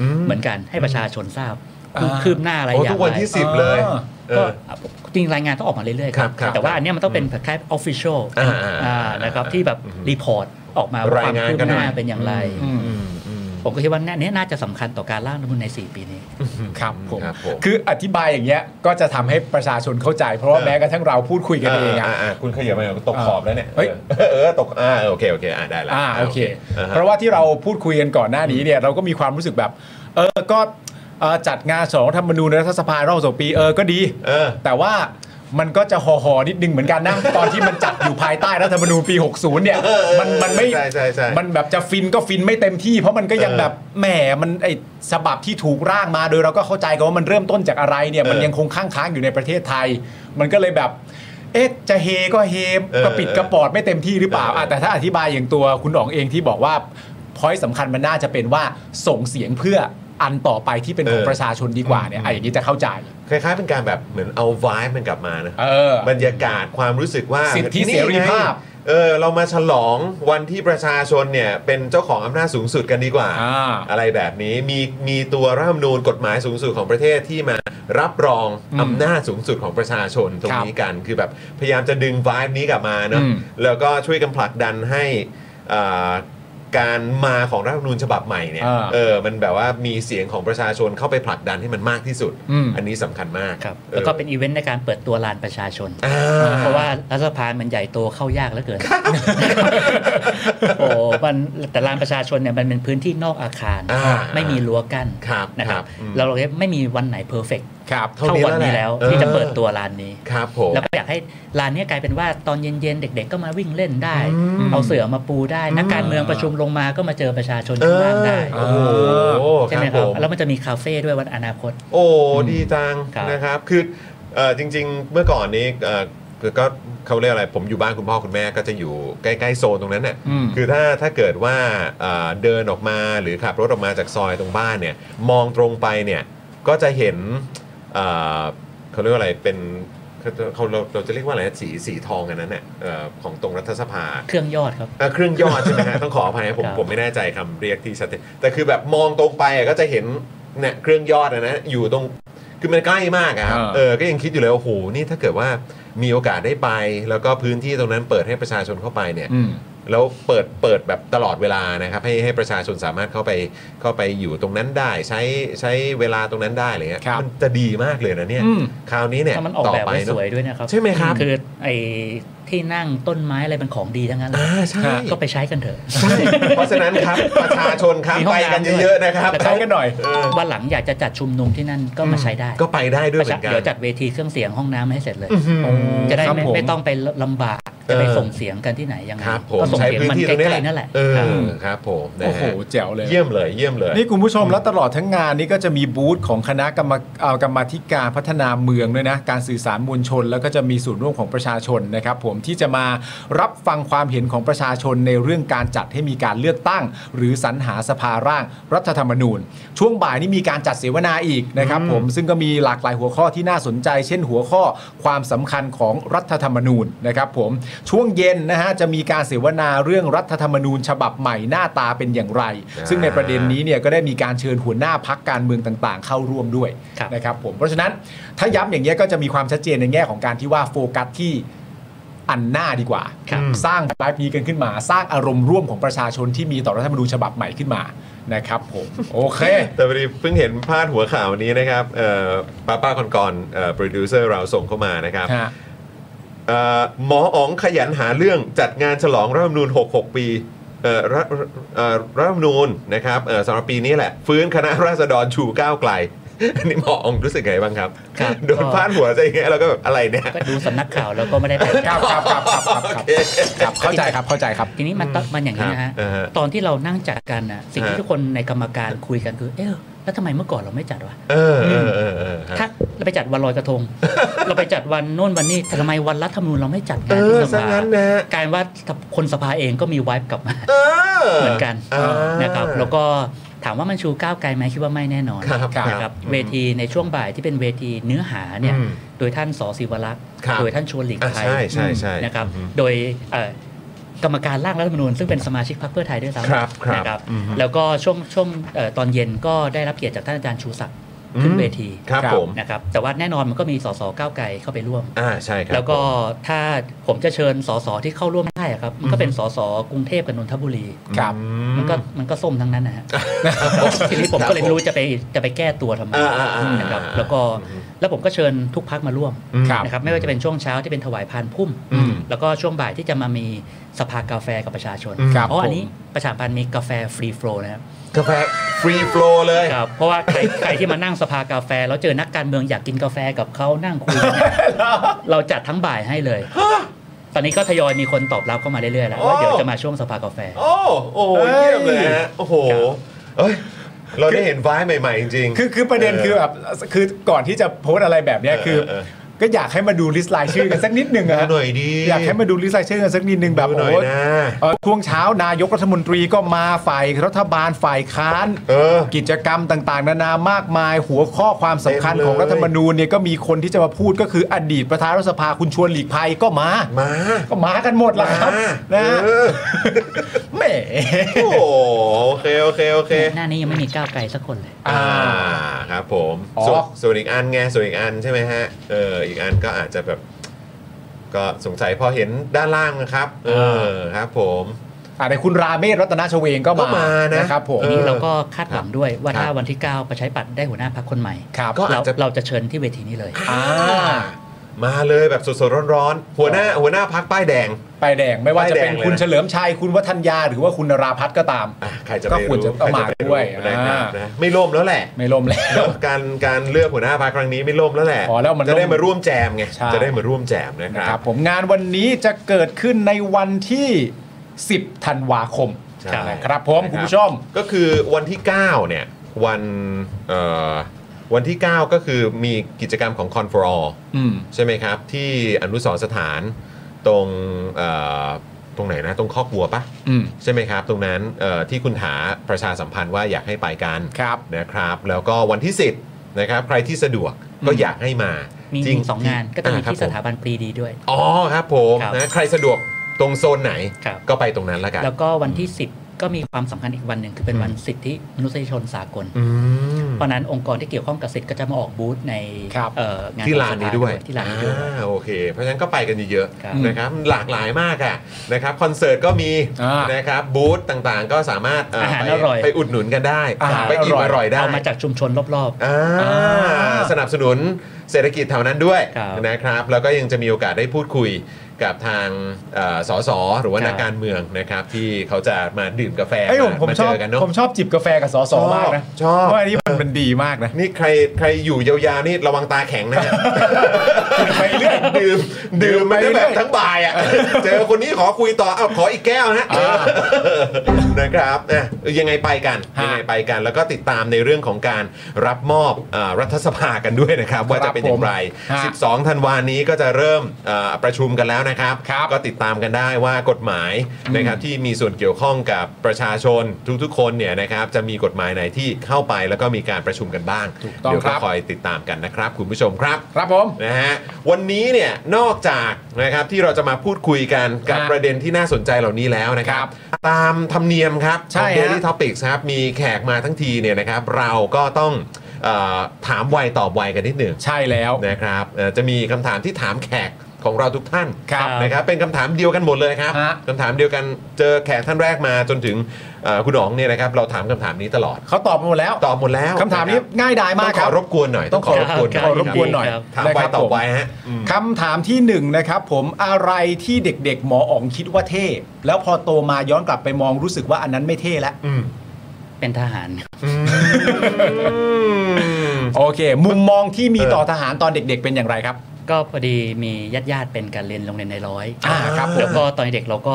อืม 10 เหมือนกันให้ประชาชนทราบ อ่า คืบหน้าอะไรอ โอ้ ย่างไร ทุกวันที่ 10 เลย อ่า เอ ก็ อ จริงรายงานต้องออกมาเรื่อยๆ ครับครับ แต่ว่าอันเนี้ยมันต้องเป็นคล้ายๆ official อ่าอ่า อ่านะครับที่แบบรีพอร์ตออกมาว่าครายวามงาน คืบ กันห ห น่อย น้าเป็นอย่างไร อืม อืมอืม ผมก็คิดว่าเนี่ยอันเนี้ยน่าจะสำคัญต่อการร่างรัฐธรรมนูญใน 4 ปีนี้ ครับผม ครับผม คืออธิบายอย่างเงี้ยก็จะทำให้ประชาชนเข้าใจ เพราะว่าแม้กระทั่งเราพูดคุยกันเองอะ อ่าๆๆคุณขยับมาตกขอบแล้วเนี่ย เฮ้ย ออเออตกอ่าโอเคโอเคอ่าได้ละ อ่าโอเค อ่ฮ เพราะว่าที่เราพูดคุยกันก่อนหน้านี้เนี่ยเราก็มีความรู้สึกแบบเออก็เอ่อจัดงานสองธรรมนูญในรัฐสภารอบสองปีเออก็ดี เออ แต่ว่ามันก็จะห่อหอๆนิดนึงเหมือนกัน [LAUGHS] นะ ตอนที่มันจัดอยู่ภายใต้รัฐธรรมนูญปี 60 เนี่ยมันมันไม่ ใช่ใช่ใช่ มันแบบจะฟินก็ฟินไม่เต็มที่ เพราะมันก็ยัง เออ แบบแหมมันไอฉบับที่ถูกร่างมาโดยเราก็เข้าใจกันว่ามันเริ่มต้นจากอะไรเนี่ย เออ มันยังคงค้างค้างอยู่ในประเทศไทย มันก็เลยแบบ เอ๊ะจะเฮก็เฮ เออก ระปิดกระปอดไม่เต็มที่หรือเปเอออ่ล่าะแต่ถ้าอธิบายอย่างตัวคุณอ๋องเองที่บอกว่าพอยสำคัญมันน่าจะเป็นว่าส่งเสียงเพื่ออันต่อไปที่เป็นของ เออ ประชาชนดีกว่าเนี่ยไอะอย่างนี้จะเข้าใจ คล้ายๆเป็นการแบบเหมือนเอาวายมันกลับมานะ เออ บรรยากาศความรู้สึกว่า สิทธิเสรีภาพ นี่ไงเออเรามาฉลองวันที่ประชาชนเนี่ยเป็นเจ้าของอำนาจสูงสุดกันดีกว่า อ่า ไรแบบนี้มีมีตัวรัฐธรรมนูญกฎหมายสูงสุดของประเทศที่มา รับรองอำนาจสูงสุดของประชาชนตรงนี้กันคือแบบพยายามจะดึง vibe นี้กลับมาเนอะ อืม แล้วก็ช่วยกันผลักดันให้อ่าการมาของรัฐธรรมนูญฉบับใหม่เนี่ย อ่า เออมันแบบว่ามีเสียงของประชาชนเข้าไปผลักดันให้มันมากที่สุด อันนี้สำคัญมาก ครับ ออ แล้วก็เป็นอีเวนต์ในการเปิดตัวลานประชาชน อ่า เพราะว่ารัฐสภามันใหญ่โตเข้ายากเหลือเกิน โอ้มันแต่ลานประชาชนเนี่ยมันเป็นพื้นที่นอกอาคาร อ่า ไม่มีรั้วกั้น ครับ นะคครัรับ บอืม เราเลยไม่มีวันไหนเพอร์เฟก ครับ เท่าวันนี้แล้ว ออ ที่จะเปิดตัวลานนี้ ครับผม แล้วก็อยากให้ลานเนี้กลายเป็นว่าตอนเย็นๆ เด็ก ๆ ก็มาวิ่งเล่นได้ อืม เอาเสื่อมาปูได้ นักการเมืองประชุมลงมาก็มาเจอประชาชน เออข้างล่างได้ โอ้โห ใช่ไหม ค ค รับบ ผมรัแล้วมันจะมีคาเฟ่ด้วยวันอนาคต โอ้ดีจัง ครับ นะครับคือเอ่อจริง ๆ เมื่อก่อนนี้เอ่อคือก็เขาเรียกอะไร ผมอยู่บ้านคุณพ่อคุณแม่ก็จะอยู่ใกล้ๆโซนตรงนั้นเนี่ย อืม คือถ้าถ้าเกิดว่าเอ่อเดินออกมาหรือขับรถออกมาจากซอยตรงบ้านเนี่ยมองตรงไปเนี่ยก็จะเห็นเอ่อเขาเรียกว่าอะไรเป็นเขาเขาเราเราจะเรียกว่าอะไรนะสีสีทองอันนั้นเนี่ยเอ่อของตรงรัฐสภา เครื่องยอดครับ อ่ะเครื่องยอดใช่ไหมฮะ ต้องขออภัยนะผม ครับ ผมไม่แน่ใจคำเรียกที่ชัดเจนแต่คือแบบมองตรงไปอ่ะก็จะเห็นเนี่ยเครื่องยอดอะนะอยู่ตรงคือมันใกล้มากอะครับ อ่า เออก็ยังคิดอยู่เลยว่าโอ้โหนี่ถ้าเกิดว่ามีโอกาสได้ไป แล้วก็พื้นที่ตรงนั้นเปิดให้ประชาชนเข้าไปเนี่ย อืม แล้วเปิดเปิดแบบตลอดเวลานะครับให้ให้ประชาชนสามารถเข้าไปเข้าไปอยู่ตรงนั้นได้ ใช้ใช้เวลาตรงนั้นได้อะไรเงี้ย ครับ มันจะดีมากเลยนะเนี่ย อืม คราวนี้เนี่ย ถ้ามันออก ต่อ แบบ ไป ไว้ เน ส อะ วยด้วยนะครับ ใช่ไหมครับ คือไอ้ที่นั่งต้นไม้อะไรเป็นของดีทั้งนั้นเลย อ่าใช่ ก็ไปใช้กันเถอะ ใช่ เพราะฉะนั้นครับ ประชาชนครับ มีห้ ไปกันงำด้ว เยอะๆนะครับ แล้ว ใช้กันหน่อย เออ วันหลังอยากจะจัดชุมนุมที่นั่นก็มาใช้ได้ ก็ไปได้ด้วยเหมือนกัน เดี๋ยวจัดเวทีเครื่องเสียงห้องน้ำให้เสร็จเลย อื้อหือ จะได้ครัไม่บผม ไม่ต้องไปลำบาก จะไป เออ ส่งเสียงกันที่ไหนยังไง ครับผม ก็ส่ง ใช้ เสียง พื้น มัน ที่ตใกรงนี้ ล้ๆนั่นแหละ เออ ครับ ครับผมนะ โอ้โห ฮะ แจ๋วเลย เยี่ยมเลยเยี่ยมเลย นี่คุณผู้ชมแล้วตลอดทั้งงานนี้ก็จะมีบูธของคณะกรรมเอ่อกรรมาธิการพัฒนาเมืองด้วยนะ การสื่อสารมวลชน แล้วก็จะมีส่วนร่วมของประชาชนนะครับ ผมที่จะมารับฟังความเห็นของประชาชนในเรื่องการจัดให้มีการเลือกตั้ง หรือสรรหาสภาร่างรัฐธรรมนูญ ช่วงบ่ายนี้มีการจัดเสวนาอีกนะครับผมซึ่งก็มีหลากหลายหัวข้อที่น่าสนใจ เช่นหัวข้อความสำคัญของรัฐธรรมนูญนะครับผมช่วงเย็นนะฮะจะมีการเสวนาเรื่องรัฐธรรมนูญ ฉบับใหม่หน้าตาเป็นอย่างไร ซึ่งในประเด็นนี้ นี้เนี่ยก็ได้มีการเชิญหัวหน้าพักการเมืองต่างๆ เข้าร่วมด้วย ครับ นะครับผมเพราะฉะนั้นถ้าย้ำอย่างนี้ยก็จะมีความชัดเจนในแง่ของการที่ว่าโฟกัสที่อันหน้าดีกว่า สร้างไลฟ์นี้กันขึ้นมา สร้างอารมณ์ร่วมของประชาชนที่มีต่อรัฐธรรมนูญฉบับใหม่ขึ้นมานะครับผม โอเค แต่พอดีเพิ่งเห็นพาดหัวข่าววันนี้นะครับเอ่อป้าป้าก่อนก่อนๆเอ่อโปรดิวเซอร์เราส่งเข้ามานะครับ ฮะ เอ่อหมออ๋องขยันหาเรื่องจัดงานฉลองรัฐธรรมนูญ 66 ปีเอ่อรัฐเอ่อรัฐธรรมนูญนะครับเอ่อสำหรับปีนี้แหละ ฟื้นคณะราษฎรชูก้าวไกล [LAUGHS] อันนี้หมออ๋องรู้สึกไงบ้างครับ ครับ โดนพาดหัวจะอย่างเงี้ยเราก็แบบอะไรเนี่ย ก็ดูสำนักข่าวแล้วก็ไม่ได้ไป ครับครับครับครับครับครับเข้าใจครับเข้าใจครับ ทีนี้มันต้องมันอย่างนี้นะฮะ ครับอ่าฮะ ตอนที่เรานั่งจัดกันนะสิ่งที่ ฮะ ทุกคนในกรรมการคุยกันคือ เอ๊ะแล้วทำไมเมื่อก่อนเราไม่จัดวะ เออเออเออเออครับ ถ้าเราไปจัดวันลอยกระ [LAUGHS] ทง เราไปจัดวันโน่นวันนี้แต่ทำไมวันรัฐธรรมนูญเราไม่จัดงานที่ เออ ส ซะ ภา งั้นนะฮะ กลายว่าคนสภาเองก็มีไวบ์กลับมา เออ เหมือนกัน อ่า นะครับแล้วก็ถามว่ามันชูก้าวไกลไหมคิดว่าไม่แน่นอน ครับครับ นะครับเวทีในช่วงบ่ายที่เป็นเวทีเนื้อหาเนี่ย อืม โดยท่านสศิวรักษ์ ครับ โดยท่านชวนหลีกภัย อ่ะใช่ใช่ใช่ นะครับ อืม โดยเอ่อกรรมการร่างรัฐธรรมนูญซึ่งเป็นสมาชิกพรรคเพื่อไทยด้วยซ้ ครับครับ ำนะครับ อืม แล้วก็ช่วงช่วงเอ่อตอนเย็นก็ได้รับเกียรติจากท่านอาจารย์ชูศักดิ์ขึ้นเวที ครับผม นะครับแต่ว่าแน่นอนมันก็มีสสก้าวไกลเข้าไปร่วม อ่าใช่ครับ แล้วก็ถ้าผมจะเชิญสสที่เข้าร่วมได้อะครับมันก็เป็นสสกรุงเทพกับนนทบุรี ครับ อื มันก็มันก็ส้มทั้งนั้นนะฮะ ทีนี้ผม คบ ก็เลยไม่รู้จะไปจะไปแก้ตัวทำไม อ่าอ่าอ่า นะครับแล้วก็แล้วผมก็เชิญทุกพักมาร่วม ครับ นะครับไม่ว่าจะเป็นช่วงเช้าที่เป็นถวายพานพุ่ม อืม แล้วก็ช่วงบ่ายที่จะมามีสภากาแฟกับประชาชน ครับ เพราะอันนี้ ผม ประชาพันธ์มีกาแฟฟรีโฟลว์นะครับ กาแฟฟรีโฟลว์เลย ครับเพราะว่าใครใครที่มานั่งสภากาแฟ แล้วเจอนักการเมืองอยากกินกาแฟกับเขานั่งคุยกันเนี่ยเราจัดทั้งบ่ายให้เลย ตอนนี้ก็ทยอยมีคนตอบรับเข้ามาเรื่อยๆแล้วว่าเดี๋ยวจะมาช่วงสภากาแฟ โอ้โอ้เยี่ยมเลยฮะโอ้โหเอ้ยเราได้เห็นไวายใหม่ ๆ จริงๆ คือคือประเด็นคือแบบคือก่อนที่จะโพสต์อะไรแบบเนี้ย เออ คือ เออ ก็อยากให้มาดูลิสต์รายชื่อกันสักนิดหนึ่งอะฮะ หน่อยดี อยากให้มาดูลิสต์รายชื่อกันสักนิดหนึ่งแบบ ดูหน่ โอ้ อย ย นะ เอ่อช่วงเช้านายกรัฐมนตรีก็มาฝ่ายรัฐบาลฝ่ายค้าน เออ กิจกรรมต่างๆ นานามากมาย หัวข้อความสำคัญ เต็มเลย ของรัฐธรรมนูญเนี่ยก็มีคนที่จะมาพูดก็คืออดีตประธานรัฐสภาคุณชวนหลีกภัยก็มา มา ก็มากันหมดละครับ มา นะ เออ แหม โอ้โหโอเคโอเคโอเค หน้านี้ยังไม่มีก้าวไกลสักคนเลย อ่า อ่าครับผม อ๋อ ส่วนส่วนอีกอันไงส่วนอีกอันใช่ไหมฮะเอออีกอันก็อาจจะแบบ ก็สงสัยพอเห็นด้านล่างนะครับ เออครับ ผม อ่าในคุณราเมศรัตนชเวงก็ ก็มานะ ครับผม เออ นี่เราก็คาดหวังด้วยว่า ค ถ้า รับ วันที่ 9 ประชาธิปัตย์ได้หัวหน้าพรรคคนใหม่ ครับ ก็อา เรา จจะ เราจะเชิญที่เวทีนี้เลย อ่า มาเลยแบบสดๆร้อนๆหัวหน้าหัวหน้าพักป้ายแดง ไปแดงไม่ว่าจะ ไปแดง เป็นคุณ เลยนะ เฉลิมชัยคุณวัฒนยาหรือว่าคุณนราพัฒน์ก็ตาม อ่ะใครจะ ก็ ไป ควรจะ รู้ ต้องมา ใครจะไป ด้วย รู้นะครับ อ่าน นะไม่ล่มแล้วแหละ ไม่ลมแล้ว การการเลือกหัวหน้าพักครั้งนี้ไม่ล่มแล้วแหละ อ๋อแล้วมัน จะได้ ล่ม มาร่วมแจมไง ใช่ จะได้มาร่วมแจมนะครั ครับ บผมงานวันนี้จะเกิดขึ้นในวันที่ 10 ธันวาคม ใช่ นะครับผม นะ คุณ รับ ผู้ชม ก็คือวันที่ 9 เนี่ย วันเอ่อวันที่ 9 ก็คือมีกิจกรรมของ c o n f o r All อืม ใช่ไหมครับ ที่อนุสรณ์สถานตรงเอ่อตรงไหนนะ ตรงคอกวัวปะ อืม ใช่ไหมครับ ตรงนั้นเอ่อที่คุณถาประชาสัมพันธ์ว่าอยากให้ไปกัน ครับ นะครับ แล้วก็วันที่ 10 นะครับ ใครที่สะดวกก็ อืม อยากให้มา มี จริ มีสองงานก็จะมี อ่ครับ ที่สถา ผม บันปรีดีด้วย อ๋อครับผม ครับ นะใครสะดวกตรงโซนไหน ครับ ก็ไปตรงนั้นละกัน แล้วก็วันที่ 10 ก็มีความสำคัญอีกวันหนึ่งคือเป็นวันสิทธิมนุษยชนสากล อืม เพราะฉะนั้นองค์กรที่เกี่ยวข้องกับสิทธิ์ก็จะมาออกบูธใน ครับ เอ่องาน ที่ลานนี้ด้วย ที่ลานนี้ด้วย อ่าโอเค เพราะฉะนั้นก็ไปกันเยอะ ครับ ๆนะครับหลากหลายมากอ่ะนะครับคอนเสิร์ตก็มี อ่า นะครับบูธต่างๆ ก็สามารถเ าหาร ไป อร่อย ไปอุดหนุนกันได้ อาหาร ไปอิ่มอ อร่ ร่อ อย ย ได้ เอามาจากชุมชนรอบ อ่า อ่า สนับสนุนเศรษฐกิจแถวนั้นด้วย ครับ นะครับ แล้วก็ยังจะมีโอกาสได้พูดคุยกับทางเอ่อสสหรือว่านักการเมืองนะครับที่เขาจะมาดื่มกาแฟ เอ้ยผมผม มา ช เจ อบ อกันเนาะ ผมชอบจิบกาแฟกับสอสอมากนะ ชอบชอบ เพราะอันนี้มันมันดีมากนะ นี่ใครใครอยู่ยาวๆนี่ระวังตาแข็งนะฮะ ไปเรื่อย ดื่ม ดื่ ดื่ม ม ไป ไปเรื่อย แบบทั้งบ่ายอ่ะ เจอคนนี้ขอคุยต่อเอาขออีกแก้วนะนะครับนะยังไงไปกันยังไงไปกัน แล้วก็ติดตามในเรื่องของการรับมอบอารัฐสภากันด้วยนะครับ ว่าจะเป็นอย่างไร ผมฮะ 12 ธันวานี้ก็จะเริ่มอ่าประชุมกันแล้วนะครับ ก็ติดตามกันได้ว่ากฎหมายนะครับที่มีส่วนเกี่ยวข้องกับประชาชนทุกๆ คนเนี่ยนะครับจะมีกฎหมายไหนที่เข้าไปแล้วก็มีการประชุมกันบ้าง ถูกต้อง เดี๋ยว ค ก็ รับ คอยติดตามกันนะครับ คุณผู้ชมครับ ครับผม นะฮะวันนี้เนี่ยนอกจากนะครับที่เราจะมาพูดคุยกันกับ ฮะ ประเด็นที่น่าสนใจเหล่านี้แล้วนะครับ ตามธรรมเนียมครับ ใช่ ของ ฮะ Daily Topics ครับมีแขกมาทั้งทีเนี่ยนะครับ เราก็ต้องเออถามไวตอบไวกันนิดหนึ่ง ใช่แล้ว นะครับเอ่อจะมีคำถามที่ถามแขกของเราทุกท่าน ครับ นะครับเป็นคำถามเดียวกันหมดเลยครับ ฮะ คำถามเดียวกันเจอแขกท่านแรกมาจนถึงเอ่อคุณหนองเนี่ยนะครับเราถามคำถามนี้ตลอด เขาตอบมาหมดแล้ว ตอบหมดแล้ว คำถามะนี้รับ ง่ายดายมาก ต้องขครั อบ รบกวนหน่อยต้องขอรบกวนหน่ ข อ อย รบกวนหน่อย ครับ ถามไว นะครับ ตอบไว ผม ฮะอืม คำถามที่หนึ่งนะครับผมอะไรที่เด็กๆ หมออ๋องคิดว่าเท่ แล้วพอโตมาย้อนกลับไปมองรู้สึกว่าอันนั้นไม่เท่แล้ว ๆ เป็นทหาร โอเค มุมมองที่มี เออ ต่อทหารตอนเด็ก ๆ เป็นอย่างไรครับ ก็พอดีมีญาติญาติๆเป็นการเรียนโรงเรียนในร้อย อ่าครับผม แล้วก็ตอนเด็กเราก็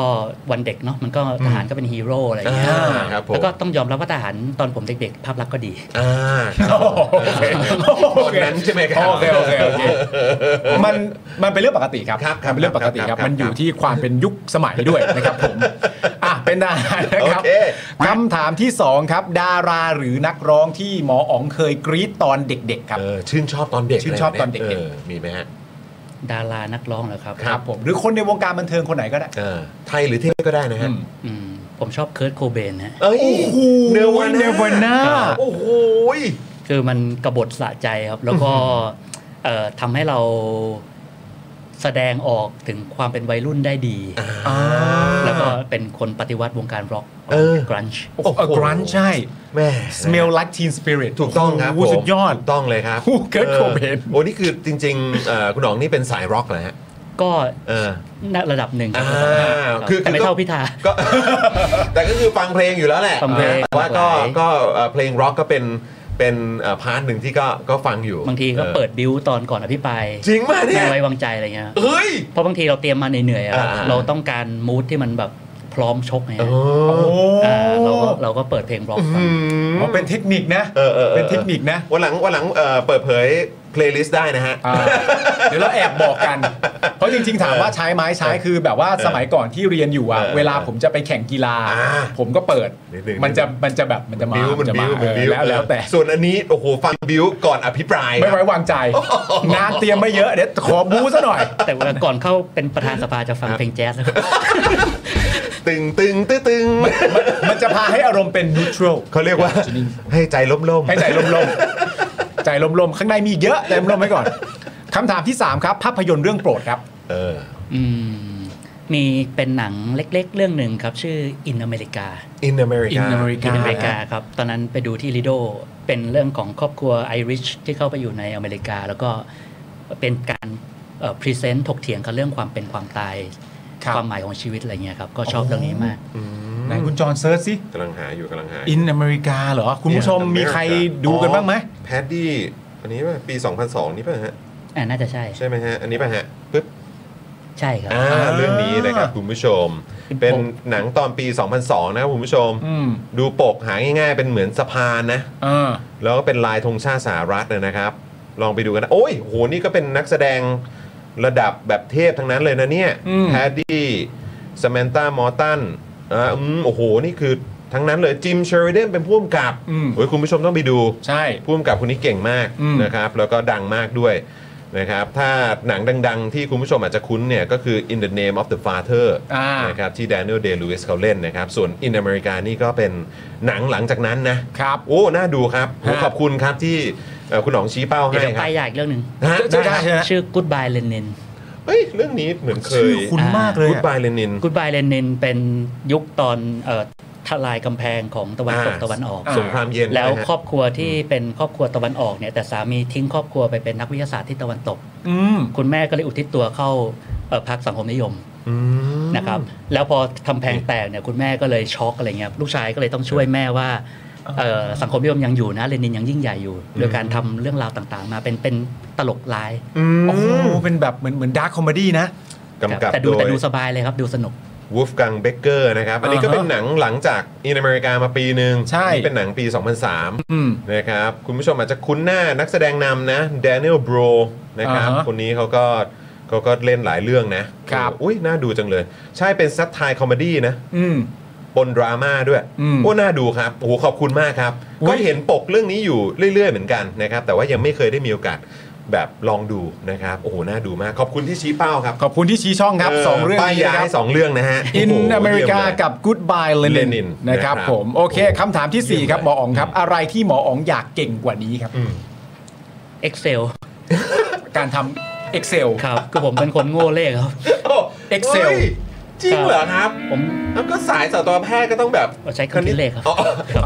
วันเด็กเนาะมันก็ทหารก็เป็นฮีโร่อะไรอย่างเงี้อย่าครับผม แล้วก็ต้องยอมรับว่าทหารตอนผมเด็ก ๆ ภาพลักษณ์ก็ดี อ่าครับตอนนั้นใช่ไหมครับ โอเคโอเคโอเคมันมันเป็นเรื่องปกติครับ ครับครับ มันเป็นเรื่องปกติค ครั รั บบ ครับ มันอยู่ที่ความเป็นยุคสมัยด้วยนะครับผมอ่ะเป็นดารานะครับ โอเค คำถามที่สองครับ ดาราหรือนักร้องที่หมออ๋องเคยกรี๊ดตอนเด็ก ๆ ครับ เออชื่นชอบตอนเด็ก ชื่นชอบตอนเด็ก ยยมีไหมฮะ ดารานักร้องเหรอครับ ครับผมหรือคนในวงการบันเทิงคนไหนก็ได้ เออไทยหรือเทพก็ได้นะฮะ อืม อืมผมชอบเคิร์ตโคเบนนะฮะ เอ้ยเนวา เนวา น่า น่า โอ้โหย คือมันกบฏสะใจครับ แล้วก็เอ่อทำให้เราแสดงออกถึงความเป็นวัยรุ่นได้ดี แล้วก็เป็นคนปฏิวัติวงการร็อก เออ กรันช์ โอ้โหกรันใช่ แม่ smell like teen spirit ถูกต้องครับ โโห ผม สุดยอด ถูกต้องเลยครับ โอ้โห Kurt ออ Cobain โอ้นี่คือจริงๆเอ่อคุณหนองนี่เป็นสายร็อกเหรอฮะ ก็ เออ ณระดับหนึ่งครับ อ่า ครับ คือคือ แต่ไม่เท่าพิธา ก็ [LAUGHS] แต่ก็คือฟังเพลงอยู่แล้วแหละ ฟังเพลง แต่ว่าก็ หลากหลาย ก็เอ่อเพลงร็อกก็เป็นเป็นเอ่อพาร์ทหนึ่งที่ก็ก็ฟังอยู่ บางทีก็ ออ เปิดบิวตอนก่อนอภิปราย จริงป่ะเนี่ย ไม่ไว้วางใจอะไรเงี้ย เฮ้ย เพราะบางทีเราเตรียมมาเหนื่อยๆอะครับ อ่า เราต้องการมูทที่มันแบบพร้อมชกไง เอ โอ้ อ โห อ่าเราก็เราก็เปิดเพลงร็อกฟัง อ๋อเป็นเทคนิคนะ เออเออออ เป็นเทคนิคนะ วันหลังวันหลังเอ่อเปิดเผย เพลย์ลิสต์ได้นะฮะ อ่าเดี๋ยวเราแอบบอกกัน เพราะจริงๆ ถามว่าใช้ไหมใช้คือแบบว่าสมัยก่อนที่เรียนอยู่อะ เออ เวลาผมจะไปแข่งกีฬา อ่า ผมก็เปิด นิดนึง มันจะมันจะแบบมันจะมา บิ้วมัน จะ บิ้ มาว มันบิ้ว แล้วแล้วแต่ ส่วนอันนี้โอ้โหฟังบิ้วก่อนอภิปราย ไม่ไว้วางใจ งานเตรียมไม่เยอะเดี๋ยวขอบูซะหน่อย แต่เวลาก่อนเข้าเป็นประธานสภาจะฟังเพลงแจ๊ส [LAUGHS] นะครับ ตึงตึงตึ้งตึง มันจะพาให้อารมณ์เป็น neutral เขาเรียกว่าให้ใจล้มลมๆ ให้ใจลมๆ ใจลมๆ ข้างในมีเยอะใจลมๆไว้ก่อนคำถามที่ 3 ครับ ภาพยนตร์เรื่องโปรดครับ เออ อืมมีเป็นหนังเล็กๆ เรื่องหนึ่งครับ ชื่อ In America in America In America ที่อเมริกาครับ ตอนนั้นไปดูที่ลิโดเป็นเรื่องของครอบครัวไอริชที่เข้าไปอยู่ในอเมริกา แล้วก็เป็นการพรีเซนต์ถกเถียงกันเรื่องความเป็นความตาย ครับ ความหมายของชีวิตอะไรเงี้ยครับ ก็ชอบเรื่องนี้มาก ไหนคุณจอห์นเซิร์ชสิ กำลังหาอยู่กำลังหา In America เหรอ คุณผู้ชมมีใครดูกันบ้างไหม แพดดี้อันนี้ป่ะปี 2002 นี่ป่ะฮะ อ่าน่าจะใช่ ใช่ไหมฮะ อันนี้ป่ะฮะปึ๊บ ใช่ครับ อ่าเรื่องนี้นะครับคุณผู้ชม เป็นหนังตอนปี 2002 นะครับคุณผู้ชม อืม ดูปกหาง่ายๆ เป็นเหมือนสะพานนะ เออ แล้วก็เป็นลายธงชาติสหรัฐนะนะครับ ลองไปดูกันนะ โอ้ยโหนี่ก็เป็นนักแสดงระดับแบบเทพทั้งนั้นเลยนะเนี่ย อืม แฮดดี้สแมนตามอร์ตันอ่าอืมโอ้โห นี่คือทั้งนั้นเลยจิมเชอริเดนเป็นผู้กำกับ อืม โอ้ยคุณผู้ชมต้องไปดู ใช่ ผู้กำกับคนนี้เก่งมาก อืม นะครับ แล้วก็ดังมากด้วยนะครับ ถ้าหนังดัง ๆ ที่คุณผู้ชมอาจจะคุ้นเนี่ย ก็คือ In the Name of the Father อ่า นะครับที่ Daniel Day Lewis เขาเล่นนะครับ ส่วน In America นี่ก็เป็นหนังหลังจากนั้นนะ ครับ โอ้ น่าดูครับโอ้ ฮะ ขอบคุณครับที่เอ่อคุณหนองชี้เป้า เดี๋ ให้ ยวเดี๋ยว ค ไป รับ อยากเรื่องหนึ่ง ฮะ เจอได้ใช่ไหม ชื่อ Goodbye Lenin เฮ้ย เรื่องนี้เหมือนเค ชื่ ย อคุณมากเลย กูด อะ บายเลนิน Goodbye Lenin เป็นยุคตอนเอ่อทลายกำแพงของตะวันตกตะวันออก สงครามเย็น แล้ว นะฮะ ครอบครัวที่เป็นครอบครัวตะวันออกเนี่ยแต่สามีทิ้งครอบครัวไปเป็นนักวิทยาศาสตร์ที่ตะวันตก อืม คุณแม่ก็เลยอุทิศตัวเข้าเอ่อพรรคสังคมนิยม อืม นะครับแล้วพอทำแพงแตกเนี่ยคุณแม่ก็เลยช็อกอะไรเงี้ยลูกชายก็เลยต้องช่วยแม่ว่าเอ่อสังคมนิยมยังอยู่นะเลนินยังยิ่งใหญ่อยู่โดยการทำเรื่องราวต่างๆ มาเป็นเป็นตลกร้าย โอ้โหเป็นแบบเหมือนเหมือนดาร์คคอมเมดี้นะ กำกับ แต่ โด ดูแต่ ย ดูสบายเลยครับ ดูสนุก วูฟกังเบเกอร์นะครับ อันนี้ก็ อ่าฮะ เป็นหนังหลังจากอินอเมริกามาปีหนึ่ง ใช่ อันนี่เป็นหนังปี อืม 2003 นะครับ คุณผู้ชมอาจจะคุ้นหน้านักแสดงนำนะแดเนียลบรนะครับ อ่าฮะ คนนี้เขาก็เขาก็เล่นหลายเรื่องนะครับ อุ้ยน่าดูจังเลย ใช่เป็นซับไทยคอมเมดี้นะ อืม ปนดราม่าด้วย อืม โอ้น่าดูครับโอ้โหขอบคุณมากครับ อุ๊ย ก็เห็นปกเรื่องนี้อยู่เรื่อย ๆ เหมือนกันนะครับ [LAUGHS] แต่ว่ายังไม่เคยได้มีโอกาสแบบลองดูนะครับโอ้โหน่าดูมากขอบคุณที่ชี้เป้าครับ ขอบคุณที่ชี้ช่องครับสองเรื่อง ป้าย นี้ ยา นะค ให้ รับ สองเรื่องนะฮะ In โโห America กับ Goodbye Lenin Lenin นะครับ นะครับ ผม โอเคคำถามทีสี่4 ครับห เยี่ มอย มเลย อ๋องครับ อะไรที่หมออ๋องอยากเก่งกว่านี้ครับ Excel การทำ Excel ครับคือผมเป็นคนโง่เลขครับ โอ้ Excel ฮ้ยจริงเหรอครับ ผม แล้วก็สายสัตวแพทย์ก็ต้องแบบ ใช้คำคิดเลขครับ อ๋อ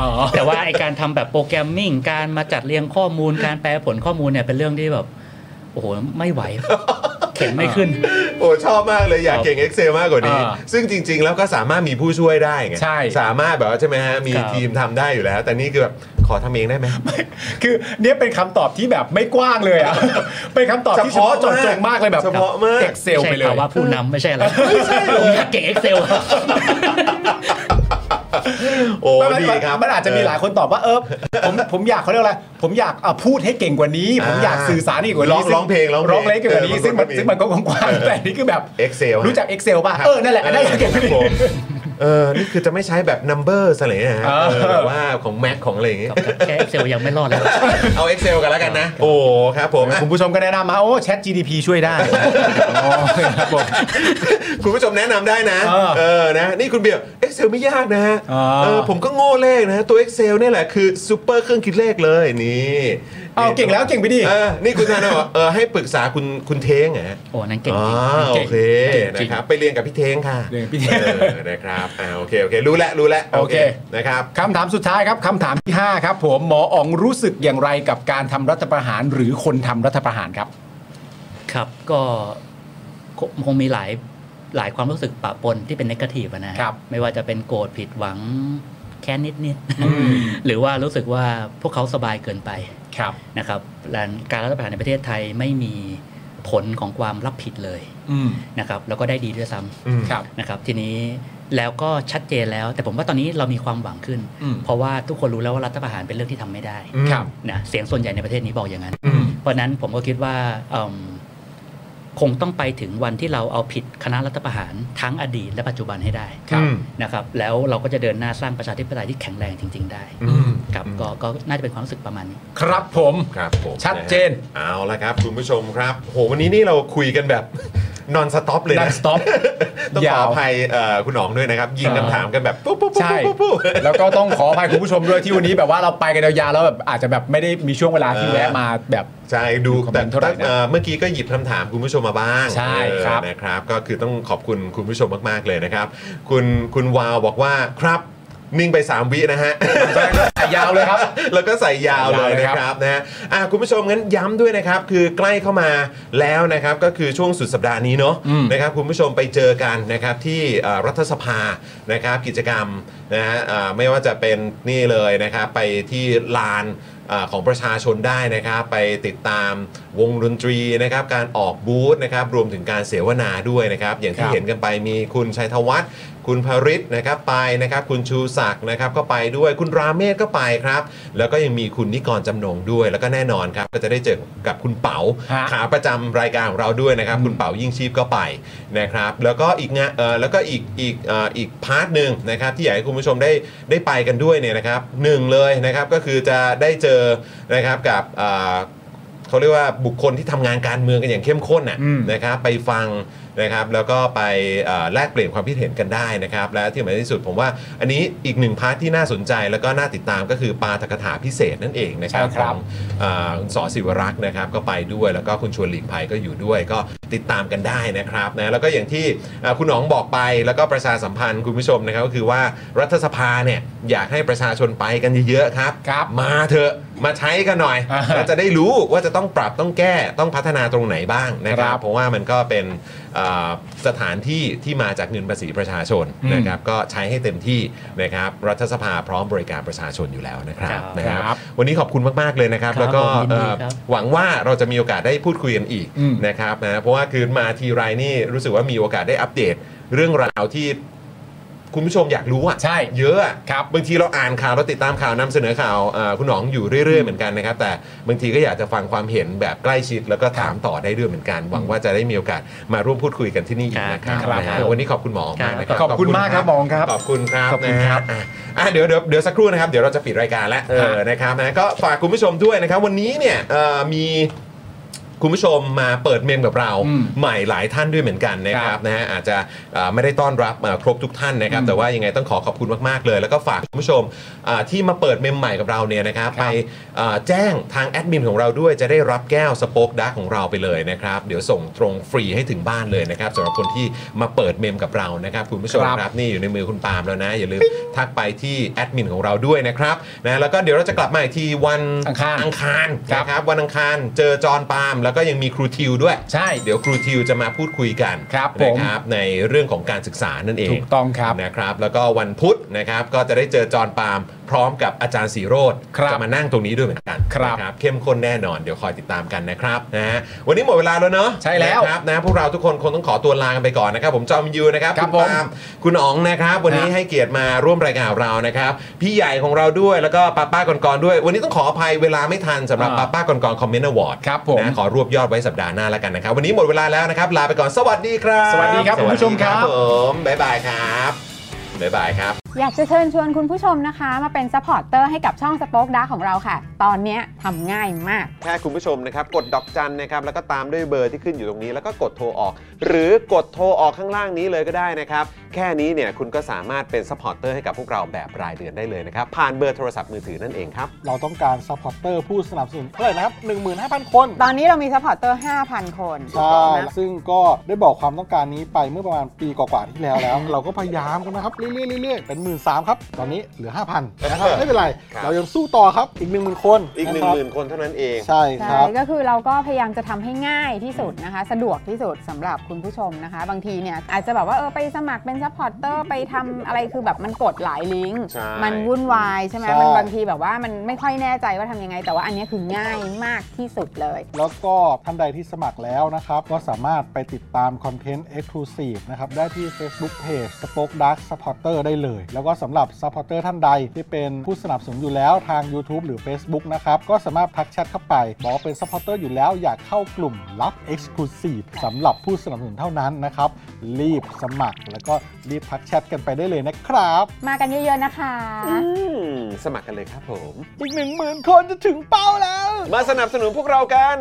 อ๋อ แต่ว่าไอการทำแบบโปรแกรมมิ่ง การมาจัดเรียงข้อมูล การแปลผลข้อมูลเนี่ยเป็นเรื่องที่แบบ โอ้โห ไม่ [LAUGHS] ไหว เข็นไม่ขึ้น โอ้ชอบมากเลยอยากเก่ง Excel มากกว่านี้ อ่า ซึ่งจริง ๆ แล้วก็สามารถมีผู้ช่วยได้ไง ใช่ สามารถแบบว่าใช่ไหมฮะมี ครับ ทีมทำได้อยู่แล้ว แต่นี่คือแบบขอทำเองได้ไหม คือเนี่ยเป็นคำตอบที่แบบไม่กว้างเลยอ่ะ [LAUGHS] เป็นคำตอบที่เฉพาะเจาะจงมากเลยแบบ เฉพาะมาก Excel ไม่ ไป ใช่ เลย ภาวะผู้นำไม่ใช่อะไรผมอยากเก่ง Excel ครับ โอ้ ไม่ไม่ ดี ไม่ ครับ มันอาจจะมีหลายคนตอบว่าเออผมผมอยากเขาเรียกอะไรผมอยากอ่ะพูดให้เก่งกว่านี้ ผมอยากสื่อสารให้เก่งกว่า ร้อ นี้ งร้องเพลงร้องเพลง ร้องเพลงเก่งกว่านี้ เออ ซึ่งมัน มันก็มี ซึ่งมันก็กว้างๆแต่อันนี่คือแบบ Excel ฮะ รู้จัก Excel ป่ะ ครับ เออนั่นแหละอันนั่นแหละเก่งกคว่ารับผ นี้ มเออนี่คือจะไม่ใช้แบบ number อะไรนะฮะ เออ เออแบบว่าของ Mac ของอะไรอย่างเงี้ย แค่ Excel ยังไม่รอดแล้ว เอา Excel กันแล้วกันนะ โอ้ครับผมอ่ะ คุณผู้ชมก็แนะนำมาโอ้ Chat GDP ช่วยได้อ๋อครับผม [LAUGHS] คุณผู้ชมแนะนำได้นะ เออ เออนะ นี่คุณเบียร์ Excel ไม่ยากนะฮะ อ๋อ เออผมก็โง่เลขนะฮะตัว Excel เนี่ยแหละคือซูเปอร์เครื่องคิดเลขเลยนี่ เอาเก่งแล้วเก่งไปดิ เออนี่คุณธนาบอกเออให้ปรึกษาคุณคุณเท้งเหรอฮะ โอ้นั่นเก่ง อ๋อ จริง โอเค เก่ นะ ง ครับไปเรียนกับพี่เท้งค่ะ เรียนกับพี่เท้ง ออนะครับอ่าโอเคโอเครู้แล้วรู้แล้ว โอเค นะครับ คำถามสุดท้ายครับคำถามที่ห้าครับผมหมออ๋องรู้สึกอย่างไรกับการทำรัฐประหารหรือคนทำรัฐประหารครับ ครับก็คงคงมีหลายหลายความรู้สึกปะปนที่เป็นนกาทีฟนะฮะ ครับ ไม่ว่าจะเป็นโกรธผิดหวังแค้นนิดนิดๆหรือว่ารู้สึกว่าพวกเขาสบายเกินไป ครับ นะครับและการรัฐประหารในประเทศไทยไม่มีผลของความรับผิดเลย อืม นะครับแล้วก็ได้ดีด้วยซ้ อืม ครับ ำนะครับ ทีนี้แล้วก็ชัดเจนแล้ว แต่ผมว่าตอนนี้เรามีความหวังขึ้น อืม เพราะว่าทุกคนรู้แล้วว่ารัฐประหารเป็นเรื่องที่ทำไม่ได้ อืม ครับ นะเสียงส่วนใหญ่ในประเทศนี้บอกอย่างนั้น อืม เพราะฉะนั้นผมก็คิดว่าเอิ่มคงต้องไปถึงวันที่เราเอาผิดคณะรัฐประหารทั้งอดีตและปัจจุบันให้ได้ ครับอืม นะครับ แล้วเราก็จะเดินหน้าสร้างประชาธิปไตยที่แข็งแรงจริง ๆ ได้ครับก็ก็น่าจะเป็นความรู้สึกประมาณนี้ ครับผม ครับผม ชัดเจน ะฮะเอาละครับ คุณผู้ชมครับ โหวันนี้นี่เราคุยกันแบบ นอนสต็อปเลย ดั นะ นสต็อป [LAUGHS] ต้องข ยา อ ว อภัยเอ่อคุณหนองด้วยนะครับ ยิงคำถามกันแบบปุ๊บปุ๊บปุ๊บ ใช่ ปุ๊บปุ๊บ แล้วก็ต้องขออภัยคุณผู้ชมด้วยที่วันนี้แบบว่าเราไปกันยาวๆแล้วแบบอาจจะแบบไม่ได้มีช่วงเวลาที่ เออ แวะมาแบบ ใช่ดู คอมเม แต่ นต์เท่าไหร่นะ เอ่อเมื่อกี้ก็หยิบคำถามคุณผู้ชมมาบ้าง ใช่ครับ เออนะครับ ก็คือต้องขอบคุณคุณผู้ชมมากๆเลยนะครับ คุณคุณวาวบอกว่าครับนิ่งไป 3 วินะฮะ ยาวเลยครับ [LAUGHS] แล้วก็ใส่ยาวเลยนะครับนะฮะอ่ะคุณผู้ชมงั้นย้ำด้วยนะครับ คือใกล้เข้ามาแล้วนะครับก็คือช่วงสุดสัปดาห์นี้เนาะ อืม นะครับคุณผู้ชมไปเจอกันนะครับที่เอ่อรัฐสภานะครับกิจกรรมนะฮะอ่าไม่ว่าจะเป็นนี่เลยนะครับไปที่ลานอ่าของประชาชนได้นะครับไปติดตามวงดนตรีนะครับการออกบูธนะครับรวมถึงการเสวนาด้วยนะครับอย่าง ค ที่ รับ เห็นกันไปมีคุณชัยธวัฒน์ คุณพริศนะครับไปนะครับคุณชูศักดิ์นะครับก็ไปด้วยคุณราเมศก็ไปครับ แล้วก็ยังมีคุณนิกรจำนงด้วย แล้วก็แน่นอนครับ ก็จะได้เจอกับคุณเป๋า ฮะ ขาประจำรายการของเราด้วยนะครับ คุณเป๋ายิ่งชีพก็ไปนะครับ แล้วก็อีกงานเอ่อแล้วก็อีกอีกเอ่ออีกพาร์ทหนึ่งนะครับที่อยากให้คุณผู้ชมได้ได้ไปกันด้วยเนี่ยนะครับหนึ่งเลยนะครับก็คือจะได้เจอนะครับกับเอ่อ เขาเรียกว่าบุคคลที่ทำงานการเมืองกันอย่างเข้มข้นน่ะ อืม นะครับไปฟังนะครับแล้วก็ไปเอ่อแลกเปลี่ยนความคิดเห็นกันได้นะครับ และที่สำคัญที่สุดผมว่าอันนี้อีกหนึ่งพาร์ทที่น่าสนใจแล้วก็น่าติดตามก็คือปาฐกถาพิเศษนั่นเองนะครับ ใช่ครับ ของเอ่อคุณสอศิวรักษ์นะครับก็ไปด้วยแล้วก็คุณชวนหลีกภัยก็อยู่ด้วย ก็ติดตามกันได้นะครับนะแล้วก็อย่างที่เอ่อคุณหนองบอกไปแล้วก็ประชาสัมพันธ์คุณผู้ชมนะครับก็คือว่ารัฐสภาเนี่ยอยากให้ประชาชนไปกันเยอะๆครับ ครับ มาเถอะมาใช้กันหน่อย อ่าฮะ แล้วจะได้รู้ว่าจะต้องปรับต้องแก้ต้องพัฒนาตรงไหนบ้างนะคครัรับ บ เพราะว่ามันก็เป็นเอ่อสถานที่ที่มาจากเงินภาษีประชาชน อืม นะครับก็ใช้ให้เต็มที่นะครับรัฐสภาพร้อมบริการประชาชนอยู่แล้วนะครับ ครับ นะค ครั รับบ วันนี้ขอบคุณมาก ๆ เลยนะครับ ครับ แล้วก็ ผมยินดี เอ่อ ครับ หวังว่าเราจะมีโอกาสได้พูดคุยกันอีก อืม นะครับนะเพราะว่าคืนมาทีไรนี่รู้สึกว่ามีโอกาสได้อัปเดต เรื่องราวที่คุณผู้ชมอยากรู้อ่ะ ใช่ เยอะอะ ครับ บางทีเราอ่านข่าวเราติดตามข่าวนำเสนอข่าวเอ่อคุณหนองอยู่เรื่อยๆเหมือนกันนะครับ แต่บางทีก็อยากจะฟังความเห็นแบบใกล้ชิด แล้วก็ถามต่อได้ด้วยเหมือนกัน หวังว่าจะได้มีโอกาสมาร่วมพูดคุยกันที่นี่อีกนะครับ ครับ นะฮะ ครับ วันนี้ขอบคุณหมอมากนะครับ ขอบคุณมากครับหมอครับ ขอบคุณครับ ขอบคุณครับ นะฮะอ่ะเดี๋ยวเดี๋ยวเดี๋ยวสักครู่นะครับเดี๋ยวเราจะปิดรายการแล้วเออนะครับนะก็ฝากคุณผู้ชมด้วยนะครับ วันนี้เนี่ยเอ่อมี คุณผู้ชมมาเปิดเมมกับเรา อืม ใหม่หลายท่านด้วยเหมือนกันนะค ค รั รั บบ นะฮะอาจจะเอ่อไม่ได้ต้อนรับเอ่อครบทุกท่านนะครับ แต่ว่ายังไงต้องขอขอบคุณมากๆเลย แล้วก็ฝากคุณผู้ชมเอ่อที่มาเปิดเมมใหม่กับเราเนี่ยนะครับไปเอ่อแจ้งทางแอดมินของเราด้วยจะได้รับแก้วสป็อกดาร์กของเราไปเลยนะครับเดี๋ยวส่งตรงฟรีให้ถึงบ้านเลยนะครับสำหรับคนที่มาเปิดเมมกับเรานะครับคุณผู้ชม ครับ ครับ ครับนี่อยู่ในมือคุณปาล์มแล้วนะ อย่าลืมทักไปที่แอดมินของเราด้วยนะครับนะแล้วก็เดี๋ยวเราจะกลับมาอีกทีวัน อังคาร อังคาร ครับ นะครับวันอังคารเจอจอห์นปาล์มแล้วก็ยังมีครูทิวด้วย ใช่ เดี๋ยวครูทิวจะมาพูดคุยกัน ครับผม นะครับในเรื่องของการศึกษานั่นเอง ถูกต้องครับ นะครับแล้วก็วันพุธนะครับก็จะได้เจอจอร์นปาล์มพร้อมกับอาจารย์สีโรธ ครับ จะมานั่งตรงนี้ด้วยเหมือนกัน ครับ นะเข้มข้นแน่นอนเดี๋ยวคอยติดตามกันนะครับนะฮะวันนี้หมดเวลาแล้วเนาะ ใช่แล้ว นะครับนะพวกเราทุกคนคงต้องขอตัวลากันไปก่อนนะครับผมจอมยูนะครับ ครับ ณปาล์มคุณอ๋องนะครับ วันนี้ ครับ ให้เกียรติมาร่วมรายการของเรานะครับพี่ใหญ่ของเราด้วยแล้วก็ป้าป้าก่อนๆด้วย วันนี้ต้องขออภัยเวลาไม่ทันสำหรับป้า อ่า ป้าก่อนๆคอมเมนต์อวอร์ด ครับผม นะขอรวบยอดไว้สัปดาห์หน้าแล้วกันนะครับวันนี้หมดเวลาแล้วนะครับลาไปก่อนสวัสดีครับ สวัสดีครับคุณผู้ชมครับ สวัสดีผมบ๊ายบายครับ บ๊ายบายครับ อยากจะเชิญชวนคุณผู้ชมนะคะ มาเป็นซัพพอร์ตเตอร์ให้กับช่องสป็อคดาของเราค่ะ ตอนเนี้ยทำง่ายมาก แค่คุณผู้ชมนะครับ กดดอกจันนะครับ แล้วก็ตามด้วยเบอร์ที่ขึ้นอยู่ตรงนี้ แล้วก็กดโทรออก หรือกดโทรออกข้างล่างนี้เลยก็ได้นะครับ แค่นี้เนี่ยคุณก็สามารถเป็นซัพพอร์ตเตอร์ให้กับพวกเราแบบรายเดือนได้เลยนะครับ ผ่านเบอร์โทรศัพท์มือถือนั่นเองครับ เราต้องการซัพพอร์เตอร์ผู้สนับสนุนเท่าไหร่นะครับ 15,000 คน ตอนนี้เรามีซัพพอร์ตเตอร์5,000 คน ใช่ นะ ซึ่งก็ได้บอกความต้องการนี้ไปเมื่อประมาณปีกว่าๆที่แล้วแล้ว เราก็พยายามกันนะครับ เรื่อยๆเรื่อยๆเป็นหมื่นสามครับ ตอนนี้เหลือ 5,000นะครับ ไม่เป็นไร ครับ เรายังสู้ต่อครับอีก 10,000 คน อีก1 ะครับ 0,000 คนเท่านั้นเอง ใช่ค ใช่ รับ ก็คือเราก็พยายามจะทำให้ง่ายที่สุดนะคะ สะดวกที่สุดสำหรับคุณผู้ชมนะคะ บางทีเนี่ยอาจจะแบบว่าเออไปสมัครเป็น ซัพพอร์เตอร์ไปทำอะไรคือแบบมันกดหลายลิงก์ ใช่ มันวุ่นวายใช่ไหม ใช่ มันบางทีแบบว่ามันไม่ค่อยแน่ใจว่าทำยังไง แต่ว่าอันเนี้ยคือง่ายมากที่สุดเลย แล้วก็ท่านใดที่สมัครแล้วนะครับ ก็สามารถไปติดตามคอนเทนต์ Exclusive นะครับ ได้ที่ Facebook Page Spoke Dark Supporter ได้เลย แล้วก็สำหรับ Supporter ท่านใดที่เป็นผู้สนับสนุนอยู่แล้วทาง YouTube หรือ Facebook นะครับ ก็สามารถทักแชทเข้าไป บอกว่าเป็น Supporter อยู่แล้วอยากเข้ากลุ่มลับ Exclusive สำหรับผู้สนับสนุนเท่านั้นนะครับ รีบสมัคร แล้วก็รีบทักแชทกันไปได้เลยนะครับ มากันเยอะๆนะคะ อืมสมัครกันเลยครับผม อีก 1 0,000 คนจะถึงเป้าแล้ว มาสนับสนุนพวกเรากัน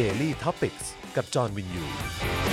Daily t o p i c กกับจอห์นวินยู